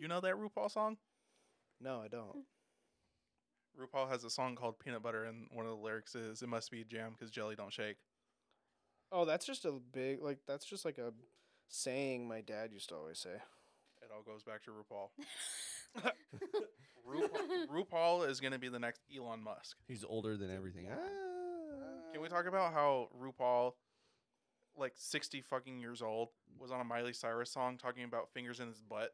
Speaker 4: You know that RuPaul song?
Speaker 3: No, I
Speaker 2: Hmm.
Speaker 3: don't.
Speaker 4: RuPaul has a song called Peanut Butter, and one of the lyrics is, It must be jam because jelly don't shake.
Speaker 3: Oh, that's just a big like. That's just like a saying my dad used to always say.
Speaker 4: It all goes back to RuPaul. RuPaul, RuPaul is going to be the next Elon Musk.
Speaker 1: He's older than everything.
Speaker 3: Yeah.
Speaker 1: Ah.
Speaker 4: Can we talk about how RuPaul, like 60 fucking years old, was on a Miley Cyrus song talking about fingers in his butt?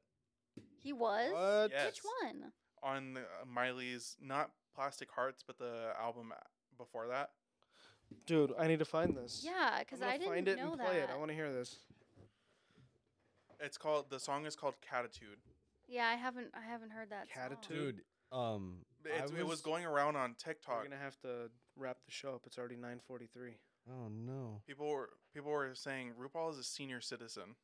Speaker 2: he was.
Speaker 3: What?
Speaker 4: Yeah.
Speaker 2: Which
Speaker 4: Yes.
Speaker 2: one?
Speaker 4: On the, uh, Miley's, not Plastic Hearts, but the album before that.
Speaker 3: Dude, I need to find this.
Speaker 2: Yeah,
Speaker 3: I'm
Speaker 2: because
Speaker 3: gonna
Speaker 2: I didn't
Speaker 3: find it
Speaker 2: know
Speaker 3: and
Speaker 2: that.
Speaker 3: play it. I want to hear this.
Speaker 4: It's called, the song is called Catitude.
Speaker 2: yeah, I haven't I haven't heard that. song.
Speaker 3: Catitude?
Speaker 1: Dude, um I
Speaker 4: It's, it was
Speaker 1: was-
Speaker 4: going around on TikTok.
Speaker 3: We're gonna have to wrap the show up. It's already 9:43.
Speaker 1: oh no.
Speaker 4: People were people were saying RuPaul is a senior citizen.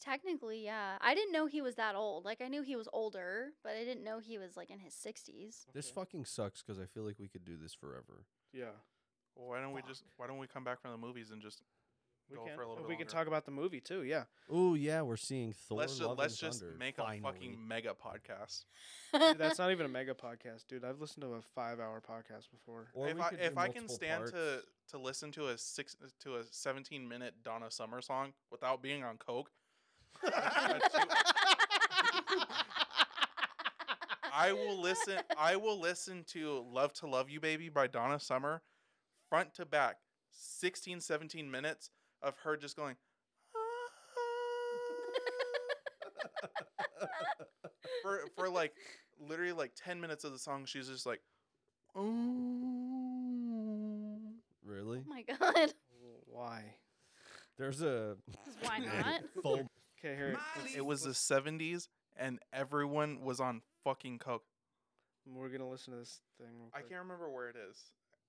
Speaker 2: Technically, yeah. I didn't know he was that old. Like I knew he was older, but I didn't know he was like in his sixties.
Speaker 1: This fucking sucks cuz I feel like we could do this forever.
Speaker 3: Yeah,
Speaker 4: Well, why don't we just why don't we come back from the movies and just
Speaker 3: we
Speaker 4: Go
Speaker 3: can.
Speaker 4: for a little
Speaker 3: oh,
Speaker 4: bit
Speaker 3: we can
Speaker 4: longer.
Speaker 3: talk about the movie too. Yeah.
Speaker 1: Oh yeah, we're seeing Thor
Speaker 4: let's just
Speaker 1: Love
Speaker 4: let's
Speaker 1: and
Speaker 4: just
Speaker 1: Thunder,
Speaker 4: make a
Speaker 1: finally.
Speaker 4: fucking mega podcast.
Speaker 3: Dude, that's not even a mega podcast, dude. I've listened to a five-hour podcast before.
Speaker 1: Or
Speaker 4: if
Speaker 1: we
Speaker 4: I
Speaker 1: could do
Speaker 4: if I can
Speaker 1: multiple
Speaker 4: stand to
Speaker 1: parts.
Speaker 4: to listen to a six to a seventeen minute Donna Summer song without being on coke, I will listen. I will listen to "Love to Love You, Baby" by Donna Summer, front to back, 16, 17 minutes of her just going. for for like literally like 10 minutes of the song she's just like
Speaker 1: Really?
Speaker 2: Oh my god.
Speaker 3: Why?
Speaker 1: There's a
Speaker 2: Why not?
Speaker 1: full
Speaker 3: Okay, here.
Speaker 4: it was the 70s and everyone was on fucking coke
Speaker 3: We're gonna listen to this thing. Real
Speaker 4: i
Speaker 3: quick.
Speaker 4: can't remember where it is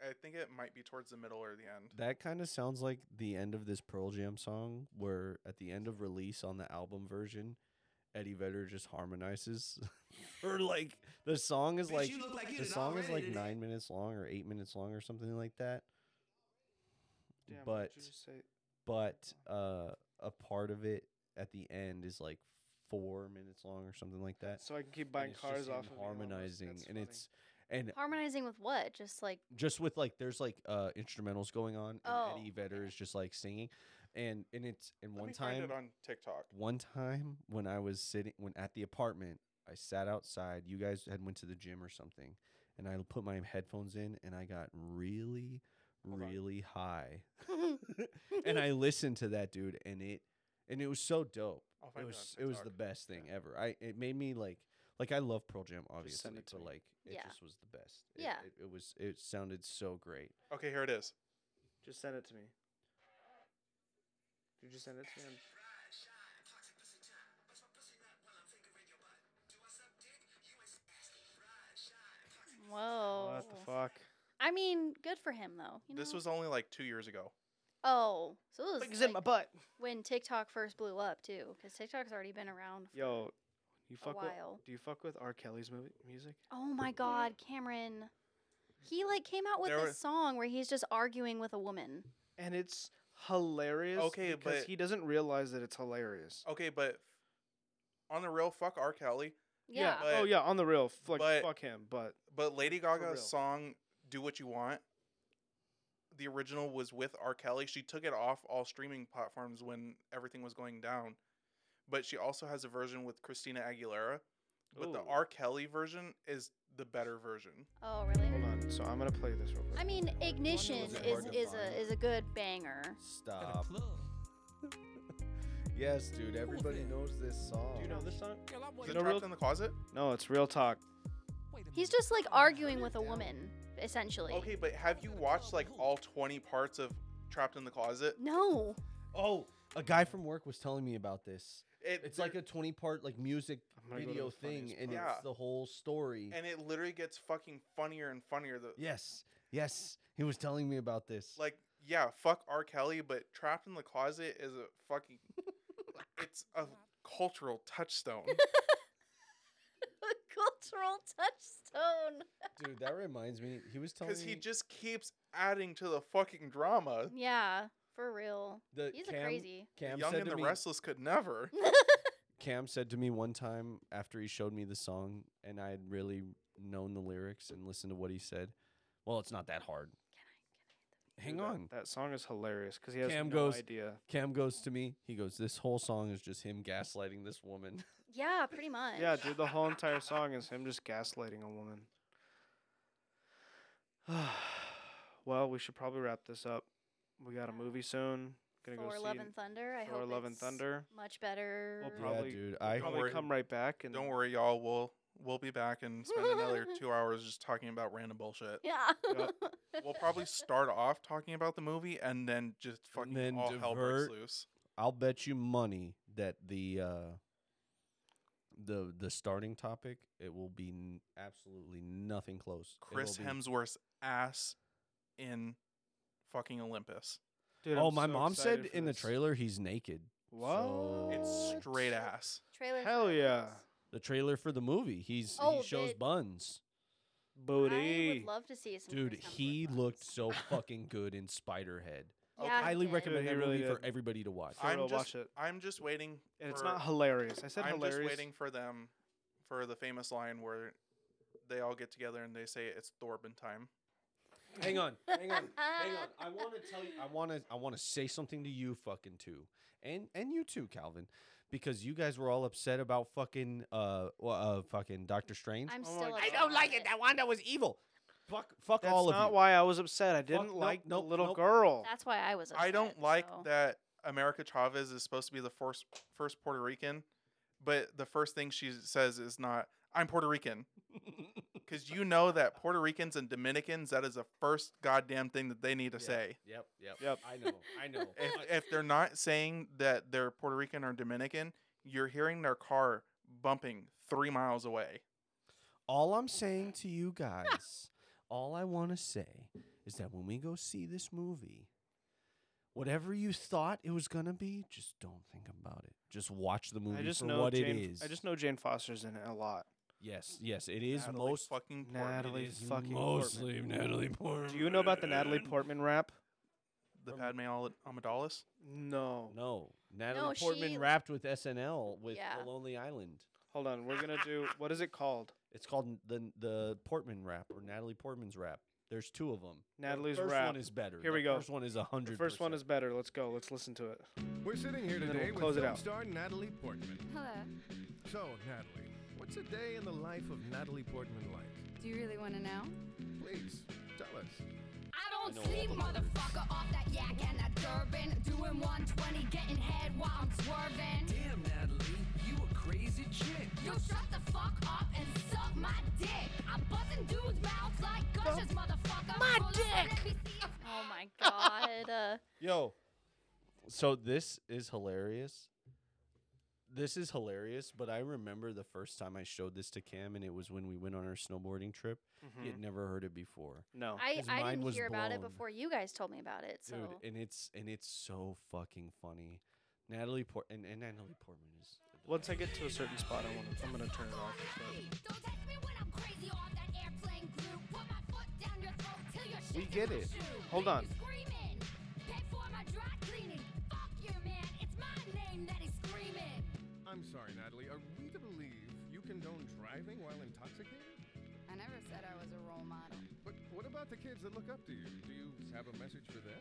Speaker 4: i think it might be towards the middle or the end
Speaker 1: That kind of sounds like the end of this Pearl Jam song, where at the end of release on the album version, Eddie Vedder just harmonizes. or like the song is like the song is like nine minutes long or eight minutes long or something like that.
Speaker 3: Damn, why'd
Speaker 1: but
Speaker 3: you just say?
Speaker 1: but uh, a part of it at the end is like four minutes long or something like that.
Speaker 3: So I can keep
Speaker 1: And
Speaker 3: buying
Speaker 1: it's just
Speaker 3: cars
Speaker 1: him
Speaker 3: off of
Speaker 1: harmonizing,
Speaker 3: Elon Musk. That's
Speaker 1: and
Speaker 3: funny.
Speaker 1: it's and
Speaker 2: Harmonizing with what? Just like
Speaker 1: just with like there's like uh instrumentals going on and
Speaker 2: Oh,
Speaker 1: Eddie Vedder is just like singing and and it's and
Speaker 4: Let
Speaker 1: one
Speaker 4: me find
Speaker 1: time
Speaker 4: it on tiktok
Speaker 1: one time when I was sitting when at the apartment I sat outside you guys had went to the gym or something and I put my headphones in and I got really
Speaker 4: Hold on.
Speaker 1: really high and I listened to that dude and it and it was so dope
Speaker 4: I'll find
Speaker 1: it
Speaker 4: it
Speaker 1: was
Speaker 4: on
Speaker 1: it was the
Speaker 4: TikTok.
Speaker 1: best thing ever I it made me like like I love Pearl Jam obviously
Speaker 3: send it to
Speaker 1: but
Speaker 3: me.
Speaker 1: like it
Speaker 2: Yeah.
Speaker 1: just was the best It-
Speaker 2: Yeah.
Speaker 1: it, it was it sounded so great
Speaker 4: okay here it is
Speaker 3: Just send it to me. Did you send it to
Speaker 2: whoa.
Speaker 3: me? What the fuck?
Speaker 2: I mean, good for him though. You know?
Speaker 4: this was only like two years ago
Speaker 2: Oh, so it was
Speaker 3: Like it's in my
Speaker 2: like,
Speaker 3: butt.
Speaker 2: when TikTok first blew up too, because TikTok's already been around for
Speaker 3: Yo, you
Speaker 2: a
Speaker 3: fuck with,
Speaker 2: while.
Speaker 3: do you fuck with R. Kelly's movie music?
Speaker 2: Oh my God, Cameron. He like came out with
Speaker 4: There
Speaker 2: this
Speaker 4: was-
Speaker 2: song where he's just arguing with a woman.
Speaker 3: And it's hilarious.
Speaker 4: Okay,
Speaker 3: because
Speaker 4: but- Oh,
Speaker 3: he doesn't realize that it's hilarious.
Speaker 4: Okay, but on the real, fuck R. Kelly.
Speaker 2: Yeah.
Speaker 4: but-
Speaker 3: oh yeah, on the real, f- like
Speaker 4: but-
Speaker 3: fuck him. But
Speaker 4: But Lady Gaga's
Speaker 3: real.
Speaker 4: song "Do What You Want," the original was with R. Kelly. She took it off all streaming platforms when everything was going down. But she also has a version with Christina Aguilera. But the
Speaker 3: Ooh.
Speaker 4: R. Kelly version is the better version.
Speaker 2: Oh really?
Speaker 3: hold on. So I'm gonna play this real quick.
Speaker 2: I mean, ignition
Speaker 1: it
Speaker 2: is
Speaker 1: hard to
Speaker 2: is
Speaker 1: find?
Speaker 2: a is a good banger.
Speaker 4: Um,
Speaker 1: Stop. Yes, dude. Everybody knows this song.
Speaker 4: Do you know this song? Is it
Speaker 3: No
Speaker 4: trapped
Speaker 3: real-
Speaker 4: in the closet?
Speaker 3: no, it's real talk.
Speaker 2: He's just like arguing with a woman, essentially.
Speaker 4: Okay, but have you watched like all 20 parts of Trapped in the Closet?
Speaker 2: No.
Speaker 1: Oh, a guy from work was telling me about this.
Speaker 4: It,
Speaker 1: It's like a 20 part like music
Speaker 3: I'm gonna go to
Speaker 1: video
Speaker 3: the funniest
Speaker 1: thing, and
Speaker 4: part.
Speaker 1: it's
Speaker 4: Yeah.
Speaker 1: the whole story.
Speaker 4: and it literally gets fucking funnier and funnier. The
Speaker 1: yes, yes, he was telling me about this.
Speaker 4: like yeah, fuck R. Kelly, but Trapped in the Closet is a fucking it's a cultural touchstone.
Speaker 2: Cultural touchstone.
Speaker 1: dude, that reminds me. He was telling
Speaker 4: Because
Speaker 1: me
Speaker 4: he just keeps adding to the fucking drama.
Speaker 2: Yeah, for real.
Speaker 1: the
Speaker 2: He's
Speaker 1: Cam,
Speaker 2: a crazy.
Speaker 1: Cam
Speaker 4: Young
Speaker 1: said
Speaker 4: and
Speaker 1: to
Speaker 4: the
Speaker 1: me,
Speaker 4: Restless could never.
Speaker 1: Cam said to me one time after he showed me the song, and I had really known the lyrics and listened to what he said. Well, it's not that hard. Hang
Speaker 3: Dude, that-
Speaker 1: on.
Speaker 3: That, song is hilarious because he has
Speaker 1: Cam
Speaker 3: no
Speaker 1: goes-
Speaker 3: idea.
Speaker 1: Cam goes to me. He goes, "This whole song is just him gaslighting this woman."
Speaker 2: Yeah, pretty much.
Speaker 3: Yeah, dude, the whole entire song is him just gaslighting a woman. well, we should probably wrap this up. We got a movie soon. Gonna
Speaker 2: Thor:
Speaker 3: go
Speaker 2: Love
Speaker 3: see
Speaker 2: and Thunder. I
Speaker 3: Thor:
Speaker 2: hope
Speaker 3: Love and
Speaker 2: it's
Speaker 3: Thunder.
Speaker 2: much better.
Speaker 3: We'll probably-
Speaker 1: yeah, dude. I
Speaker 4: Don't
Speaker 3: Probably
Speaker 4: worry.
Speaker 3: come right back and
Speaker 4: Don't worry, y'all. We'll we'll be back and spend another two hours just talking about random bullshit.
Speaker 2: yeah.
Speaker 3: Yep.
Speaker 4: We'll probably start off talking about the movie and then just fucking
Speaker 1: then
Speaker 4: all hell breaks
Speaker 1: divert.
Speaker 4: loose.
Speaker 1: I'll bet you money that the uh, the the starting topic it will be n- absolutely nothing close. It
Speaker 4: Chris
Speaker 1: will be-
Speaker 4: Hemsworth's ass in fucking Olympus.
Speaker 3: Dude,
Speaker 1: oh,
Speaker 3: I'm
Speaker 1: my
Speaker 3: so
Speaker 1: mom
Speaker 3: excited
Speaker 1: said
Speaker 3: for
Speaker 1: in the
Speaker 3: this.
Speaker 1: trailer he's naked.
Speaker 3: What?
Speaker 4: It's
Speaker 1: What?
Speaker 4: straight ass.
Speaker 2: Trailer. for
Speaker 3: Hell
Speaker 2: Olympus.
Speaker 3: yeah.
Speaker 1: The trailer for the movie, he's
Speaker 2: Oh,
Speaker 1: he shows
Speaker 2: the-
Speaker 1: buns.
Speaker 2: I
Speaker 3: booty.
Speaker 2: would love to see some.
Speaker 1: Dude,
Speaker 2: Chris Hemsworth
Speaker 1: he
Speaker 2: ones.
Speaker 1: looked so fucking good in Spiderhead.
Speaker 2: Yeah, he
Speaker 4: Okay.
Speaker 1: Highly
Speaker 2: did.
Speaker 1: recommend
Speaker 3: Dude, he
Speaker 1: that
Speaker 3: really
Speaker 1: movie for
Speaker 3: did.
Speaker 1: everybody to watch.
Speaker 3: For
Speaker 4: I'm
Speaker 3: real, watch
Speaker 4: just,
Speaker 3: it.
Speaker 4: I'm just waiting.
Speaker 3: And it's
Speaker 4: for-
Speaker 3: not hilarious. I said
Speaker 4: I'm
Speaker 3: hilarious.
Speaker 4: just waiting for them, for the famous line where they all get together and they say it's Thorben time.
Speaker 1: hang on, hang on, hang on. I want to tell you. I want to. I want to say something to you, fucking too, and and you too, Calvin, because you guys were all upset about fucking uh wa- uh fucking Doctor Strange.
Speaker 2: I'm
Speaker 4: Oh my
Speaker 2: still.
Speaker 4: God.
Speaker 1: I
Speaker 2: upset
Speaker 1: don't
Speaker 2: about
Speaker 1: like it. That Wanda was evil. Fuck, fuck
Speaker 3: That's
Speaker 1: all of
Speaker 3: not
Speaker 1: you.
Speaker 3: why I was upset. I didn't
Speaker 1: nope,
Speaker 3: like
Speaker 1: nope,
Speaker 3: the little
Speaker 1: nope.
Speaker 3: girl.
Speaker 2: That's why I was. Upset,
Speaker 4: I don't like
Speaker 2: so.
Speaker 4: that America Chavez is supposed to be the first first Puerto Rican, but the first thing she says is not "I'm Puerto Rican" because you know that Puerto Ricans and Dominicans that is the first goddamn thing that they need to
Speaker 1: Yeah.
Speaker 4: say.
Speaker 1: Yep, yep,
Speaker 3: Yep.
Speaker 1: I know, I know.
Speaker 4: If
Speaker 1: I-
Speaker 4: if they're not saying that they're Puerto Rican or Dominican, you're hearing their car bumping three miles away.
Speaker 1: all I'm saying to you guys, all I want to say is that when we go see this movie, whatever you thought it was gonna be, just don't think about it. Just watch the movie
Speaker 3: I just
Speaker 1: for
Speaker 3: know
Speaker 1: what
Speaker 3: Jane.
Speaker 1: it is.
Speaker 3: I just know Jane Foster's in it a lot.
Speaker 1: Yes, yes, it is
Speaker 4: Natalie
Speaker 1: most
Speaker 4: fucking Portman.
Speaker 3: Natalie
Speaker 1: is
Speaker 3: fucking
Speaker 1: mostly
Speaker 3: Portman.
Speaker 1: Natalie Portman.
Speaker 3: Do you know about the Natalie Portman rap?
Speaker 4: the Padme Al- Amidalus.
Speaker 3: No.
Speaker 1: No, Natalie
Speaker 2: No,
Speaker 1: Portman
Speaker 2: she-
Speaker 1: rapped with SNL with
Speaker 2: Yeah.
Speaker 1: The Lonely Island.
Speaker 3: Hold on. We're gonna do. What is it called?
Speaker 1: It's called the the Portman rap or Natalie Portman's rap. There's two of them.
Speaker 3: Natalie's
Speaker 1: the first
Speaker 3: rap.
Speaker 1: one is better.
Speaker 3: Here
Speaker 1: the
Speaker 3: we go.
Speaker 1: First one is a
Speaker 3: The
Speaker 1: hundred.
Speaker 3: first one is better. Let's go. Let's listen to it.
Speaker 5: We're sitting here
Speaker 3: And then
Speaker 5: today
Speaker 3: we'll close it
Speaker 5: with film
Speaker 3: out.
Speaker 5: star Natalie Portman.
Speaker 6: Hello.
Speaker 5: So, Natalie, what's a day in the life of Natalie Portman like?
Speaker 6: Do you really want to know?
Speaker 5: Please tell us.
Speaker 6: I don't
Speaker 1: know
Speaker 6: sleep,
Speaker 1: all
Speaker 6: motherfucker, off that yak and that Durbin. Doing 120, getting head while I'm swerving.
Speaker 7: Damn, Natalie, you a crazy chick.
Speaker 6: You shut the fuck up and suck my dick. I'm busting dudes' mouths like gushers, motherfucker. My dick!
Speaker 2: Oh my god. Uh,
Speaker 1: Yo. So this is hilarious. this is hilarious, but I remember the first time I showed this to Cam, and it was when we went on our snowboarding trip. He
Speaker 3: Mm-hmm.
Speaker 1: had never heard it before,
Speaker 4: No.
Speaker 2: I,
Speaker 1: His
Speaker 2: I
Speaker 1: mind
Speaker 2: didn't
Speaker 1: was
Speaker 2: hear about it
Speaker 1: blown.
Speaker 2: before you guys told me about it. So
Speaker 1: dude. And it's and it's so fucking funny. Natalie Port and, and Natalie Portman is the
Speaker 3: Once I
Speaker 1: best.
Speaker 3: get to a certain spot, I wanna, I'm gonna turn it off. but-
Speaker 6: We get it. Hold on.
Speaker 5: I'm sorry, Natalie. Are we to believe you condone driving while intoxicated?
Speaker 8: I never said I was a role model.
Speaker 5: But what about the kids that look up to you? Do you have a message for them?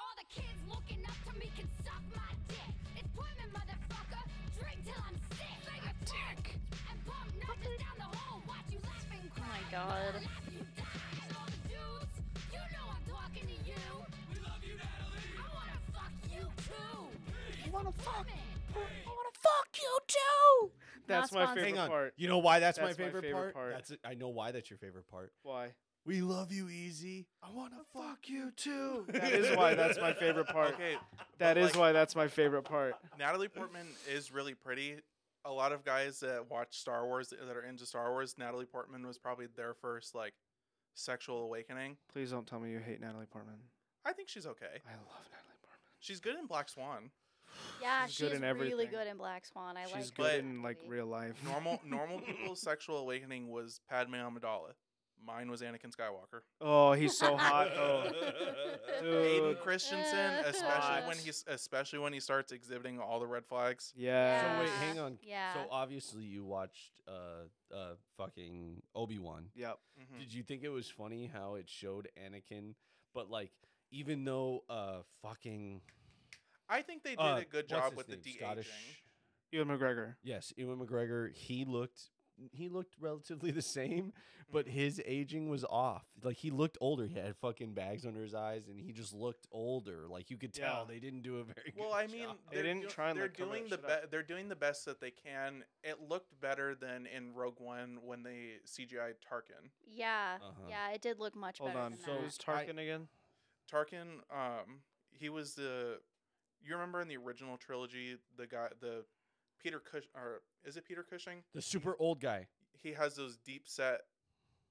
Speaker 6: All the kids looking up to me can suck my dick. It's Pullman, motherfucker. Drink till I'm sick. Finger dick. And pump notches down the hole. Watch you laugh and
Speaker 2: oh
Speaker 6: cry.
Speaker 2: my god.
Speaker 6: Laugh you die. And all the dudes, you know I'm talking to you. We love you, Natalie. I wanna fuck you too. You wanna fuck?
Speaker 3: That's my
Speaker 2: sponsored.
Speaker 3: favorite
Speaker 1: Hang on.
Speaker 3: part.
Speaker 1: You know why that's, my,
Speaker 3: That's my
Speaker 1: favorite
Speaker 3: favorite
Speaker 1: part?
Speaker 3: part.
Speaker 1: That's it. I know why that's your favorite part.
Speaker 3: Why?
Speaker 1: We love you, Easy. I want to fuck you too.
Speaker 3: That is why that's my favorite part.
Speaker 4: Okay.
Speaker 3: That
Speaker 4: but,
Speaker 3: is
Speaker 4: like,
Speaker 3: why that's my favorite part.
Speaker 4: Natalie Portman is really pretty. A lot of guys that watch Star Wars that are into Star Wars, Natalie Portman was probably their first like sexual awakening.
Speaker 3: Please don't tell me you hate Natalie Portman.
Speaker 4: I think she's okay.
Speaker 3: I love Natalie Portman.
Speaker 4: She's good in Black Swan.
Speaker 2: Yeah,
Speaker 3: She's
Speaker 2: she's,
Speaker 3: good in
Speaker 2: really
Speaker 3: everything.
Speaker 2: good in Black Swan. I
Speaker 3: She's
Speaker 2: like
Speaker 3: good
Speaker 2: her
Speaker 3: in like
Speaker 2: movie.
Speaker 3: real life.
Speaker 4: Normal normal people's sexual awakening was Padme Amidala. Mine was Anakin Skywalker.
Speaker 3: Oh, he's so hot though.
Speaker 4: Hayden
Speaker 3: Dude.
Speaker 4: Christensen, especially
Speaker 2: Hot.
Speaker 4: when he's especially when he starts exhibiting all the red flags.
Speaker 1: So
Speaker 3: Yeah.
Speaker 1: wait, hang on.
Speaker 2: Yeah.
Speaker 1: So obviously you watched uh uh fucking Obi Wan.
Speaker 3: Yep.
Speaker 4: Mhm.
Speaker 1: Did you think it was funny how it showed Anakin, but like even though uh fucking
Speaker 4: I think they did
Speaker 1: uh,
Speaker 4: a good
Speaker 1: what's
Speaker 4: job
Speaker 1: his
Speaker 4: with the
Speaker 1: name?
Speaker 4: de aging.
Speaker 1: Scottish.
Speaker 3: Ewan McGregor.
Speaker 1: Yes, Ewan McGregor. He looked he looked relatively the same, but
Speaker 3: Mm-hmm.
Speaker 1: his aging was off. Like he looked older. He had fucking bags under his eyes, and he just looked older. Like you could tell
Speaker 3: Yeah.
Speaker 1: they didn't do a very good
Speaker 4: Well, I mean,
Speaker 1: job.
Speaker 3: They
Speaker 4: they're
Speaker 3: didn't
Speaker 4: do-
Speaker 3: try and,
Speaker 4: they're
Speaker 3: like, cover that
Speaker 4: doing the
Speaker 3: shit up.
Speaker 4: be- they're doing the best that they can. It looked better than in Rogue One when they CGI Tarkin.
Speaker 2: Yeah,
Speaker 1: Uh-huh.
Speaker 2: yeah, it did look much
Speaker 3: Hold
Speaker 2: better.
Speaker 3: on.
Speaker 2: than
Speaker 3: So
Speaker 2: that.
Speaker 3: who's Tarkin again?
Speaker 4: Tarkin, um, he was the you remember in the original trilogy the guy the Peter Cush or is it Peter Cushing?
Speaker 1: the super old guy.
Speaker 4: He has those deep set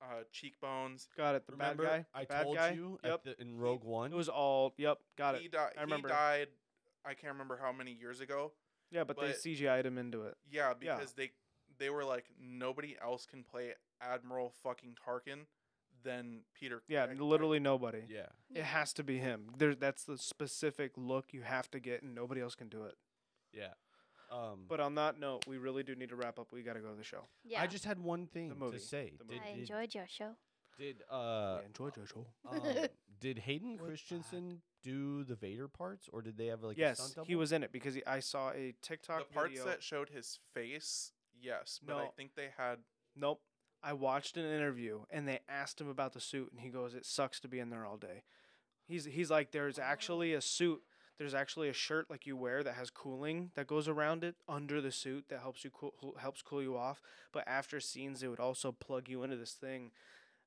Speaker 4: uh, cheekbones.
Speaker 3: Got it. The
Speaker 1: Remember,
Speaker 3: bad guy.
Speaker 1: I
Speaker 3: bad
Speaker 1: told
Speaker 3: guy?
Speaker 1: you at
Speaker 3: Yep.
Speaker 1: the- in Rogue One.
Speaker 3: It was all. Yep. Got
Speaker 4: He,
Speaker 3: it.
Speaker 4: di-
Speaker 3: I
Speaker 4: he
Speaker 3: remember.
Speaker 4: died. I can't remember how many years ago.
Speaker 3: Yeah, but they
Speaker 4: but-
Speaker 3: CGI'd him into it.
Speaker 4: Yeah,
Speaker 3: Yeah.
Speaker 4: because they they were like nobody else can play Admiral fucking Tarkin than Peter.
Speaker 3: Yeah,
Speaker 4: Cush-
Speaker 3: literally nobody.
Speaker 1: yeah.
Speaker 3: It has to be him. There, that's the specific look you have to get, and nobody else can do it.
Speaker 1: Yeah. Um,
Speaker 3: But uh, on that note, we really do need to wrap up. We got to go to the show.
Speaker 2: yeah.
Speaker 1: I just had one thing
Speaker 3: movie.
Speaker 1: to say.
Speaker 3: The
Speaker 1: Did,
Speaker 2: I
Speaker 1: did-
Speaker 2: enjoyed your show.
Speaker 1: did, uh,
Speaker 3: yeah, enjoy the show.
Speaker 1: um, did Hayden Christensen do the Vader parts, or did they have like a
Speaker 3: Yes,
Speaker 1: stunt double?
Speaker 3: he was in it because he, I saw a TikTok
Speaker 4: the parts
Speaker 3: video.
Speaker 4: that showed his face. Yes, but I
Speaker 3: No.
Speaker 4: think they had.
Speaker 3: nope. I watched an interview, and they asked him about the suit, and he goes, "It sucks to be in there all day." He's he's like, "There's actually a suit. There's actually a shirt like you wear that has cooling that goes around it under the suit that helps you cool, cool- helps cool you off. But after scenes, they would also plug you into this thing."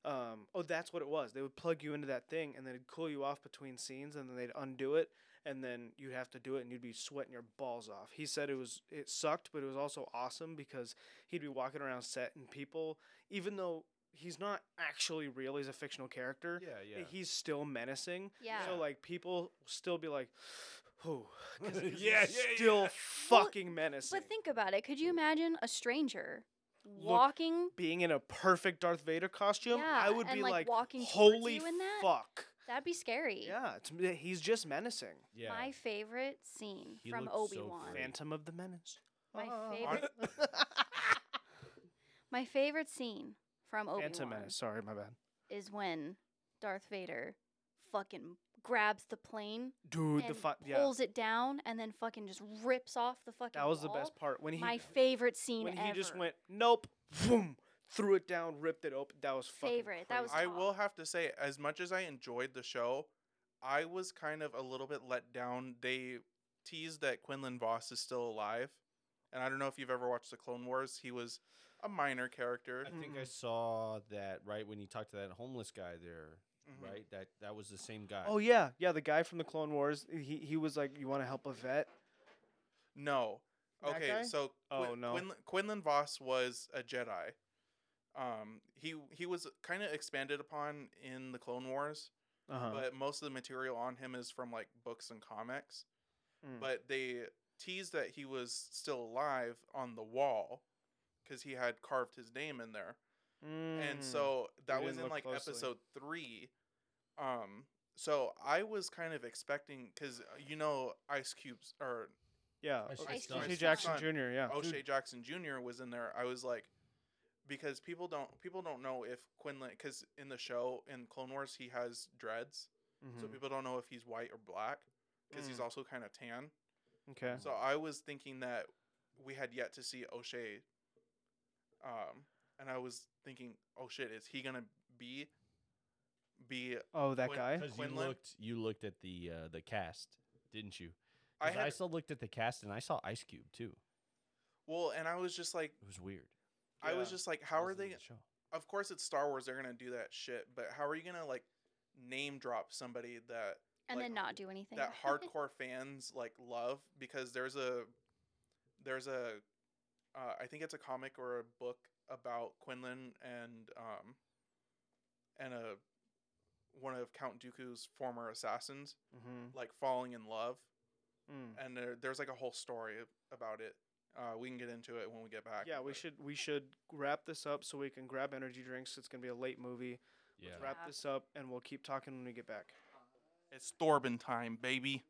Speaker 3: Um, oh, that's what it was. They would plug you into that thing, and then it'd cool you off between scenes, and then they'd undo it, and then you'd have to do it, and you'd be sweating your balls off. He said it was it sucked, but it was also awesome because he'd be walking around set, and people, even though he's not actually real, he's a fictional character.
Speaker 1: Yeah,
Speaker 3: eh, He's still menacing.
Speaker 2: Yeah.
Speaker 3: So like people still be like, "Who?"
Speaker 1: Yeah,
Speaker 3: he's
Speaker 1: yeah, yeah.
Speaker 3: still
Speaker 1: Well,
Speaker 3: fucking menacing.
Speaker 2: But think about it. Could you imagine a stranger walking?
Speaker 3: being in a perfect Darth Vader costume, I
Speaker 2: Yeah,
Speaker 3: would
Speaker 2: and,
Speaker 3: be
Speaker 2: like,
Speaker 3: like,
Speaker 2: walking towards
Speaker 3: "Holy
Speaker 2: you in that?
Speaker 3: fuck!"
Speaker 2: That'd be scary.
Speaker 3: Yeah, it's, m- he's just menacing.
Speaker 1: yeah.
Speaker 2: My favorite scene
Speaker 1: He
Speaker 2: from
Speaker 1: looked so
Speaker 2: Obi Wan.
Speaker 1: free.
Speaker 3: Phantom of the Menace.
Speaker 2: My
Speaker 3: Ah.
Speaker 2: favorite. my favorite scene from Obi
Speaker 3: Phantom
Speaker 2: Wan
Speaker 3: Menace. Sorry, my bad.
Speaker 2: is when Darth Vader fucking grabs the plane
Speaker 3: Dude, the
Speaker 2: and
Speaker 3: fu- yeah,
Speaker 2: pulls it down and then fucking just rips off the fucking.
Speaker 3: that was the
Speaker 2: wall.
Speaker 3: best part when he
Speaker 2: my favorite scene
Speaker 3: when
Speaker 2: ever.
Speaker 3: he just went, "Nope," boom, threw it down, ripped it open. That was fucking
Speaker 2: Favorite, that was
Speaker 3: crazy.
Speaker 4: I
Speaker 2: top.
Speaker 4: will have to say, as much as I enjoyed the show, I was kind of a little bit let down. They teased that Quinlan Voss is still alive, and I don't know if you've ever watched the Clone Wars. He was a minor character.
Speaker 1: I think I saw that right when you talked to that homeless guy there,
Speaker 4: Mhm.
Speaker 1: right? That that was the same guy.
Speaker 3: Oh yeah, yeah. The guy from the Clone Wars, he he was like, "You want to help a vet?"
Speaker 4: No,
Speaker 3: That
Speaker 4: okay,
Speaker 3: guy?
Speaker 4: so
Speaker 3: Oh, no.
Speaker 4: Quinlan, Quinlan Voss was a Jedi. Um, he he was kind of expanded upon in the Clone Wars,
Speaker 3: Uh-huh.
Speaker 4: but most of the material on him is from like books and comics.
Speaker 3: Mm.
Speaker 4: But they teased that he was still alive on the wall because he had carved his name in there. and
Speaker 3: Mm.
Speaker 4: so that was
Speaker 3: didn't
Speaker 4: in
Speaker 3: look
Speaker 4: like
Speaker 3: closely.
Speaker 4: episode three um so i was kind of expecting because you know ice cubes or
Speaker 3: yeah,
Speaker 1: I
Speaker 3: O-
Speaker 1: should
Speaker 2: Ice
Speaker 1: stop.
Speaker 2: Cube
Speaker 3: O'Shea
Speaker 2: Cube's
Speaker 3: Jackson
Speaker 4: son.
Speaker 3: Jr. Yeah,
Speaker 4: o'shea jackson jr was in there i was like because people don't people don't know if quinlan because in the show in clone wars he has dreads so
Speaker 3: Mhm.
Speaker 4: people don't know if he's white or black because he's
Speaker 3: Mm.
Speaker 4: also kind of tan
Speaker 3: okay.
Speaker 4: so i was thinking that we had yet to see o'shea um and i was thinking oh shit is he gonna be be
Speaker 3: Oh, that
Speaker 4: Quin-
Speaker 3: guy.
Speaker 4: Quin-
Speaker 1: Because you
Speaker 4: Quinlan?
Speaker 1: looked, you looked at the uh, the cast, didn't you?
Speaker 4: I
Speaker 1: 'Cause I,
Speaker 4: had
Speaker 1: still looked at the cast and I saw Ice Cube too.
Speaker 4: well, and I was just like,
Speaker 1: It was weird.
Speaker 4: I was
Speaker 3: Yeah.
Speaker 4: just like, how are
Speaker 1: Wasn't in
Speaker 4: they?
Speaker 1: the show.
Speaker 4: Of course, it's Star Wars. They're gonna do that shit. But how are you gonna like name drop somebody that
Speaker 2: and
Speaker 4: like,
Speaker 2: then not do anything.
Speaker 4: that hardcore fans like love? Because there's a there's a uh, I think it's a comic or a book about Quinlan and um and a one of Count Dooku's former assassins
Speaker 3: Mm-hmm.
Speaker 4: like falling in love
Speaker 3: Mm.
Speaker 4: and there, there's like a whole story about it. Uh, we can get into it when we get back.
Speaker 3: Yeah, we
Speaker 4: but-
Speaker 3: should we should wrap this up so we can grab energy drinks. It's gonna be a late movie.
Speaker 1: Yeah.
Speaker 3: Let's wrap
Speaker 2: Yeah.
Speaker 3: this up, and we'll keep talking when we get back.
Speaker 4: It's Thorbin time, baby.